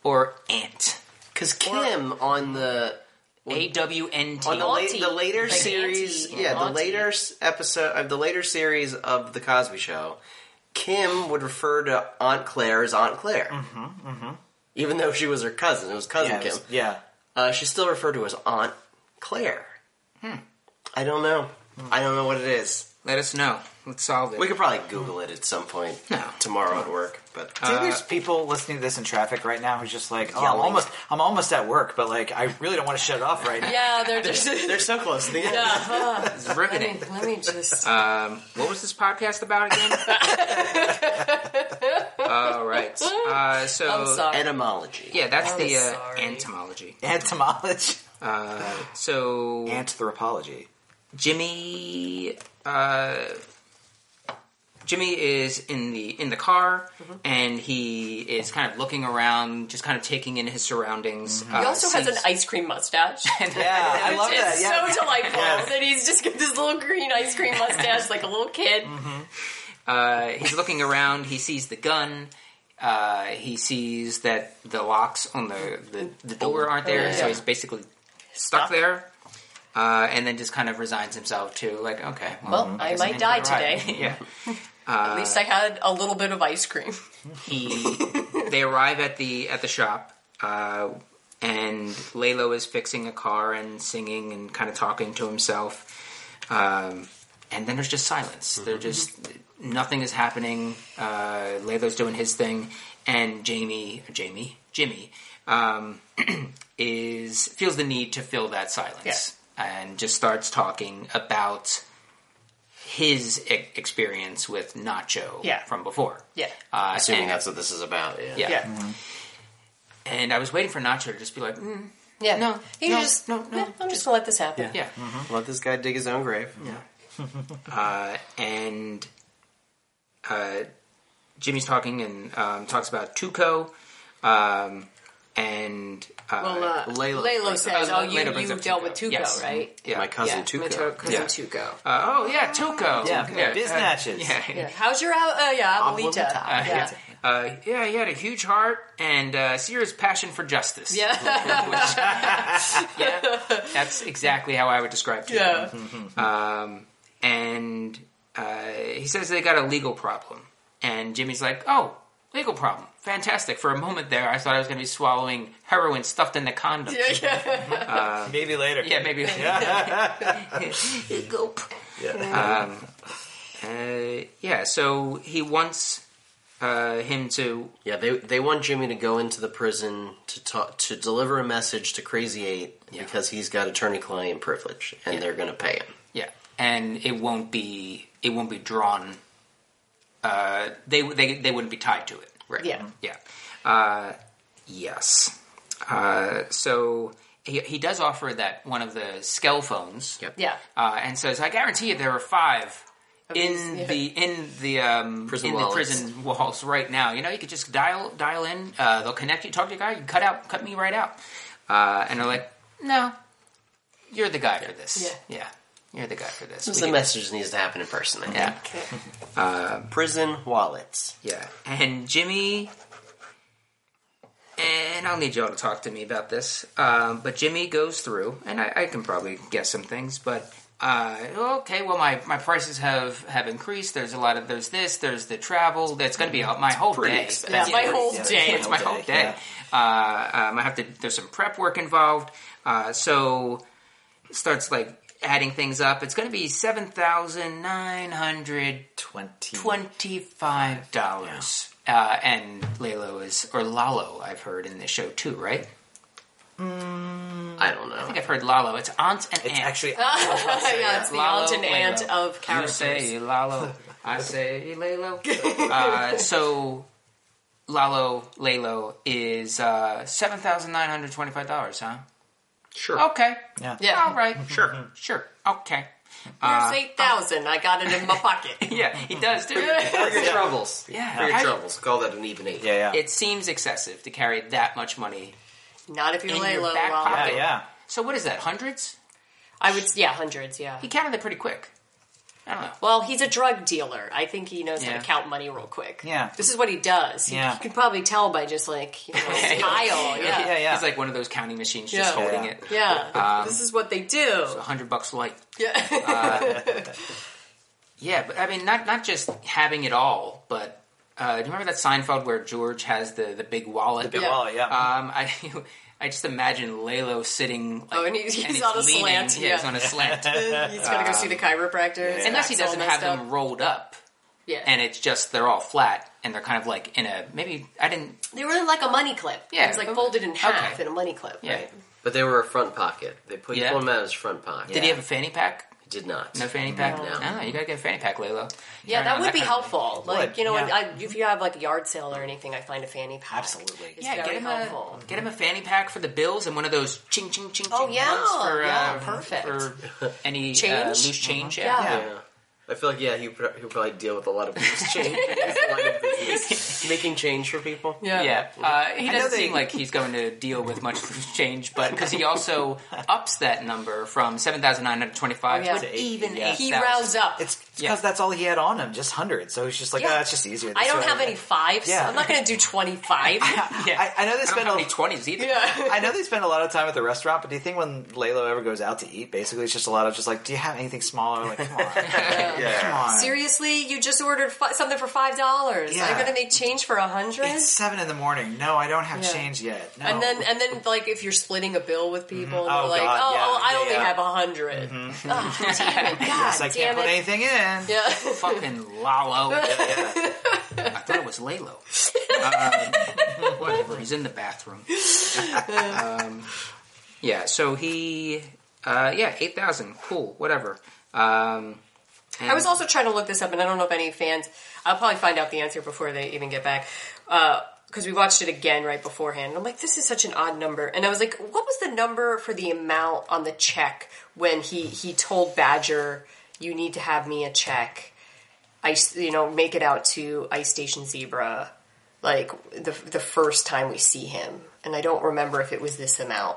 Speaker 2: or aunt.
Speaker 5: Because Kim on the
Speaker 2: A W N T.
Speaker 5: on the, late,
Speaker 4: Auntie.
Speaker 5: the later
Speaker 4: Like
Speaker 5: series,
Speaker 4: auntie.
Speaker 5: yeah, the
Speaker 4: Auntie.
Speaker 5: later s- episode of the later series of the Cosby Show, Kim would refer to Aunt Claire as Aunt Claire, mm-hmm, mm-hmm. even though she was her cousin. It was cousin
Speaker 3: Yeah, it
Speaker 5: Kim.
Speaker 3: was- yeah.
Speaker 5: Uh, she's still referred to as Aunt Claire.
Speaker 4: Hmm.
Speaker 5: I don't know. I don't know what it is.
Speaker 2: Let us know. Let's solve it.
Speaker 5: We could probably Google it at some point
Speaker 2: No.
Speaker 5: tomorrow at work. But
Speaker 4: Uh.
Speaker 3: I think there's people listening to this in traffic right now who's just Uh, like, oh, I'm
Speaker 5: Yelling.
Speaker 3: almost, I'm almost at work, but like, I really don't want to shut it off right now.
Speaker 4: Yeah, they're just.
Speaker 5: they're so close to the end.
Speaker 2: It's riveting.
Speaker 4: Let me just.
Speaker 2: What was this podcast about again? All right. Uh, so
Speaker 4: I'm sorry.
Speaker 5: Etymology.
Speaker 2: yeah, that's
Speaker 4: I'm
Speaker 2: the uh,
Speaker 4: sorry.
Speaker 2: entomology.
Speaker 3: Entomology,
Speaker 2: So
Speaker 3: anthropology.
Speaker 2: Jimmy uh, Jimmy is in the in the car
Speaker 4: Mm-hmm.
Speaker 2: and he is kind of looking around, just kind of taking in his surroundings. Uh,
Speaker 4: Mm-hmm. he also has an
Speaker 2: sees-
Speaker 4: ice cream mustache.
Speaker 3: Yeah, I love that.
Speaker 4: It's
Speaker 3: Yeah,
Speaker 4: so delightful
Speaker 3: Yes.
Speaker 4: that he's just got this little green ice cream mustache like a little kid.
Speaker 2: uh, he's looking around. He sees the gun. Uh, he sees that the locks on the the, the door aren't there, so he's basically Oh, stuck there. Uh, and then just kind of resigns himself to like, okay, well,
Speaker 4: Well, I
Speaker 2: guess I'm in
Speaker 4: might
Speaker 2: for
Speaker 4: die
Speaker 2: the ride.
Speaker 4: today.
Speaker 2: yeah.
Speaker 4: At least I had a little bit of ice cream.
Speaker 2: he they arrive at the at the shop uh, and Lalo is fixing a car and singing and kind of talking to himself um, and then there's just silence There just nothing is happening uh, Lalo's doing his thing and Jamie Jamie Jimmy um, is feels the need to fill that silence and just starts talking about his e- experience with Nacho
Speaker 4: Yeah.
Speaker 2: from before
Speaker 4: Yeah.
Speaker 2: uh,
Speaker 5: Assuming
Speaker 2: and-
Speaker 5: that's what this is about. Yeah.
Speaker 2: yeah.
Speaker 4: Mm-hmm.
Speaker 2: And I was waiting for Nacho to just be like, mm,
Speaker 4: Yeah.
Speaker 2: No,
Speaker 4: He
Speaker 2: no,
Speaker 4: just.
Speaker 2: no, no.
Speaker 4: "Yeah, I'm just gonna let this happen.
Speaker 2: yeah.
Speaker 5: Let this guy dig his own grave.
Speaker 2: And uh, Jimmy's talking and um, talks about Tuco. Um, and uh,
Speaker 4: Well, uh, Lalo,
Speaker 5: Lalo- Lalo
Speaker 4: says, "Oh,
Speaker 2: Lalo
Speaker 4: you,
Speaker 2: brings
Speaker 4: you
Speaker 2: up
Speaker 4: dealt with Tuco,
Speaker 2: Yes.
Speaker 4: right?
Speaker 2: Yeah.
Speaker 5: My cousin Tuco.
Speaker 4: My to- cousin
Speaker 2: Yeah.
Speaker 4: Tuco.
Speaker 2: Uh, oh, yeah, Tuco.
Speaker 3: Yeah,
Speaker 2: yeah.
Speaker 3: biznatches.
Speaker 2: Uh, yeah.
Speaker 4: Yeah. How's your al- uh, yeah, Abuelita?
Speaker 5: Abuelita. Uh,
Speaker 4: yeah.
Speaker 2: Uh, yeah, he had a huge heart and uh, serious passion for justice.
Speaker 4: Yeah.
Speaker 2: yeah, that's exactly how I would describe Tuco.
Speaker 4: yeah.
Speaker 2: and uh, he says they got a legal problem. And Jimmy's like, "Oh, legal problem, fantastic!" For a moment there, I thought I was going to be swallowing heroin stuffed in the condom. Uh,
Speaker 4: Yeah, yeah.
Speaker 3: maybe later.
Speaker 2: Yeah, maybe. Gulp. Um, uh, yeah. So he wants uh, him to
Speaker 5: Yeah, they they want Jimmy to go into the prison to talk to deliver a message to Crazy Eight
Speaker 2: Yeah.
Speaker 5: because he's got attorney-client privilege, and they're going to pay him.
Speaker 2: yeah, and it won't be it won't be drawn. Uh, they they they wouldn't be tied to it. Right.
Speaker 4: Yeah.
Speaker 2: Yeah. Uh, yes. Uh, so he, he does offer that one of the scale phones.
Speaker 5: Yep.
Speaker 4: Yeah.
Speaker 2: Uh, and says, "I guarantee you, there are five in
Speaker 4: these, yeah.
Speaker 2: the in the um,
Speaker 5: Prison
Speaker 2: in the
Speaker 5: wallets.
Speaker 2: prison walls right now. You know, you could just dial dial in. Uh, they'll connect you, talk to a guy, you cut out, cut me right out." Uh, and they're like, "No, you're the guy for this. Yeah. you're the guy for this."
Speaker 5: This
Speaker 2: We
Speaker 5: is the
Speaker 2: can-
Speaker 5: message needs to happen in person. I think. Uh,
Speaker 2: yeah,
Speaker 5: prison wallets.
Speaker 2: yeah. And Jimmy, and I'll need y'all to talk to me about this. Um, but Jimmy goes through, and I, I can probably guess some things, but. Uh, okay, well, my, my prices have, have increased. There's a lot of there's this, there's the travel. That's going to be out my whole
Speaker 5: Mm-hmm. pretty
Speaker 2: day.
Speaker 5: expensive.
Speaker 4: Yeah,
Speaker 2: That's
Speaker 4: my
Speaker 2: pretty
Speaker 4: whole day.
Speaker 2: it's my whole day. Uh, um, I have to. There's some prep work involved. Uh, so it starts like adding things up. It's going to be seven thousand nine hundred
Speaker 3: Twenty.
Speaker 2: twenty-five dollars. Uh, and Lalo is or Lalo. I've heard in this show too, right? I
Speaker 5: I don't know.
Speaker 2: think I've heard Lalo. It's aunt and
Speaker 3: It's
Speaker 2: aunt.
Speaker 3: actually
Speaker 4: yeah, it's the
Speaker 2: Lalo,
Speaker 4: aunt and aunt
Speaker 2: Lalo.
Speaker 4: of
Speaker 2: you
Speaker 4: characters.
Speaker 2: say Lalo. I say Lalo. uh, so Lalo Lalo is uh, seven thousand nine hundred twenty-five dollars, huh?
Speaker 5: Sure.
Speaker 2: Okay.
Speaker 3: yeah.
Speaker 4: Yeah.
Speaker 2: All right.
Speaker 5: Sure.
Speaker 2: Sure. Okay.
Speaker 4: Here's
Speaker 2: Uh,
Speaker 4: eight thousand. I got it in my pocket.
Speaker 2: Yeah, he does too.
Speaker 5: For your troubles.
Speaker 2: Yeah.
Speaker 5: For your
Speaker 2: How-
Speaker 5: troubles. Call that an even eight.
Speaker 3: Yeah, yeah.
Speaker 2: It seems excessive to carry that much money
Speaker 4: Not if you're
Speaker 2: In your
Speaker 4: Lalo.
Speaker 2: back
Speaker 4: Lalo.
Speaker 3: yeah,
Speaker 2: pocket.
Speaker 3: yeah.
Speaker 2: So what is that? Hundreds?
Speaker 4: I would. Yeah, hundreds. Yeah.
Speaker 2: He counted it pretty quick. I don't know.
Speaker 4: Well, he's a drug dealer. I think he knows how
Speaker 2: Yeah.
Speaker 4: to count money real quick.
Speaker 3: Yeah.
Speaker 4: This is what he does. He,
Speaker 3: Yeah.
Speaker 4: You can probably tell by just like you know, smile. Yeah.
Speaker 3: Yeah, yeah.
Speaker 2: He's like one of those counting machines just
Speaker 4: Yeah.
Speaker 2: holding
Speaker 3: Yeah.
Speaker 2: it.
Speaker 4: Yeah.
Speaker 2: Um,
Speaker 4: this is what they do.
Speaker 2: A hundred bucks light.
Speaker 4: yeah.
Speaker 2: Yeah, but I mean, not not just having it all, but uh, do you remember that Seinfeld where George has the the big wallet?
Speaker 3: Big
Speaker 4: Yeah.
Speaker 3: wallet, yeah.
Speaker 2: Um, I I just imagine Lalo sitting. Like,
Speaker 4: Oh, and he's- he's on a slant,
Speaker 2: Yeah, he's
Speaker 4: yeah.
Speaker 2: on a slant.
Speaker 4: He's gonna go see the chiropractor. his
Speaker 2: uh, Unless he
Speaker 4: back's all
Speaker 2: doesn't
Speaker 4: messed
Speaker 2: have them
Speaker 4: up.
Speaker 2: rolled up,
Speaker 4: Yeah.
Speaker 2: and it's just they're all flat, and they're kind of like in a maybe I didn't.
Speaker 4: they were in like a money clip.
Speaker 2: Yeah.
Speaker 4: It was like folded in half in a money clip.
Speaker 2: Yeah.
Speaker 4: Right.
Speaker 5: But they were a front pocket. They put
Speaker 2: Yeah.
Speaker 5: one man in his front pocket.
Speaker 2: Did he have a fanny pack?
Speaker 5: Did not.
Speaker 2: No fanny pack.
Speaker 5: No.
Speaker 2: No, you gotta get a fanny pack, Lalo.
Speaker 4: Yeah,
Speaker 2: Turn
Speaker 4: that
Speaker 2: on
Speaker 4: would be
Speaker 2: kind of thing.
Speaker 4: helpful. Like
Speaker 3: Would,
Speaker 4: you know,
Speaker 3: yeah.
Speaker 4: when I, if you have like a yard sale or anything, I find a fanny pack.
Speaker 3: Absolutely.
Speaker 4: It's
Speaker 2: Yeah,
Speaker 4: very
Speaker 2: get him
Speaker 4: helpful.
Speaker 2: a get him a fanny pack for the bills and one of those ching ching ching.
Speaker 4: Oh,
Speaker 2: ching
Speaker 4: yeah,
Speaker 2: ones for,
Speaker 4: yeah,
Speaker 2: uh,
Speaker 4: perfect.
Speaker 2: For any Uh,
Speaker 4: Change? Uh-huh.
Speaker 2: loose change, yeah.
Speaker 4: Yeah.
Speaker 5: Yeah. I feel like yeah, he would pro- he would probably deal with a lot of loose change, a lot of business. making change for people.
Speaker 4: Yeah.
Speaker 2: Yeah, uh, he doesn't
Speaker 3: they-
Speaker 2: seem like he's going to deal with much loose change, but because he also ups that number from seven thousand nine hundred twenty-five
Speaker 4: Oh, yeah.
Speaker 2: to
Speaker 4: To eight-
Speaker 2: even
Speaker 3: yeah.
Speaker 2: eight.
Speaker 4: He rounds up.
Speaker 3: It's because
Speaker 2: Yeah.
Speaker 3: that's all he had on him, just hundreds. So he's just like,
Speaker 4: Yeah.
Speaker 3: oh, it's just easier.
Speaker 4: I
Speaker 3: this
Speaker 4: don't
Speaker 3: way."
Speaker 4: have any fives.
Speaker 3: Yeah.
Speaker 4: I'm not going to do 25.
Speaker 2: Yeah.
Speaker 3: I, I know they
Speaker 2: I don't
Speaker 3: spend
Speaker 2: have
Speaker 3: a,
Speaker 2: any twenties either.
Speaker 3: I know they spend a lot of time at the restaurant, but do you think when Lalo ever goes out to eat, basically it's just a lot of just like, do you have anything smaller? Like, come on, come on.
Speaker 4: Seriously, you just ordered fi- something for five dollars.
Speaker 3: Yeah.
Speaker 4: I'm going to make change for a hundred.
Speaker 3: It's seven in the morning. No, I don't have
Speaker 4: Yeah.
Speaker 3: change yet. No.
Speaker 4: And then, and then, like if you're splitting a bill with people,
Speaker 3: Oh,
Speaker 4: they're like,
Speaker 3: God,
Speaker 4: "Oh,
Speaker 3: yeah,
Speaker 4: oh, I
Speaker 3: yeah,
Speaker 4: only
Speaker 3: yeah.
Speaker 4: have a 100 Oh, damn it! God,
Speaker 3: yes, I
Speaker 4: damn
Speaker 3: can't put
Speaker 4: it!
Speaker 3: anything in.
Speaker 4: Yeah.
Speaker 2: Fucking Lalo. I thought it was Lalo. Um, whatever. He's in the bathroom. Um, yeah. So he. Uh, yeah, eight thousand. Cool. Whatever. Um,
Speaker 4: I was also trying to look this up, and I don't know if any fans. I'll probably find out the answer before they even get back, because we watched it again right beforehand. And I'm like, this is such an odd number, and I was like, what was the number for the amount on the check when he he told Badger, "You need to have me a check." ice you know make it out to ice station zebra like the the first time we see him and i don't remember if it was this amount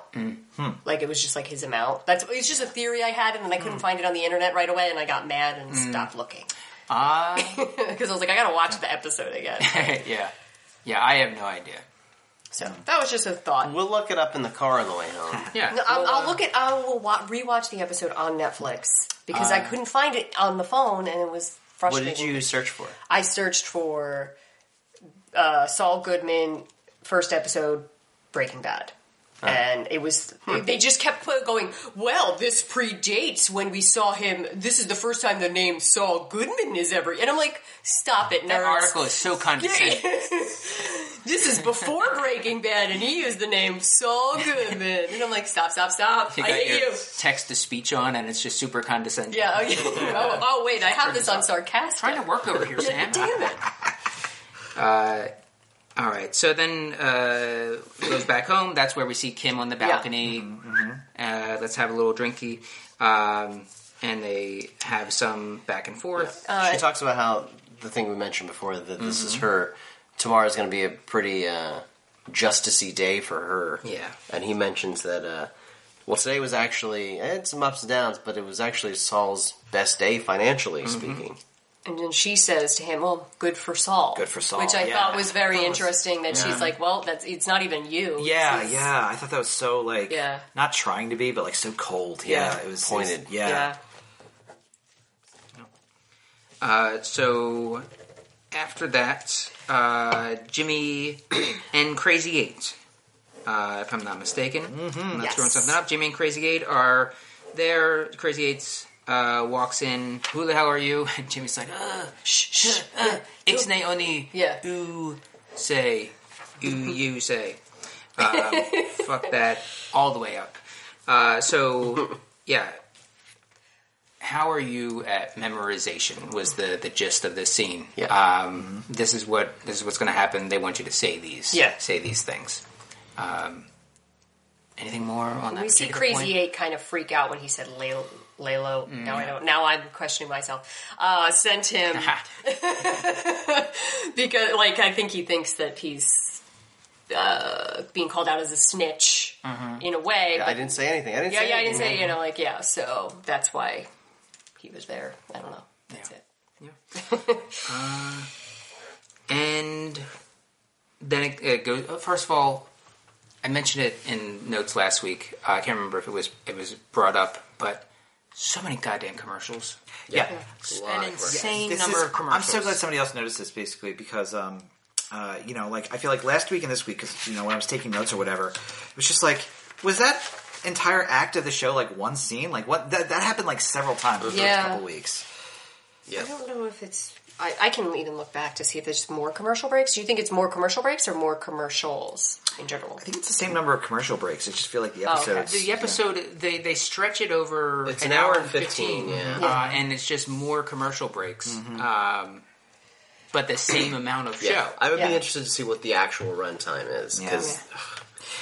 Speaker 4: like it was just like his amount that's it's just a theory i had and then i
Speaker 5: Hmm.
Speaker 4: couldn't find it on the internet right away and i got mad and stopped looking
Speaker 2: uh,
Speaker 4: because i was like i gotta watch the episode again
Speaker 2: yeah, yeah. I have no idea.
Speaker 4: so that was just a thought
Speaker 5: We'll uh, look it up in the car on the way home.
Speaker 2: Yeah.
Speaker 4: No, I'll,
Speaker 2: well,
Speaker 4: I'll look at i will wa- rewatch the episode on netflix because i couldn't find it on the phone and it was
Speaker 5: Uh, What
Speaker 4: frustrating
Speaker 5: did you search for?
Speaker 4: I searched for uh, Saul Goodman first episode Breaking Bad. And it was,
Speaker 2: Hmm.
Speaker 4: they just kept put- going, well, this predates when we saw him. This is the first time the name Saul Goodman is ever. And I'm like, stop it,
Speaker 2: That
Speaker 4: nerds.
Speaker 2: article is so condescending.
Speaker 4: this is before Breaking Bad, and he used the name Saul Goodman. And I'm like, stop, stop, stop.
Speaker 2: You
Speaker 4: I
Speaker 2: got
Speaker 4: hate
Speaker 2: your
Speaker 4: you.
Speaker 2: text to speech on, and it's just super condescending.
Speaker 4: Yeah, oh, yeah. Oh, oh, wait, I have this on sarcastic.
Speaker 2: trying to work over here, Sam.
Speaker 4: Damn it.
Speaker 2: All right. So then uh, goes back home. That's where we see Kim on the balcony. Uh, let's have a little drinky, um, and they have some back and forth.
Speaker 4: Uh,
Speaker 5: she talks about how the thing we mentioned before that this is her. Tomorrow's going to be a pretty uh, justicey day for her.
Speaker 2: Yeah.
Speaker 5: and he mentions that. Uh, well, today was actually eh, it's some ups and downs, but it was actually Saul's best day financially speaking.
Speaker 4: And then she says to him, "Well, good for Saul."
Speaker 3: Good for Saul,
Speaker 4: which I
Speaker 3: yeah.
Speaker 4: thought was very interesting. That she's like, "Well, that's it's not even you."
Speaker 3: Yeah,
Speaker 4: It's-
Speaker 3: yeah. I thought that was so like
Speaker 4: Yeah.
Speaker 3: not trying to be, but like so cold. Yeah,
Speaker 2: Yeah.
Speaker 3: it was
Speaker 5: Pointed.
Speaker 3: it was- yeah.
Speaker 4: yeah.
Speaker 2: Uh, so after that, uh, Jimmy and Crazy Eight, uh, if I'm not mistaken,
Speaker 3: Hmm.
Speaker 2: I'm not
Speaker 4: Yes.
Speaker 2: throwing something up. Jimmy and Crazy Eight are there. Crazy Eight uh, walks in. Who the hell are you? And Jimmy's like, uh, shh, shh, uh, ixnay oni.
Speaker 4: Yeah.
Speaker 2: Ooh, say, ooh, you say. Um, fuck that all the way up. Uh, so yeah, how are you at memorization? Was the, the gist of this scene?
Speaker 5: Yeah.
Speaker 2: Um, this is what this is what's going to happen. They want you to say these.
Speaker 4: Mm-hmm. Yeah.
Speaker 2: Say these things. Um, anything more on that?
Speaker 4: We see
Speaker 2: particular
Speaker 4: Crazy
Speaker 2: point?
Speaker 4: Eight kind of freak out when he said Lalo. Lalo. Now I don't. Now I'm questioning myself. Uh, sent him because, like, I think he thinks that he's uh, being called out as a snitch in a way.
Speaker 5: I
Speaker 4: but
Speaker 5: didn't say anything. I didn't.
Speaker 4: yeah,
Speaker 5: say
Speaker 4: yeah, I
Speaker 5: anything,
Speaker 4: didn't say.
Speaker 5: man.
Speaker 4: You know, like, yeah. So that's why he was there. I don't know. That's
Speaker 2: Yeah.
Speaker 4: it.
Speaker 2: And then it, it goes. uh, First of all, I mentioned it in notes last week. Uh, I can't remember if it was it was brought up, but so many goddamn commercials.
Speaker 3: Yeah.
Speaker 2: An
Speaker 5: of commercials.
Speaker 2: insane
Speaker 3: This
Speaker 2: number
Speaker 3: is-
Speaker 2: of commercials.
Speaker 3: I'm so glad somebody else noticed this, basically, because um, uh, you know, like I feel like last week and this week, because you know, when I was taking notes or whatever, it was just like, was that entire act of the show like one scene? Like what that, that happened like several times in the first
Speaker 4: Yeah.
Speaker 3: couple weeks.
Speaker 5: Yeah.
Speaker 4: I don't know if it's. I, I can even look back to see if there's more commercial breaks. Do you think it's more commercial breaks or more commercials in general?
Speaker 3: I think it's the same number of commercial breaks. I just feel like the
Speaker 4: Oh, okay.
Speaker 3: episodes.
Speaker 2: the episode they they stretch it over
Speaker 5: It's an hour and 15, yeah. Mm-hmm.
Speaker 2: uh, and it's just more commercial breaks um, but the same amount of
Speaker 5: Yeah.
Speaker 2: show
Speaker 5: I would be
Speaker 4: Yeah.
Speaker 5: interested to see what the actual runtime is because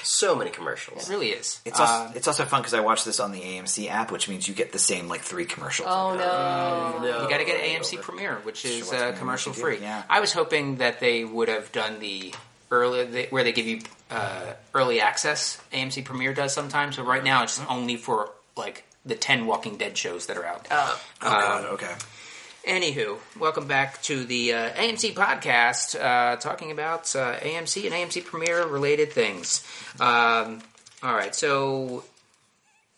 Speaker 5: so many commercials.
Speaker 2: it really is
Speaker 3: It's also, it's also fun because I watched this on the AMC app, which means you get the same like three commercials.
Speaker 4: Oh no!
Speaker 5: No,
Speaker 2: you got to
Speaker 3: Oh,
Speaker 2: get
Speaker 5: right
Speaker 2: AMC
Speaker 5: over.
Speaker 2: Premiere, which is
Speaker 3: watch
Speaker 2: uh,
Speaker 3: Premiere,
Speaker 2: commercial
Speaker 3: which you
Speaker 2: free.
Speaker 3: do, yeah.
Speaker 2: I was hoping that they would have done the early the, where they give you uh, early access. AMC Premiere does sometimes, but right now it's
Speaker 3: Mm-hmm.
Speaker 2: only for like the ten Walking Dead shows that are out.
Speaker 3: Oh, God, okay.
Speaker 2: Anywho, welcome back to the uh, AMC podcast, uh, talking about uh, AMC and AMC Premiere related things. Um, all right, so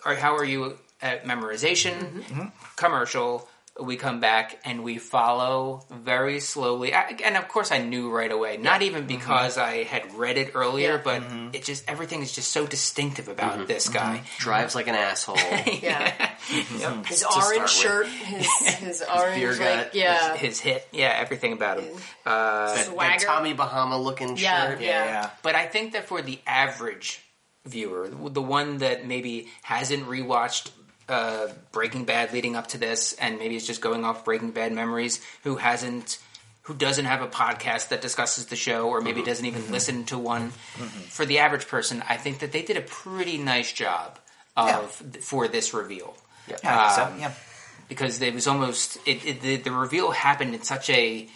Speaker 2: are, how are you at memorization? Commercial. We come back and we follow very slowly. I, and of course, I knew right away, not even because I had read it earlier,
Speaker 4: Yeah.
Speaker 2: but it just everything is just so distinctive about this guy.
Speaker 5: Drives like an asshole.
Speaker 4: Yeah,
Speaker 2: Yep.
Speaker 4: his
Speaker 2: To start
Speaker 4: orange
Speaker 2: with.
Speaker 4: shirt, his his orange,
Speaker 5: beer
Speaker 4: like
Speaker 5: gut,
Speaker 4: yeah,
Speaker 2: His hit, yeah, everything about him.
Speaker 5: That
Speaker 4: swagger.
Speaker 5: Tommy Bahama looking
Speaker 4: yeah,
Speaker 5: shirt.
Speaker 4: yeah,
Speaker 3: Yeah.
Speaker 2: But I think that for the average viewer, the one that maybe hasn't rewatched uh, Breaking Bad leading up to this, and maybe is just going off Breaking Bad memories, who hasn't, who doesn't have a podcast that discusses the show, or maybe doesn't even listen to one, for the average person, I think that they did a pretty nice job of for this reveal
Speaker 3: Yeah, I think so,
Speaker 2: Um,
Speaker 3: yeah.
Speaker 2: because it was almost it, it, the, the reveal happened in such a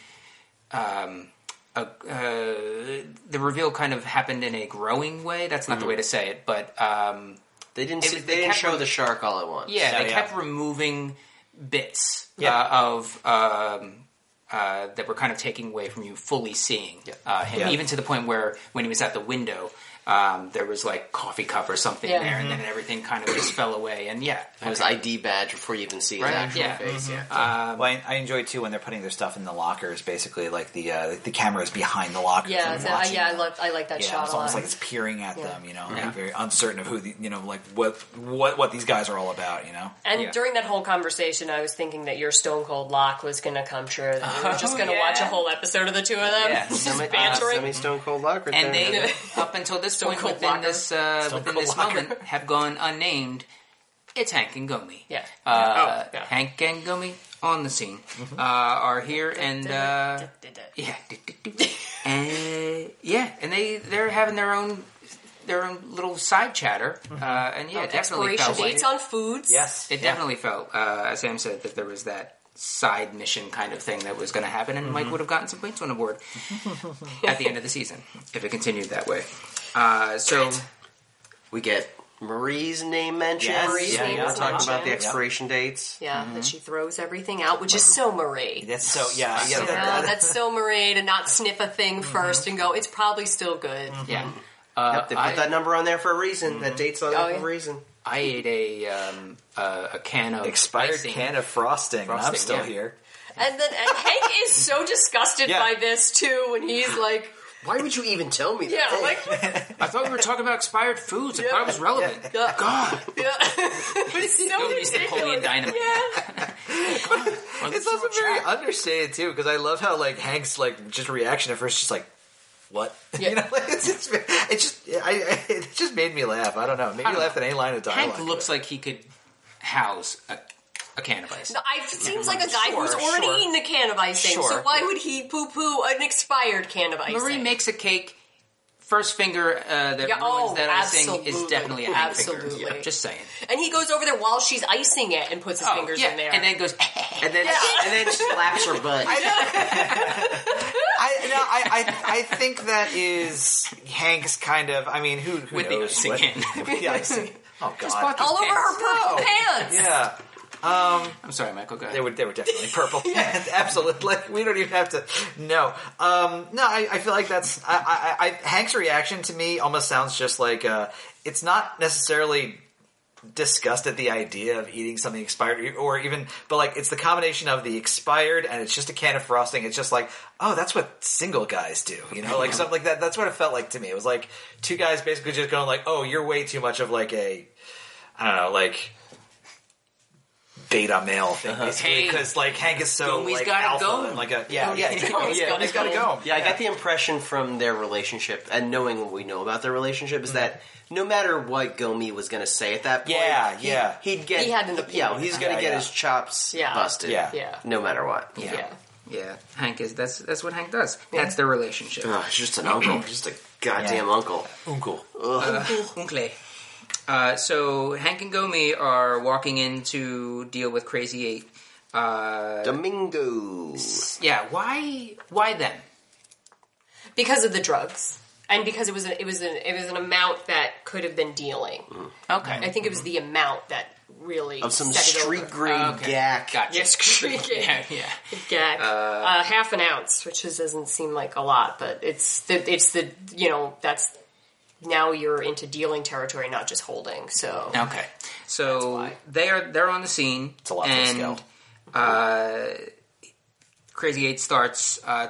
Speaker 2: um a, uh, the reveal kind of happened in a growing way. That's not the way to say it, but um,
Speaker 5: They didn't.
Speaker 2: It
Speaker 5: see,
Speaker 2: was-
Speaker 5: they
Speaker 2: they
Speaker 5: didn't
Speaker 2: kept
Speaker 5: show
Speaker 2: on-
Speaker 5: the shark all at once.
Speaker 2: yeah,
Speaker 3: Yeah,
Speaker 2: they
Speaker 3: yeah.
Speaker 2: kept removing bits
Speaker 3: Yeah.
Speaker 2: uh, of um, uh, that were kind of taking away from you fully seeing uh, him,
Speaker 3: Yeah.
Speaker 2: even to the point where when he was at the window. Um, there was like coffee cup or something
Speaker 4: Yeah.
Speaker 2: there, and then everything kind of just fell away. And yeah,
Speaker 6: It was ID badge before you even see his
Speaker 2: Right,
Speaker 6: actual
Speaker 2: yeah.
Speaker 6: face. Yeah.
Speaker 3: Well, I, I enjoy too when they're putting their stuff in the lockers. Basically, like the uh, the camera is behind the lockers.
Speaker 4: Yeah,
Speaker 3: and
Speaker 4: so, I-
Speaker 3: watching
Speaker 4: yeah, I
Speaker 3: them.
Speaker 4: love I like that
Speaker 3: Yeah,
Speaker 4: shot
Speaker 3: it's
Speaker 4: a lot.
Speaker 3: almost like it's peering at
Speaker 4: Yeah.
Speaker 3: them. You know,
Speaker 2: Yeah.
Speaker 3: like very uncertain of who the, you know, like what what what these guys are all about. You know,
Speaker 4: and
Speaker 2: yeah.
Speaker 4: during that whole conversation, I was thinking that your Stone Cold Lock was going to come true. That we were just going to
Speaker 2: yeah.
Speaker 4: watch a whole episode of the two of them
Speaker 2: Yeah, so
Speaker 4: just
Speaker 2: much-
Speaker 4: bantering.
Speaker 5: Semi Stone Cold Lock right
Speaker 2: and
Speaker 5: there.
Speaker 2: they up until this
Speaker 4: Stone
Speaker 2: point
Speaker 4: Cold
Speaker 2: within
Speaker 4: Locker.
Speaker 2: this uh, within
Speaker 3: Cold
Speaker 2: this
Speaker 3: Locker.
Speaker 2: moment have gone unnamed. It's Hank and Gomi.
Speaker 4: Yeah.
Speaker 2: Uh,
Speaker 6: Oh, yeah.
Speaker 2: Hank and Gomi on the scene uh, are here and uh, yeah, and yeah, and they they're having their own their own little side chatter, uh, and yeah, it definitely
Speaker 4: Exploration
Speaker 2: felt like
Speaker 4: dates on foods.
Speaker 3: yes,
Speaker 2: it definitely felt, uh, as Sam said, that there was that side mission kind of thing that was going to happen, and
Speaker 4: Mm-hmm.
Speaker 2: Mike would have gotten some points on the board at the end of the season if it continued that way. Uh, so
Speaker 5: we get Marie's name mentioned.
Speaker 3: Yes,
Speaker 4: Marie's
Speaker 3: yeah,
Speaker 4: name
Speaker 3: yeah.
Speaker 5: We're
Speaker 4: was
Speaker 5: talking about
Speaker 4: mentioned.
Speaker 5: the expiration dates.
Speaker 4: Yeah, that she throws everything out, which is so Marie.
Speaker 3: That's so yeah, yeah.
Speaker 4: You know, that's so Marie to not sniff a thing first and go, it's probably still good.
Speaker 2: yeah, uh,
Speaker 5: They put
Speaker 2: I,
Speaker 5: that number on there for a reason. That date's on there
Speaker 4: Oh,
Speaker 5: for
Speaker 4: yeah.
Speaker 5: a reason.
Speaker 2: I ate a um, uh, a can of
Speaker 3: expired
Speaker 2: icing.
Speaker 3: can of frosting. and I'm
Speaker 2: Frosting,
Speaker 3: still
Speaker 2: yeah.
Speaker 3: here.
Speaker 4: And then and Hank is so disgusted
Speaker 3: Yeah.
Speaker 4: by this too when he's like,
Speaker 5: Why would you even tell me
Speaker 4: yeah,
Speaker 5: that?
Speaker 4: like,
Speaker 2: I thought we were talking about expired foods. I thought it was relevant.
Speaker 4: yeah,
Speaker 2: God,
Speaker 4: yeah. but it's so
Speaker 2: Don't use Napoleon
Speaker 4: ridiculous.
Speaker 2: Dynamite.
Speaker 4: Yeah.
Speaker 3: It's also very understated too, because I love how like Hank's like just reaction at first, just like what
Speaker 4: Yeah.
Speaker 3: you know, like, it's, it's it just I, I it just made me laugh. I don't know, it made me
Speaker 2: don't
Speaker 3: laugh at any line of dialogue.
Speaker 2: Hank looks like he could house a, a can of ice.
Speaker 4: I it seems like a guy
Speaker 3: Sure,
Speaker 4: who's already
Speaker 3: sure.
Speaker 4: eaten a can of icing, so
Speaker 3: Sure.
Speaker 4: why would he poo poo an expired can of icing?
Speaker 2: Marie makes a cake. First finger uh, that
Speaker 4: Yeah,
Speaker 2: ruins
Speaker 4: oh,
Speaker 2: that icing is
Speaker 4: absolutely.
Speaker 2: definitely a hand finger.
Speaker 4: Absolutely.
Speaker 2: Yeah, Just saying.
Speaker 4: and he goes over there while she's icing it and puts his fingers
Speaker 2: Oh, yeah,
Speaker 4: in there.
Speaker 2: and then goes.
Speaker 5: and then and then slaps her butt.
Speaker 3: I, no, I, I I think that is Hank's kind of. I mean, who, who
Speaker 2: With the
Speaker 3: knows
Speaker 2: icing
Speaker 3: what-
Speaker 2: in.
Speaker 3: with the icing. Oh god.
Speaker 4: all over her purple
Speaker 3: No.
Speaker 4: pants.
Speaker 3: Yeah,
Speaker 2: I'm sorry, Michael. Go ahead.
Speaker 3: they were they were definitely purple. Absolutely, like we don't even have to. No, um, no, I, I feel like that's I, I, I, Hank's reaction to me almost sounds just like uh, it's not necessarily disgust at the idea of eating something expired or even but like it's the combination of the expired and it's just a can of frosting it's just like oh that's what single guys do you know like something like that that's what it felt like to me it was like two guys basically just going like oh you're way too much of like a i don't know like beta male thing basically
Speaker 2: Hey,
Speaker 3: because like hank is so
Speaker 2: Gomi's
Speaker 3: like
Speaker 2: gotta
Speaker 3: alpha
Speaker 2: go.
Speaker 3: and like a yeah yeah
Speaker 4: Gomi's
Speaker 3: yeah
Speaker 4: gotta
Speaker 3: he's gotta
Speaker 4: go.
Speaker 3: go
Speaker 5: Yeah, I got the impression from their relationship and knowing what we know about their relationship is that no matter what Gomi was going to say at that point,
Speaker 3: Yeah,
Speaker 5: he-
Speaker 3: yeah.
Speaker 5: he'd get
Speaker 4: He had an opinion.
Speaker 5: yeah, he's going to
Speaker 3: Yeah,
Speaker 5: get
Speaker 3: yeah.
Speaker 5: his chops
Speaker 4: Yeah.
Speaker 5: busted,
Speaker 3: Yeah.
Speaker 4: Yeah.
Speaker 5: no matter what.
Speaker 2: yeah. yeah,
Speaker 4: Yeah.
Speaker 2: Hank is. That's that's what Hank does. That's their relationship.
Speaker 5: Ugh, he's just an uncle, just a goddamn
Speaker 3: Yeah.
Speaker 5: uncle.
Speaker 3: uncle
Speaker 2: Uncle. Uh, so Hank and Gomi are walking in to deal with Crazy Eight. Uh,
Speaker 5: Domingo.
Speaker 2: yeah, why? Why them?
Speaker 4: because of the drugs and because it was an, it was an, it was an amount that could have been dealing.
Speaker 2: Okay,
Speaker 4: I think it was the amount that really
Speaker 5: Of some
Speaker 4: set it
Speaker 5: street
Speaker 4: over.
Speaker 5: green
Speaker 3: Oh,
Speaker 2: Okay.
Speaker 5: gack.
Speaker 2: gotcha.
Speaker 4: Yes, street gang.
Speaker 2: yeah, yeah.
Speaker 4: Gag. Uh, half an ounce, which is, doesn't seem like a lot, but it's the, it's the you know that's now you're into dealing territory, not just holding. So
Speaker 2: Okay, so they are they're on the scene. It's
Speaker 3: a lot to
Speaker 2: and,
Speaker 3: scale.
Speaker 2: Uh, Crazy Eight starts uh,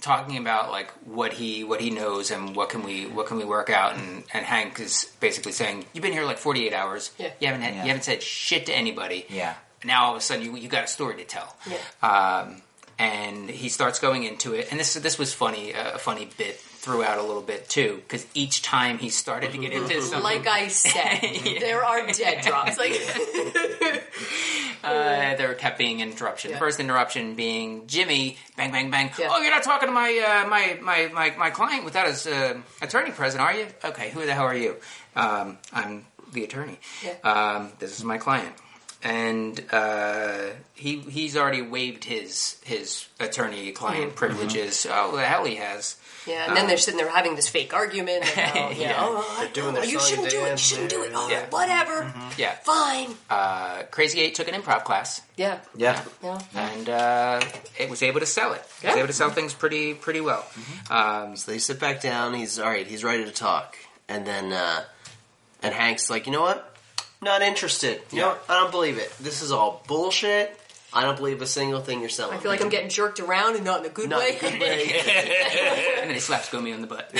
Speaker 2: talking about like what he what he knows and what can we what can we work out, and, and Hank is basically saying, "You've been here like forty eight hours.
Speaker 4: Yeah.
Speaker 2: You haven't had,
Speaker 3: Yeah.
Speaker 2: you haven't said shit to anybody.
Speaker 3: Yeah.
Speaker 2: Now all of a sudden you you got a story to tell."
Speaker 4: Yeah.
Speaker 2: Um, and he starts going into it, and this this was funny uh, a funny bit throughout a little bit too, because each time he started to get into something,
Speaker 4: like I said, there are dead drops. Like
Speaker 2: Uh, there kept being interruption. The
Speaker 4: Yeah.
Speaker 2: first interruption being Jimmy, bang, bang, bang.
Speaker 4: Yeah.
Speaker 2: Oh, you're not talking to my uh, my, my my my client without his uh, attorney present, are you? Okay, who the hell are you? Um, I'm the attorney.
Speaker 4: Yeah.
Speaker 2: Um, this is my client, and uh, he he's already waived his his attorney
Speaker 4: Mm-hmm.
Speaker 2: client privileges. Oh, the hell he has.
Speaker 4: yeah, and then they're sitting there having this fake argument. And, oh, yeah, oh,
Speaker 5: Uh, They're doing their
Speaker 4: you
Speaker 5: song
Speaker 4: shouldn't do it. You
Speaker 5: dance Mm-hmm.
Speaker 4: shouldn't do it. Oh,
Speaker 2: Yeah.
Speaker 4: whatever.
Speaker 2: Yeah,
Speaker 4: Fine.
Speaker 2: uh, Crazy Eight took an improv class.
Speaker 4: Yeah.
Speaker 3: yeah
Speaker 4: Yeah.
Speaker 2: And uh, it was able to sell it. It was
Speaker 4: Yeah. Mm-hmm.
Speaker 2: able to sell things pretty pretty well. Um,
Speaker 5: So they sit back down. He's all right. He's ready to talk,
Speaker 6: and then uh, and Hank's like, you know what? Not interested. You know, what? I don't believe it. This is all bullshit. I don't believe a single thing you're selling.
Speaker 4: I feel like I'm getting jerked around and not in a good
Speaker 6: Not in
Speaker 4: way.
Speaker 6: a good way.
Speaker 2: And then he slaps Gomi on the butt.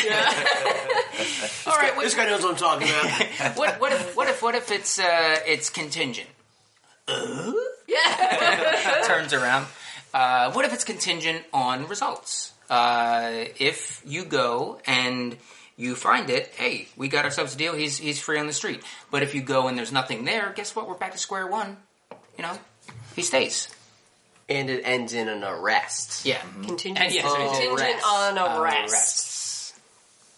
Speaker 6: All right, this guy knows what I'm talking about.
Speaker 2: what, what if what if what if it's uh, it's contingent?
Speaker 4: yeah.
Speaker 2: turns around. Uh, what if it's contingent on results? Uh, if you go and you find it, hey, we got ourselves a deal. He's he's free on the street. But if you go and there's nothing there, guess what? We're back to square one. You know, he stays. Mm-hmm.
Speaker 6: and it ends in an arrest.
Speaker 2: Yeah,
Speaker 4: Contingent,
Speaker 2: And yes, it is.
Speaker 4: contingent
Speaker 6: Arrest.
Speaker 4: on arrest.
Speaker 2: arrests,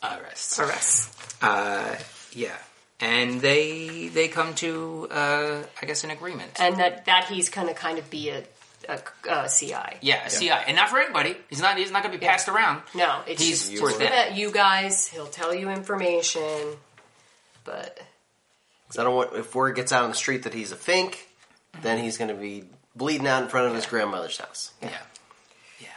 Speaker 2: arrests,
Speaker 4: Arrest.
Speaker 2: Uh, yeah, and they they come to uh, I guess an agreement.
Speaker 4: And that, that he's going to kind of be a, a, a CI.
Speaker 2: yeah, a CI, and not for anybody. He's not. He's not going to be passed around.
Speaker 4: No, it's
Speaker 2: He's
Speaker 4: just
Speaker 2: for them.
Speaker 4: that you guys. He'll tell you information, but
Speaker 6: 'Cause I don't want if word gets out on the street that he's a fink, then he's going to be bleeding out in front of his grandmother's house.
Speaker 2: Yeah, yeah.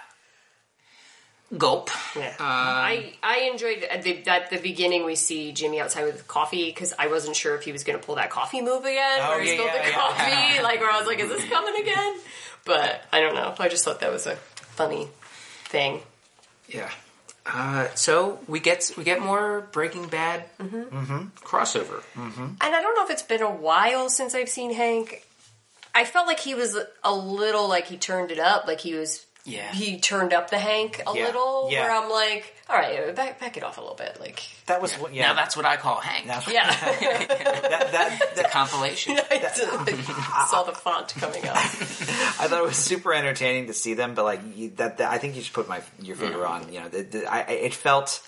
Speaker 2: Gulp. Uh,
Speaker 4: yeah. I I enjoyed at the, at the beginning we see Jimmy outside with coffee because I wasn't sure if he was going to pull that coffee move again
Speaker 2: Oh,
Speaker 4: where he
Speaker 2: yeah,
Speaker 4: spilled
Speaker 2: yeah,
Speaker 4: the
Speaker 2: yeah.
Speaker 4: coffee like where I was like is this coming again? But I don't know. I just thought that was a funny thing.
Speaker 2: Yeah. Uh, so we get we get more Breaking Bad crossover.
Speaker 4: And I don't know if it's been a while since I've seen Hank. I felt like he was a little like he turned it up, like he was
Speaker 2: Yeah.
Speaker 4: he turned up the Hank a
Speaker 3: Yeah.
Speaker 4: little.
Speaker 3: Yeah.
Speaker 4: Where I'm like, all right, back back it off a little bit, like
Speaker 3: That was what. Yeah.
Speaker 2: Now that's what I call Hank.
Speaker 3: That's-
Speaker 4: yeah.
Speaker 3: that, that, that-
Speaker 2: Compilation.
Speaker 4: I saw the font coming up.
Speaker 3: I thought it was super entertaining to see them, but like you, that, that, I think you should put my your finger on. You know, the, the, I, I- it felt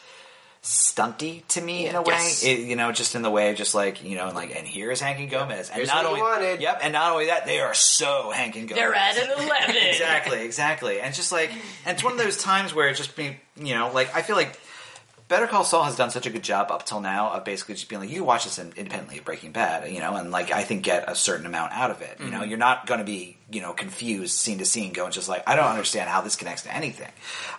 Speaker 3: stunty to me in a way.
Speaker 2: Yes.
Speaker 3: It, you know, just in the way, of just like you know, and like, and here's Hank and Gomez, and
Speaker 6: Here's
Speaker 3: not
Speaker 6: what
Speaker 3: only
Speaker 6: you wanted.
Speaker 3: yep, and not only that, they are so Hank and Gomez.
Speaker 4: They're at an eleven.
Speaker 3: exactly, exactly. And it's just like, and it's one of those times where it just be, you know, like I feel like Better Call Saul has done such a good job up till now of basically just being like, you can watch this in, independently of Breaking Bad, you know, and like I think get a certain amount out of it. You
Speaker 4: Mm-hmm.
Speaker 3: know, you're not going to be, you know, confused scene to scene, going just like, I don't understand how this connects to anything.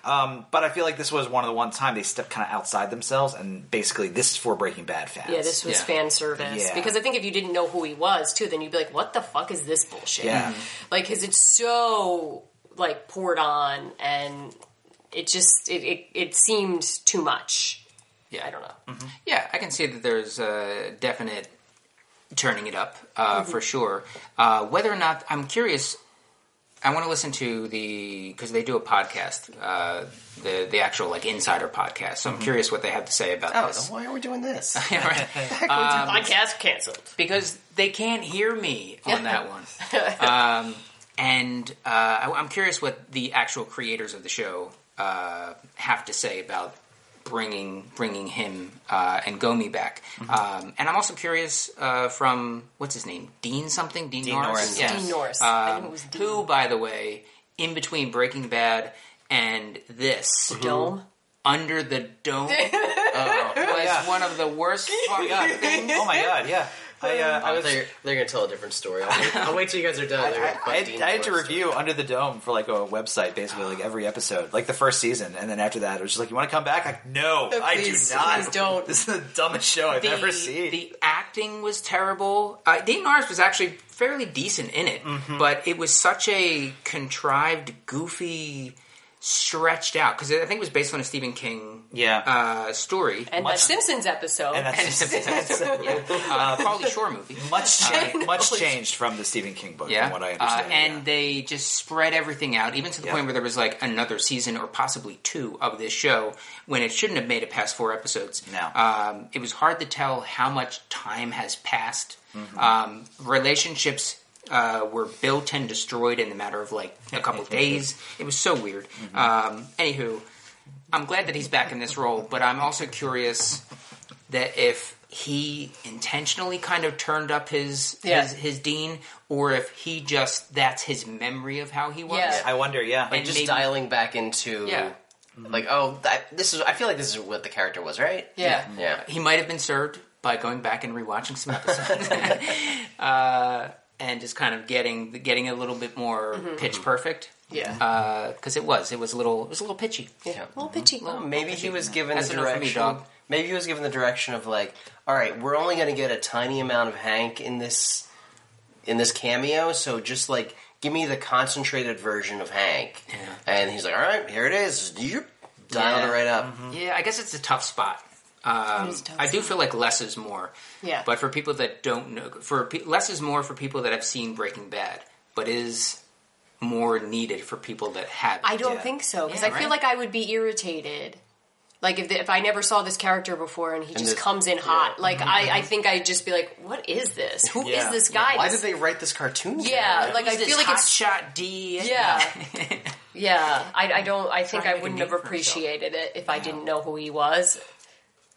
Speaker 3: Um, but I feel like this was one of the one time they stepped kind of outside themselves and basically this is for Breaking Bad fans.
Speaker 4: Yeah, this was
Speaker 2: Yeah.
Speaker 4: fan service
Speaker 3: Yeah.
Speaker 4: because I think if you didn't know who he was too, then you'd be like, "What the fuck is this bullshit?" Mm-hmm.
Speaker 3: Yeah.
Speaker 4: Like, because it's so like poured on, and it just it it, it seemed too much.
Speaker 2: Yeah.
Speaker 4: I don't know.
Speaker 2: Yeah, I can see that there's a definite turning it up uh, for sure. Uh, whether or not I'm curious, I want to listen to the because they do a podcast, uh, the the actual like insider podcast. So I'm curious what they have to say about
Speaker 6: Oh,
Speaker 2: this.
Speaker 6: then why are we doing this?
Speaker 2: Yeah, right.
Speaker 4: Podcast canceled.
Speaker 2: because they can't hear me on that one. Um, and uh, I, I'm curious what the actual creators of the show uh, have to say about bringing bringing him uh, and Gomi back. Um, and I'm also curious uh, from what's his name, Dean something, Dean, Norris,
Speaker 3: Norris.
Speaker 2: Yes.
Speaker 4: Dean Norris. I think it was Dean.
Speaker 2: who, by the way, in between Breaking Bad and this
Speaker 4: Dome.
Speaker 2: under the dome. uh, was one of the worst. fucking things
Speaker 3: Oh my god, yeah. I, uh, I
Speaker 6: I
Speaker 3: was
Speaker 6: they're, they're going to tell a different story. I'll wait, I'll wait till you guys are done. They're
Speaker 3: I,
Speaker 6: gonna
Speaker 3: I,
Speaker 6: bust
Speaker 3: had,
Speaker 6: Dean
Speaker 3: I had to
Speaker 6: Forrester.
Speaker 3: review Under the Dome for like a website, basically like every episode, like the first season, and then after that, it was just like, "You want to come back?" Like, no, I do
Speaker 4: please,
Speaker 3: not.
Speaker 4: please don't.
Speaker 3: This is the dumbest show I've ever seen.
Speaker 2: the acting was terrible. Uh, Dean Norris was actually fairly decent in it,
Speaker 3: Mm-hmm.
Speaker 2: but it was such a contrived, goofy, stretched out because I think it was based on a Stephen King
Speaker 3: yeah,
Speaker 2: uh, story
Speaker 4: And
Speaker 3: Much-
Speaker 4: that Simpsons episode.
Speaker 3: and that's
Speaker 2: uh, Pauly Shore movie.
Speaker 3: much cha-
Speaker 4: know.
Speaker 3: much changed from the Stephen King book,
Speaker 2: Yeah,
Speaker 3: from what I
Speaker 2: uh,
Speaker 3: understand.
Speaker 2: and
Speaker 3: yeah.
Speaker 2: they just spread everything out, even to the
Speaker 3: Yeah.
Speaker 2: point where there was like another season or possibly two of this show when it shouldn't have made it past four episodes.
Speaker 3: No.
Speaker 2: um, it was hard to tell how much time has passed. Um, relationships uh, were built and destroyed in the matter of like a couple days. It was so weird. Um, anywho, I'm glad that he's back in this role, but I'm also curious that if he intentionally kind of turned up his
Speaker 4: Yeah.
Speaker 2: his, his dean, or if he just that's his memory of how he was.
Speaker 4: Yeah.
Speaker 3: I wonder, yeah,
Speaker 2: And
Speaker 6: just
Speaker 2: maybe-
Speaker 6: dialing back into
Speaker 2: Yeah.
Speaker 6: like oh that, this is I feel like this is what the character was right
Speaker 4: yeah.
Speaker 6: yeah
Speaker 2: He might have been served by going back and rewatching some episodes, uh, and just kind of getting getting a little bit more pitch perfect. Uh,
Speaker 4: Yeah.
Speaker 2: because it was it was a little it was a little pitchy.
Speaker 4: Yeah. A little pitchy.
Speaker 6: maybe he was given
Speaker 2: That's
Speaker 6: the
Speaker 2: enough for me,
Speaker 6: direction
Speaker 2: dog.
Speaker 5: Maybe he was given the direction of like, all right, we're only going to get a tiny amount of Hank in this in this cameo, so just like give me the concentrated version of Hank. And he's like, all right, here it is. You dialed
Speaker 2: Yeah. Mm-hmm.
Speaker 5: it right up.
Speaker 2: Yeah, I guess it's a tough spot. Um,
Speaker 4: It is a tough
Speaker 2: I do feel like less is more.
Speaker 4: Yeah.
Speaker 2: But for people that don't know, for pe- less is more for people that have seen Breaking Bad, but is more needed for people that have.
Speaker 4: I don't
Speaker 3: Yeah.
Speaker 4: think so because
Speaker 2: Yeah,
Speaker 4: I feel
Speaker 2: right.
Speaker 4: like I would be irritated. Like if the, if I never saw this character before and he just
Speaker 5: this-
Speaker 4: comes in hot, like
Speaker 2: Mm-hmm.
Speaker 4: I, I think I'd just be like, "What is this? Who is
Speaker 5: Yeah.
Speaker 4: this guy?"
Speaker 5: Why did they write this cartoon?
Speaker 4: yeah, like I
Speaker 2: Who's this
Speaker 4: feel like
Speaker 2: hot
Speaker 4: it's
Speaker 2: shot D.
Speaker 4: yeah, yeah. I, I don't. I
Speaker 2: Trying
Speaker 4: think
Speaker 2: to
Speaker 4: I
Speaker 2: make a name
Speaker 4: wouldn't have
Speaker 2: for himself.
Speaker 4: appreciated it if I didn't know who he was.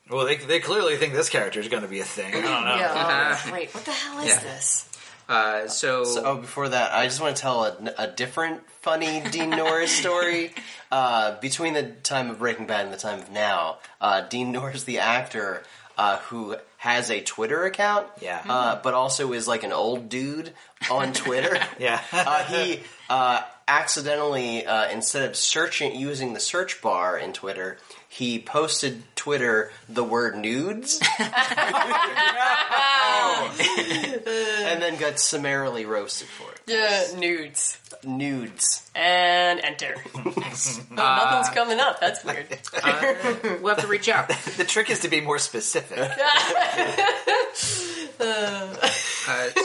Speaker 3: Well, they, they clearly think this character is going to be a thing. I don't know.
Speaker 4: Yeah, that's right. What the hell is
Speaker 2: Yeah.
Speaker 4: this?
Speaker 2: Uh, so,
Speaker 5: So, oh, before that, I just want to tell a, a different funny Dean Norris story. Uh, between the time of Breaking Bad and the time of now, uh, Dean Norris, the actor uh, who has a Twitter account,
Speaker 3: Yeah.
Speaker 5: uh, but also is like an old dude on Twitter.
Speaker 3: Yeah.
Speaker 5: uh, he uh, accidentally, uh, instead of searching using the search bar in Twitter, he posted Twitter the word nudes. and then got summarily roasted for it.
Speaker 4: Yeah, nudes
Speaker 5: Nudes.
Speaker 4: and enter. Oh, nothing's coming up. That's weird.
Speaker 2: Uh, we'll have to reach out.
Speaker 3: the trick is to be more specific.
Speaker 2: Uh,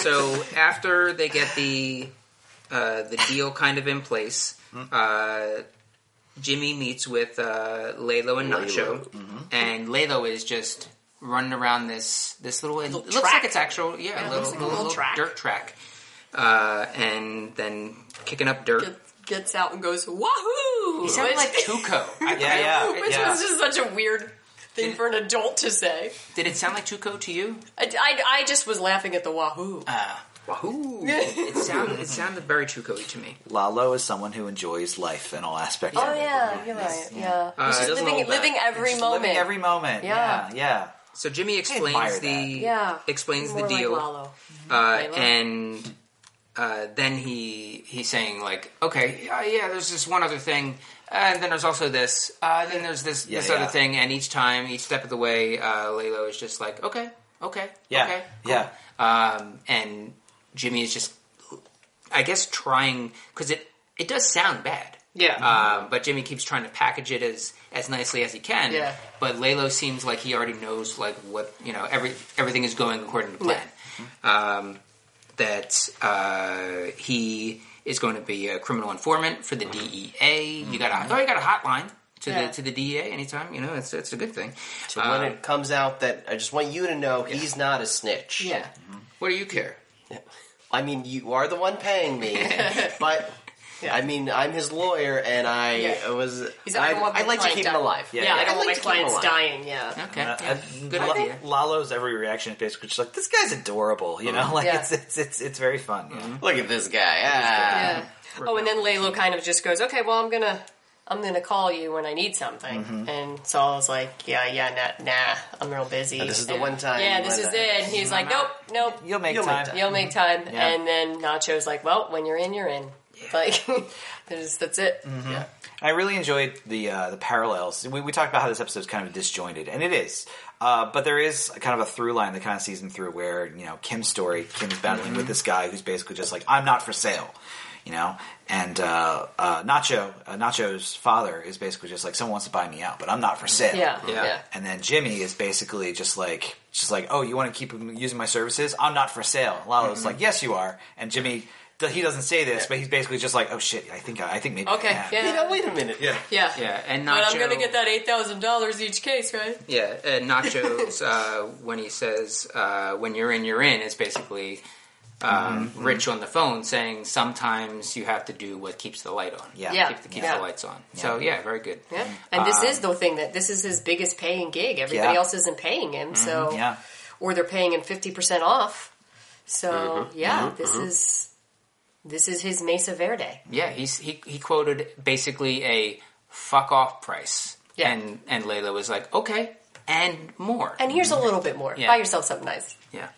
Speaker 2: so after they get the uh, the deal kind of in place,
Speaker 3: Hmm.
Speaker 2: uh, Jimmy meets with uh, Lalo and Nacho,
Speaker 3: Mm-hmm.
Speaker 2: and Lalo is just running around this this little. it looks
Speaker 4: track.
Speaker 2: like it's actual, yeah,
Speaker 4: it
Speaker 2: little,
Speaker 4: looks like a
Speaker 2: little,
Speaker 4: little track.
Speaker 2: dirt track, uh, and then kicking up dirt.
Speaker 4: Gets out and goes wahoo.
Speaker 2: He sounded
Speaker 4: Which-
Speaker 2: like Tuco. I-
Speaker 3: Yeah, yeah.
Speaker 4: Which
Speaker 3: yeah.
Speaker 4: was just such a weird thing for an adult to say.
Speaker 2: Did it sound like Tuco to you?
Speaker 4: I, I, I just was laughing at the wahoo.
Speaker 3: Oh, Uh,
Speaker 2: Wahoo! it sounded it sounded very Tuco to me.
Speaker 3: Lalo is someone who enjoys life in all aspects. of it.
Speaker 4: Oh, yeah, you're right. Yeah,
Speaker 2: Uh, it doesn't
Speaker 4: living,
Speaker 2: hold back.
Speaker 4: living every
Speaker 3: Just
Speaker 4: moment.
Speaker 3: living every moment.
Speaker 4: Yeah.
Speaker 3: Yeah, yeah.
Speaker 2: So Jimmy
Speaker 3: admire
Speaker 2: explains the
Speaker 3: that.
Speaker 4: yeah,
Speaker 2: explains the
Speaker 4: More like
Speaker 2: deal.
Speaker 4: Lalo.
Speaker 2: uh,
Speaker 4: Layla?
Speaker 2: and uh, then he he's saying like, okay, uh, yeah, there's this one other thing, uh, and then there's also this, uh, then there's this
Speaker 3: Yeah,
Speaker 2: this
Speaker 3: yeah.
Speaker 2: other thing, and each time, each step of the way, uh, Lalo is just like, okay, okay,
Speaker 3: Yeah.
Speaker 2: okay,
Speaker 3: Yeah.
Speaker 2: um, and Jimmy is just, I guess, trying because it it does sound bad.
Speaker 4: Yeah.
Speaker 2: Um, but Jimmy keeps trying to package it as as nicely as he can.
Speaker 4: Yeah.
Speaker 2: But Lalo seems like he already knows like what you know every everything is going according to plan. Um, that uh, he is going to be a criminal informant for the DEA. You got a oh, you got a hotline to
Speaker 4: Mm-hmm. Yeah.
Speaker 2: the to the DEA anytime. You know, it's it's a good thing.
Speaker 5: So
Speaker 2: Uh,
Speaker 5: when it comes out that I just want you to know he's not a snitch.
Speaker 4: Yeah,
Speaker 2: what do you care?
Speaker 5: I mean, you are the one paying me, but I mean, I'm his lawyer, and I
Speaker 4: Yeah.
Speaker 5: was.
Speaker 4: He's like, I
Speaker 5: I,
Speaker 4: don't want
Speaker 5: I'd
Speaker 4: my
Speaker 5: like to
Speaker 4: client
Speaker 5: keep
Speaker 4: dying.
Speaker 5: him alive.
Speaker 4: yeah.
Speaker 3: yeah.
Speaker 4: I don't
Speaker 5: I'd
Speaker 4: want my
Speaker 5: like to keep him
Speaker 4: clients
Speaker 5: alive.
Speaker 4: dying. Yeah,
Speaker 2: Okay,
Speaker 3: Uh,
Speaker 2: yeah,
Speaker 3: and
Speaker 2: good
Speaker 3: L-
Speaker 2: idea.
Speaker 3: Lalo's every reaction is basically just like this guy's adorable, you
Speaker 2: Mm-hmm.
Speaker 3: know. Like
Speaker 4: Yeah.
Speaker 3: it's, it's it's it's very fun. Yeah.
Speaker 5: Look at this guy. Ah.
Speaker 4: yeah. Oh, and then Lalo kind of just goes, "Okay, well, I'm gonna." I'm gonna call you when I need something, and so I was like, "Yeah, yeah, nah, nah I'm real busy."
Speaker 5: this is the
Speaker 4: And-
Speaker 5: one time
Speaker 4: Yeah, this
Speaker 5: when
Speaker 4: is
Speaker 5: I-
Speaker 4: it. And he's like, "Nope, nope,
Speaker 3: You'll make
Speaker 5: You'll
Speaker 3: time.
Speaker 5: make
Speaker 4: You'll make time.
Speaker 3: Yeah.
Speaker 4: And then Nacho's like, well, when you're in, you're in. Like, there's, that's it.
Speaker 5: Mm-hmm.
Speaker 4: Yeah.
Speaker 3: I really enjoyed the uh, the parallels. We, we talked about how this episode is kind of disjointed, and it is. Uh, but there is kind of a through line that kind of sees them through, where you know Kim's story, Kim's battling
Speaker 2: Mm-hmm.
Speaker 3: with this guy who's basically just like, "I'm not for sale," you know. And uh, uh, Nacho, uh, Nacho's father is basically just like, "Someone wants to buy me out, but I'm not for sale."
Speaker 4: Yeah.
Speaker 2: Yeah.
Speaker 4: Yeah.
Speaker 3: And then Jimmy is basically just like, just like, oh, you want to keep using my services? I'm not for sale. Lalo's like, yes, you are. And Jimmy, th- he doesn't say this, but he's basically just like, oh shit, I think I, I think maybe I
Speaker 4: Okay,
Speaker 3: am.
Speaker 4: yeah.
Speaker 5: You know, wait a minute.
Speaker 3: yeah.
Speaker 4: Yeah.
Speaker 2: Yeah, and Nacho.
Speaker 4: But I'm going to get that $8,000 each case, right?
Speaker 2: Yeah, uh, Nacho's uh, when he says uh, "when you're in, you're in" is basically um, Rich on the phone saying sometimes you have to do what keeps the light on.
Speaker 3: Yeah.
Speaker 4: Yeah.
Speaker 2: keep the, keeps
Speaker 4: Yeah.
Speaker 2: the lights on. So yeah, very good.
Speaker 4: Yeah. And this is the thing that this is his biggest paying gig. Everybody
Speaker 3: Yeah.
Speaker 4: else isn't paying him. So,
Speaker 3: Yeah.
Speaker 4: or they're paying him 50% off. So,
Speaker 2: Mm-hmm.
Speaker 4: yeah, this is. This is his Mesa Verde.
Speaker 2: Yeah, he's, he he quoted basically a fuck off price.
Speaker 4: Yeah.
Speaker 2: and and Layla was like, okay, and more.
Speaker 4: And here's a little bit more.
Speaker 2: Mm-hmm. Yeah.
Speaker 4: Buy yourself something nice.
Speaker 2: yeah,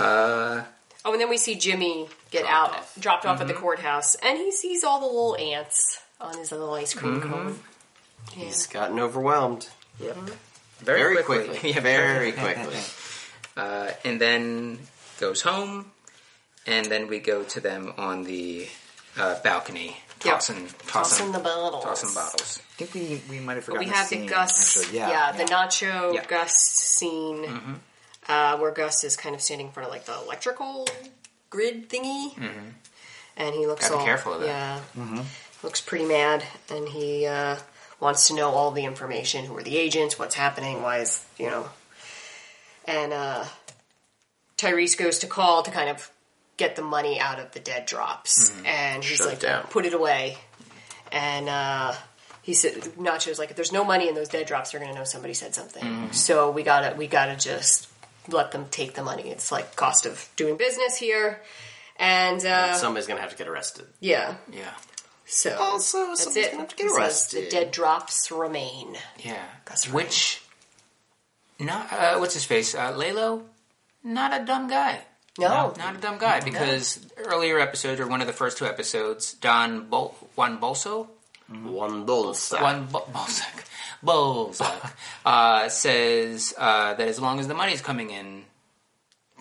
Speaker 4: Oh, and then we see Jimmy get out, dropped off
Speaker 2: Mm-hmm.
Speaker 4: at the courthouse, and he sees all the little ants on his little ice cream cone.
Speaker 2: Mm-hmm.
Speaker 5: He's gotten overwhelmed.
Speaker 2: very,
Speaker 6: very
Speaker 2: quickly.
Speaker 6: quickly.
Speaker 2: Yeah,
Speaker 6: Very quickly.
Speaker 2: uh, and then goes home, and then we go to them on the uh, balcony
Speaker 4: Yeah.
Speaker 2: tossing,
Speaker 4: Tossing the bottles.
Speaker 2: tossing bottles.
Speaker 3: I think we we might have
Speaker 4: But
Speaker 3: forgotten.
Speaker 4: we have
Speaker 3: the,
Speaker 4: the
Speaker 3: scene,
Speaker 4: Gus,
Speaker 3: Actually, yeah,
Speaker 4: the Nacho
Speaker 2: Yeah.
Speaker 4: Gus scene, uh, where Gus is kind of standing in front of like the electrical grid thingy, and he looks
Speaker 2: Gotta be
Speaker 4: all
Speaker 2: careful of that.
Speaker 4: Yeah, looks pretty mad, and he uh, wants to know all the information: who are the agents, what's happening, why is you know, and uh, Tyrese goes to call to kind of get the money out of the dead drops, and he's
Speaker 6: Shut it
Speaker 4: like,
Speaker 6: down.
Speaker 4: put it away, and. uh he said Nacho's like, if there's no money in those dead drops, they're gonna know somebody said something.
Speaker 6: Mm-hmm.
Speaker 4: So we gotta we gotta just let them take the money. It's like cost of doing business here. And uh,
Speaker 6: Somebody's gonna have to get arrested.
Speaker 4: yeah,
Speaker 2: Yeah,
Speaker 4: so
Speaker 6: Also, somebody's gonna have to get
Speaker 4: He says,
Speaker 6: arrested.
Speaker 4: The dead drops remain.
Speaker 2: yeah.
Speaker 4: That's right.
Speaker 2: Which, not uh, what's his face, uh, Lalo, not a dumb guy.
Speaker 4: No,
Speaker 2: Not a dumb guy because earlier episodes or one of the first two episodes, Don Bol- Juan Bolso,
Speaker 6: One dulce.
Speaker 2: Juan Bo- Bolsack, Bolsack, uh, says uh, that as long as the money's coming in,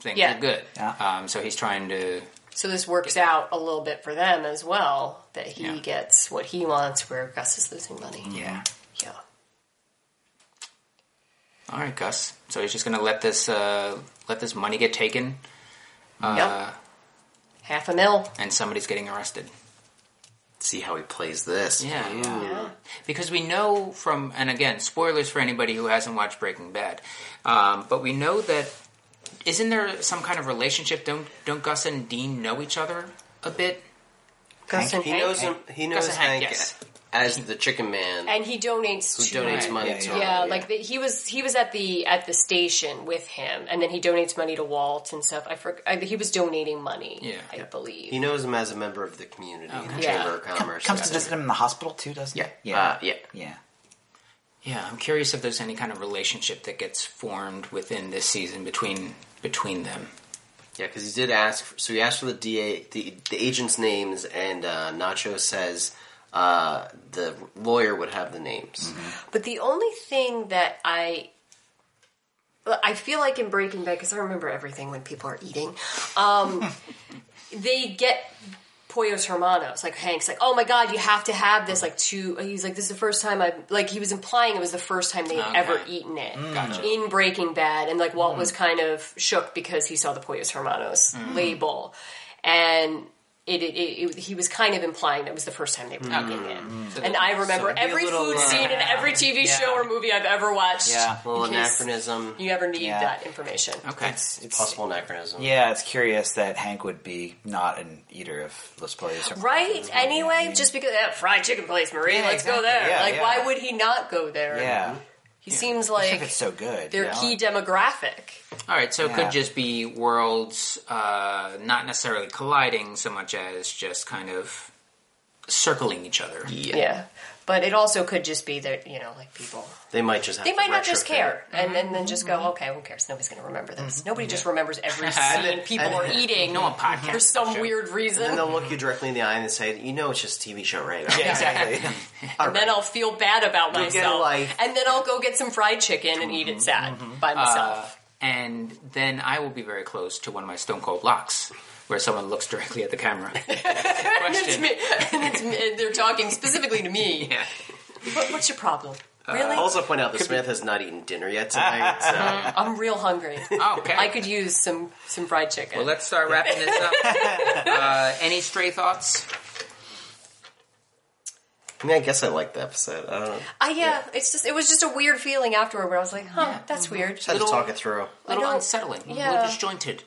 Speaker 2: things
Speaker 4: Yeah.
Speaker 2: are good.
Speaker 3: Yeah.
Speaker 2: Um, so he's trying to
Speaker 4: so this works out a little bit for them as well that he
Speaker 2: Yeah.
Speaker 4: gets what he wants, where Gus is losing money.
Speaker 2: yeah.
Speaker 4: Yeah,
Speaker 2: All right, Gus. So he's just going to let this uh, let this money get taken,
Speaker 6: Uh,
Speaker 4: yep. half a mil.
Speaker 2: and somebody's getting arrested.
Speaker 6: See how he plays this.
Speaker 2: Yeah, Because we know from, and again, spoilers for anybody who hasn't watched Breaking Bad, um, but we know that isn't there some kind of relationship? Don't don't Gus and Dean know each other a bit?
Speaker 4: Gus and
Speaker 6: He
Speaker 4: Hank.
Speaker 6: knows him. He knows
Speaker 2: Gus and Hank,
Speaker 6: Hank
Speaker 2: yes.
Speaker 6: as the Chicken Man
Speaker 4: and he donates
Speaker 6: who
Speaker 4: to
Speaker 6: donates
Speaker 2: Right.
Speaker 6: money
Speaker 3: Yeah,
Speaker 6: to
Speaker 3: yeah.
Speaker 6: him.
Speaker 4: yeah, like the, he was he was at the at the station with him, and then he donates money to Walt and stuff. I forgot he was donating money.
Speaker 2: Yeah.
Speaker 4: I believe.
Speaker 6: He knows him as a member of the community, the
Speaker 4: Yeah.
Speaker 6: Chamber of Commerce.
Speaker 3: comes to visit him in the hospital too, doesn't
Speaker 6: Yeah.
Speaker 3: he? Yeah,
Speaker 6: Uh, yeah.
Speaker 3: yeah.
Speaker 2: Yeah, I'm curious if there's any kind of relationship that gets formed within this season between between them.
Speaker 6: Yeah, because he did ask. For, so he asked for the DA, the, the agents' names, and uh, Nacho says uh, the lawyer would have the names.
Speaker 4: But the only thing that I well, I feel like in Breaking Bad because I remember everything when people are eating. Um, they get Pollos Hermanos, like Hank's, like, oh my god, you have to have this. Like, two, he's like, this is the first time I like. He was implying it was the first time they had
Speaker 2: Okay.
Speaker 4: ever eaten it in Breaking Bad, and like Walt was kind of shook because he saw the Pollos Hermanos label, and. It, it, it, it- he was kind of implying that it was the first time they were eating it, and I remember
Speaker 6: it'd be a
Speaker 4: every
Speaker 6: little,
Speaker 4: food
Speaker 6: uh,
Speaker 4: scene in every TV show or movie I've ever watched.
Speaker 3: Yeah.
Speaker 6: A little
Speaker 4: In case
Speaker 6: anachronism.
Speaker 4: You ever need
Speaker 3: Yeah.
Speaker 4: that information.
Speaker 2: Okay,
Speaker 6: It's possible anachronism.
Speaker 3: Yeah, it's curious that Hank would be not an eater of Los Pollos.
Speaker 4: Right? Anyway, just because that fried chicken place, Marie,
Speaker 3: Yeah,
Speaker 4: let's go
Speaker 3: exactly.
Speaker 4: there.
Speaker 3: Yeah,
Speaker 4: like,
Speaker 3: yeah.
Speaker 4: why would he not go there?
Speaker 3: Yeah,
Speaker 4: He seems
Speaker 3: I think
Speaker 4: like
Speaker 3: it's so good.
Speaker 4: their
Speaker 3: you know?
Speaker 4: key demographic.
Speaker 2: all right. So it
Speaker 3: Yeah.
Speaker 2: could just be worlds uh, not necessarily colliding so much as just kind of circling each other.
Speaker 4: Yeah. But it also could just be that, you know, like people.
Speaker 6: They might just have
Speaker 4: They
Speaker 6: to
Speaker 4: might not just
Speaker 6: retrofit.
Speaker 4: care and, and then just
Speaker 3: Mm-hmm.
Speaker 4: go, okay, who cares? Nobody's going to remember this. Nobody just remembers every scene people are eating
Speaker 2: No one podcast
Speaker 4: for some
Speaker 2: show.
Speaker 4: weird
Speaker 6: And
Speaker 4: reason.
Speaker 6: they'll look you directly in the eye and say, "You know, it's just a TV show, right?"
Speaker 3: Yeah, exactly.
Speaker 4: And then I'll feel bad about
Speaker 6: get
Speaker 4: myself.
Speaker 6: life.
Speaker 4: And then I'll go get some fried chicken and eat it sad by myself.
Speaker 2: and then I will be very close to one of my Stone Cold locks, where someone looks directly at the camera.
Speaker 4: It's
Speaker 2: Question.
Speaker 4: me. And it's me. And they're talking specifically to me.
Speaker 2: Yeah.
Speaker 4: What, what's your problem? Really?
Speaker 6: Also, point out that Smith has not eaten dinner yet tonight. So
Speaker 4: I'm real hungry.
Speaker 2: Oh, okay.
Speaker 4: I could use some some fried chicken.
Speaker 2: Well, let's start wrapping this up. uh, any stray thoughts?
Speaker 6: I mean, I guess I like the episode. I don't know.
Speaker 4: I, yeah, it's just it was just a weird feeling afterward where I was like, huh, that's weird.
Speaker 6: Had to
Speaker 2: Little-
Speaker 6: talk it through.
Speaker 2: A little
Speaker 4: I don't-
Speaker 2: unsettling, a
Speaker 4: yeah.
Speaker 2: little disjointed.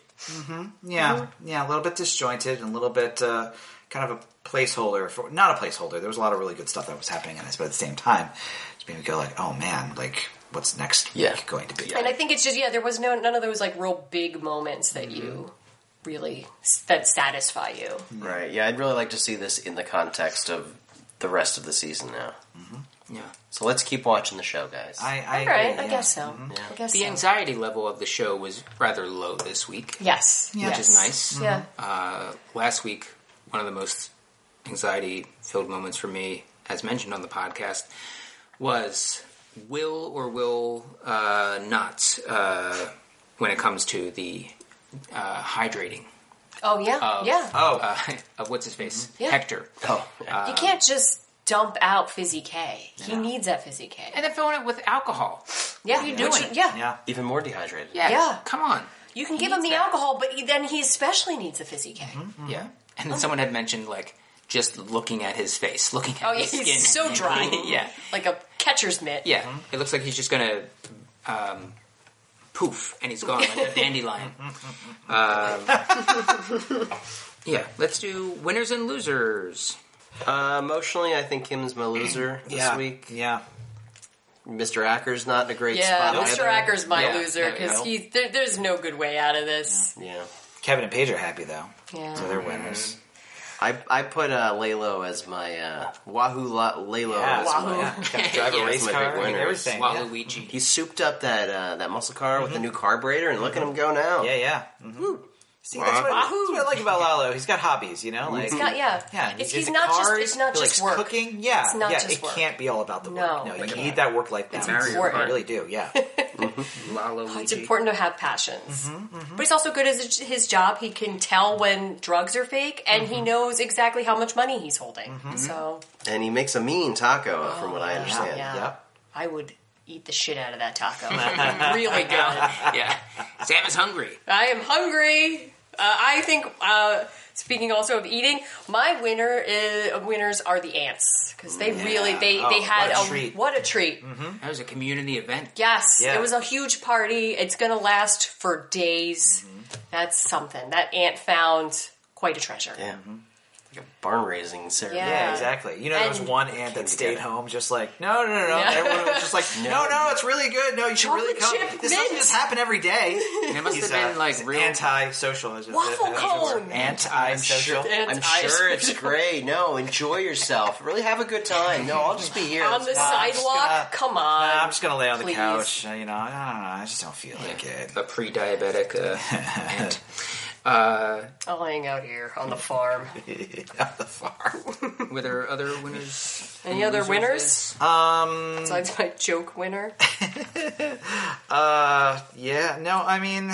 Speaker 3: Yeah, yeah, a little bit disjointed and a little bit uh, kind of a placeholder for not a placeholder. There was a lot of really good stuff that was happening in this, but at the same time, just made me go like, oh man, like what's next
Speaker 6: Yeah.
Speaker 3: week going to be?
Speaker 4: And I think it's just yeah, there was no none of those like real big moments that you really s- that satisfy you.
Speaker 6: Right. Yeah, I'd really like to see this in the context of the rest of the season now.
Speaker 2: Yeah.
Speaker 6: So let's keep watching the show, guys.
Speaker 3: I, I
Speaker 4: All right,
Speaker 3: agree,
Speaker 4: I
Speaker 3: yeah.
Speaker 4: guess so. I guess
Speaker 2: The
Speaker 4: so.
Speaker 2: anxiety level of the show was rather low this week,
Speaker 4: yes,
Speaker 3: Yeah.
Speaker 2: which is nice.
Speaker 4: Yeah,
Speaker 2: Uh, last week, one of the most anxiety filled moments for me, as mentioned on the podcast, was will or will uh, not uh, when it comes to the uh, hydrating
Speaker 4: Oh yeah, yeah.
Speaker 3: Oh,
Speaker 2: uh, of what's his face
Speaker 4: Yeah.
Speaker 2: Hector.
Speaker 5: Oh,
Speaker 2: uh,
Speaker 4: you can't just dump out Fizzy K. He needs that Fizzy K.
Speaker 2: And then filling it with alcohol.
Speaker 4: yeah,
Speaker 2: are you doing?
Speaker 4: Which- Yeah.
Speaker 3: yeah.
Speaker 5: even more dehydrated.
Speaker 2: Yeah,
Speaker 4: Yeah.
Speaker 2: come on.
Speaker 4: you can give him the alcohol, but he- then he especially needs a Fizzy K.
Speaker 2: Yeah. And then someone had mentioned like just looking at his face, looking at
Speaker 4: Oh yeah,
Speaker 2: his
Speaker 4: he's
Speaker 2: skin.
Speaker 4: so dry.
Speaker 2: yeah,
Speaker 4: like a catcher's mitt.
Speaker 2: yeah. Mm-hmm. It looks like he's just gonna um, poof, and he's gone like a dandelion. um, mm, yeah, let's do winners and losers.
Speaker 5: Uh, emotionally, I think Kim's my loser this
Speaker 3: yeah.
Speaker 5: week.
Speaker 3: Yeah.
Speaker 5: Mr. Acker's not in a great
Speaker 4: Yeah,
Speaker 5: spot.
Speaker 4: Mr.
Speaker 5: either.
Speaker 4: Acker's my
Speaker 2: Yeah,
Speaker 4: loser
Speaker 2: there you
Speaker 4: because
Speaker 2: go.
Speaker 4: he there, there's no good way out of this.
Speaker 5: Yeah.
Speaker 3: Kevin and Paige are happy though.
Speaker 4: Yeah.
Speaker 3: So they're winners.
Speaker 5: I, I put uh, Lalo as my uh, Wahoo La- Lalo.
Speaker 3: Yeah,
Speaker 5: as
Speaker 3: so,
Speaker 5: my-
Speaker 3: yeah. Got to drive
Speaker 2: Yeah,
Speaker 3: a race
Speaker 5: that's my
Speaker 3: car,
Speaker 5: big
Speaker 3: and
Speaker 5: winner.
Speaker 3: everything. Yeah.
Speaker 2: Waluigi.
Speaker 5: He souped up that uh, that muscle car with the new carburetor, and look at him go now.
Speaker 3: Yeah, yeah. Mhm. See, that's what, that's what I like about Lalo. He's got hobbies, you know. Like,
Speaker 4: He's got- yeah.
Speaker 3: yeah.
Speaker 4: It's,
Speaker 3: into
Speaker 4: he's not just
Speaker 3: cars,
Speaker 4: it's not
Speaker 3: he
Speaker 4: just
Speaker 3: likes
Speaker 4: work.
Speaker 3: cooking. Yeah,
Speaker 4: It's not
Speaker 3: yeah.
Speaker 4: just
Speaker 3: it
Speaker 4: work.
Speaker 3: can't be all about the
Speaker 4: No,
Speaker 3: work. No,
Speaker 4: it
Speaker 3: you
Speaker 4: can't.
Speaker 3: need that work life balance.
Speaker 2: Mario
Speaker 4: important.
Speaker 3: You
Speaker 2: Kart.
Speaker 3: really do. Yeah,
Speaker 2: Waluigi.
Speaker 3: Mm-hmm.
Speaker 4: It's important to have passions. But he's also good at his- his job. He can tell when drugs are fake, and
Speaker 3: Mm-hmm.
Speaker 4: he knows exactly how much money he's holding. So
Speaker 5: And he makes a mean taco, uh, from what I understand.
Speaker 4: yeah.
Speaker 3: yep.
Speaker 4: I would eat the shit out of that taco. really good.
Speaker 2: yeah, Sam is hungry.
Speaker 4: I am hungry. Uh, I think. Uh, speaking also of eating, my winner is, winners are the ants because they really they
Speaker 3: Oh,
Speaker 4: they had
Speaker 3: what a
Speaker 4: a,
Speaker 3: treat. Mm-hmm.
Speaker 4: what a treat.
Speaker 2: That was a community event.
Speaker 4: Yes,
Speaker 3: Yeah.
Speaker 4: it was a huge party. It's going to last for days.
Speaker 3: Mm-hmm.
Speaker 4: That's something. That ant found quite a treasure.
Speaker 5: Yeah. Like a barn raising ceremony.
Speaker 4: Yeah.
Speaker 3: Yeah, exactly. You know, there was
Speaker 4: And-
Speaker 3: one aunt that stayed home, just like no, no, no, no.
Speaker 4: Yeah.
Speaker 3: Everyone was just like, no, no, it's really good. No, you should really come.
Speaker 4: Chocolate chip
Speaker 3: This doesn't
Speaker 4: mint.
Speaker 3: just happen every day.
Speaker 2: And it must
Speaker 3: He's,
Speaker 2: have been
Speaker 3: uh,
Speaker 2: like real.
Speaker 3: anti-social. is it-
Speaker 4: Waffle
Speaker 3: is it a word?
Speaker 4: cone.
Speaker 3: Anti-social.
Speaker 4: And
Speaker 5: I'm
Speaker 4: I-
Speaker 5: sure it's great. No, enjoy yourself. Really have a good time. No, I'll just be here.
Speaker 4: on the
Speaker 5: It's not-
Speaker 3: I'm just
Speaker 4: sidewalk.
Speaker 3: gonna-
Speaker 4: Come
Speaker 3: Nah,
Speaker 4: on.
Speaker 3: Uh, I'm just gonna lay on the
Speaker 4: please.
Speaker 3: couch. uh, You know, I don't know. I just don't feel like it.
Speaker 2: a pre-diabetic uh, ant.
Speaker 4: I'll hang out here on the farm.
Speaker 3: On the farm.
Speaker 2: Were there other winners?
Speaker 4: Any other
Speaker 2: losers
Speaker 4: winners
Speaker 3: Um.
Speaker 4: besides my joke winner?
Speaker 3: Uh. Yeah. No. I mean.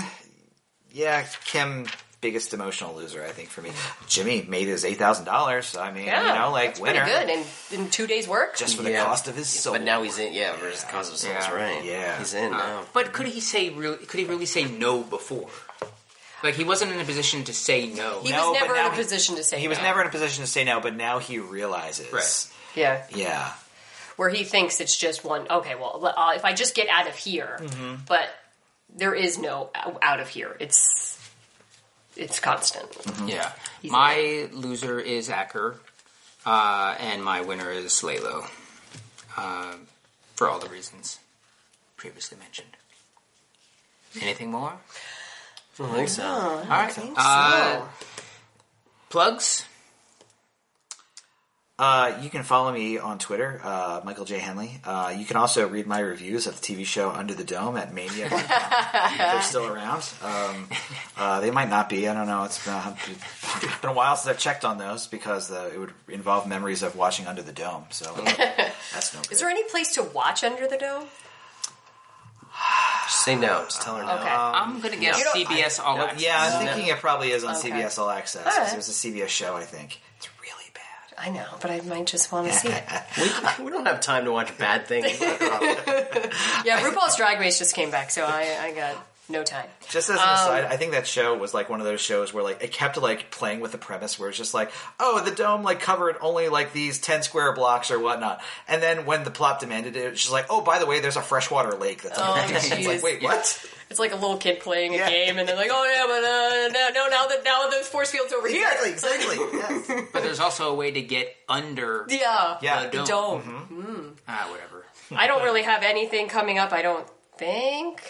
Speaker 3: Yeah. Kim. Biggest emotional loser, I think, for me. Jimmy made his eight thousand dollars. I mean, you know, like
Speaker 4: that's pretty
Speaker 3: winner,
Speaker 4: good. And in two days' work,
Speaker 3: just for the
Speaker 5: Yeah.
Speaker 3: cost of his soul.
Speaker 5: But now he's in. Yeah, versus cause of souls,
Speaker 2: Yeah.
Speaker 5: right?
Speaker 3: Yeah.
Speaker 5: he's in now.
Speaker 2: But could he say really? Could he really say no before? Like he wasn't in a position to say no.
Speaker 4: he
Speaker 3: No,
Speaker 4: was
Speaker 3: but
Speaker 4: never in
Speaker 3: now
Speaker 4: a
Speaker 3: he-
Speaker 4: position to say
Speaker 3: he was
Speaker 4: no.
Speaker 3: never in a position to say no, but now he realizes.
Speaker 2: Right.
Speaker 4: Yeah,
Speaker 3: Yeah.
Speaker 4: where he thinks it's just one. Okay, well, uh, if I just get out of here,
Speaker 3: Mm-hmm.
Speaker 4: but there is no o- out of here. It's it's constant.
Speaker 3: Mm-hmm.
Speaker 2: Yeah. My loser is Acker, uh, and my winner is Lalo, uh, for all the reasons previously mentioned. Anything more?
Speaker 5: I don't think so.
Speaker 2: All right. Uh, plugs.
Speaker 3: Uh, you can follow me on Twitter, uh, Michael J. Henley. Uh, you can also read my reviews of the TV show Under the Dome at Mania. If They're still around. Um, uh, they might not be. I don't know. It's been, it's been a while since I've checked on those because uh, it would involve memories of watching Under the Dome. So that's no good.
Speaker 4: Is there any place to watch Under the Dome?
Speaker 5: Just say no. Just tell her no.
Speaker 4: Okay,
Speaker 2: I'm gonna guess
Speaker 4: You know,
Speaker 2: CBS All Access.
Speaker 3: yeah, I'm thinking it probably is on
Speaker 4: Okay.
Speaker 3: CBS All Access. 'cause
Speaker 4: All right.
Speaker 3: It was a CBS show, I think. It's really bad.
Speaker 4: I know, but I might just want to see it.
Speaker 5: We don't have time to watch bad things.
Speaker 4: Yeah, RuPaul's Drag Race just came back, so I, I got no time.
Speaker 3: Just as an aside, I think that show was like one of those shows where like it kept like playing with the premise where it's just like, oh, the dome like covered only like these ten square blocks or whatnot, and then when the plot demanded it, it's just like, oh, by the way, there's a freshwater lake that's on the dome. It's
Speaker 4: jeez.
Speaker 3: like, wait, what?
Speaker 4: It's like a little kid playing a
Speaker 3: Yeah.
Speaker 4: game, and they're like, "Oh yeah, but uh, no, no, now that now the force field's over here."
Speaker 3: Exactly, exactly. yes.
Speaker 2: But there's also a way to get under
Speaker 4: Yeah,
Speaker 2: the
Speaker 3: Yeah.
Speaker 2: dome.
Speaker 4: Dome.
Speaker 3: Mm-hmm.
Speaker 2: Ah, whatever.
Speaker 4: I don't really have anything coming up. I don't think.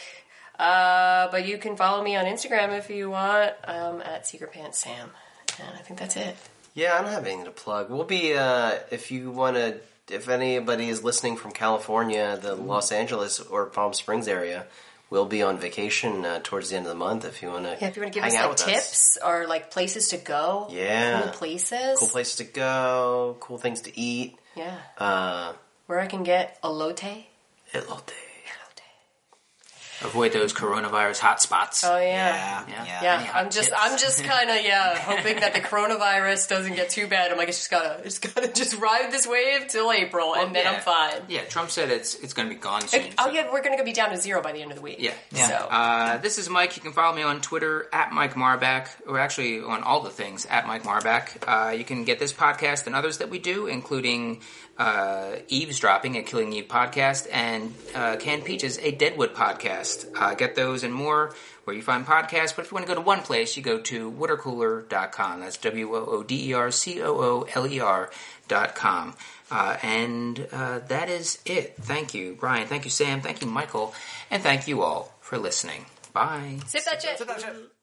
Speaker 4: Uh, but you can follow me on Instagram if you want um, at Secret Pants Sam, and I think that's it.
Speaker 5: Yeah, I don't have anything to plug. We'll be uh, if you want to. If anybody is listening from California, the Los Angeles or Palm Springs area, we'll be on vacation uh, towards the end of the month. If you want to,
Speaker 4: Yeah, if you want to give
Speaker 5: hang
Speaker 4: us
Speaker 5: out
Speaker 4: like
Speaker 5: with us.
Speaker 4: tips or like places to go,
Speaker 5: Yeah.
Speaker 4: cool places,
Speaker 5: cool places to go, cool things to eat.
Speaker 4: yeah,
Speaker 5: Uh,
Speaker 4: where I can get elote.
Speaker 5: Elote.
Speaker 2: Avoid those coronavirus hotspots.
Speaker 4: Oh
Speaker 3: Yeah, yeah.
Speaker 4: Yeah,
Speaker 2: Any hot
Speaker 4: I'm just,
Speaker 2: tips?
Speaker 4: I'm just kind of, yeah, hoping that the coronavirus doesn't get too bad. I'm like, I just gotta, just gotta, just ride this wave till April, and then
Speaker 2: Oh, yeah.
Speaker 4: I'm fine.
Speaker 2: yeah, Trump said it's it's going to be gone soon.
Speaker 4: Like, oh
Speaker 2: so-
Speaker 4: yeah, we're gonna go be down to zero by the end of the week.
Speaker 2: Yeah.
Speaker 3: Yeah.
Speaker 4: So
Speaker 2: Uh, this is Mike. You can follow me on Twitter at Mike Marback, or actually on all the things at Mike Marback. Uh, you can get this podcast and others that we do, including uh, Eavesdropping, a Killing Eve podcast, and uh, Canned Peaches, a Deadwood podcast. Uh, get those and more where you find podcasts. But if you want to go to one place, you go to watercooler.com. That's W O O D E R C O O L E R.com. Uh, and uh, that is it. Thank you, Brian. Thank you, Sam. Thank you, Michael. And thank you all for listening. Bye.
Speaker 4: sip that shit.
Speaker 3: So that's it.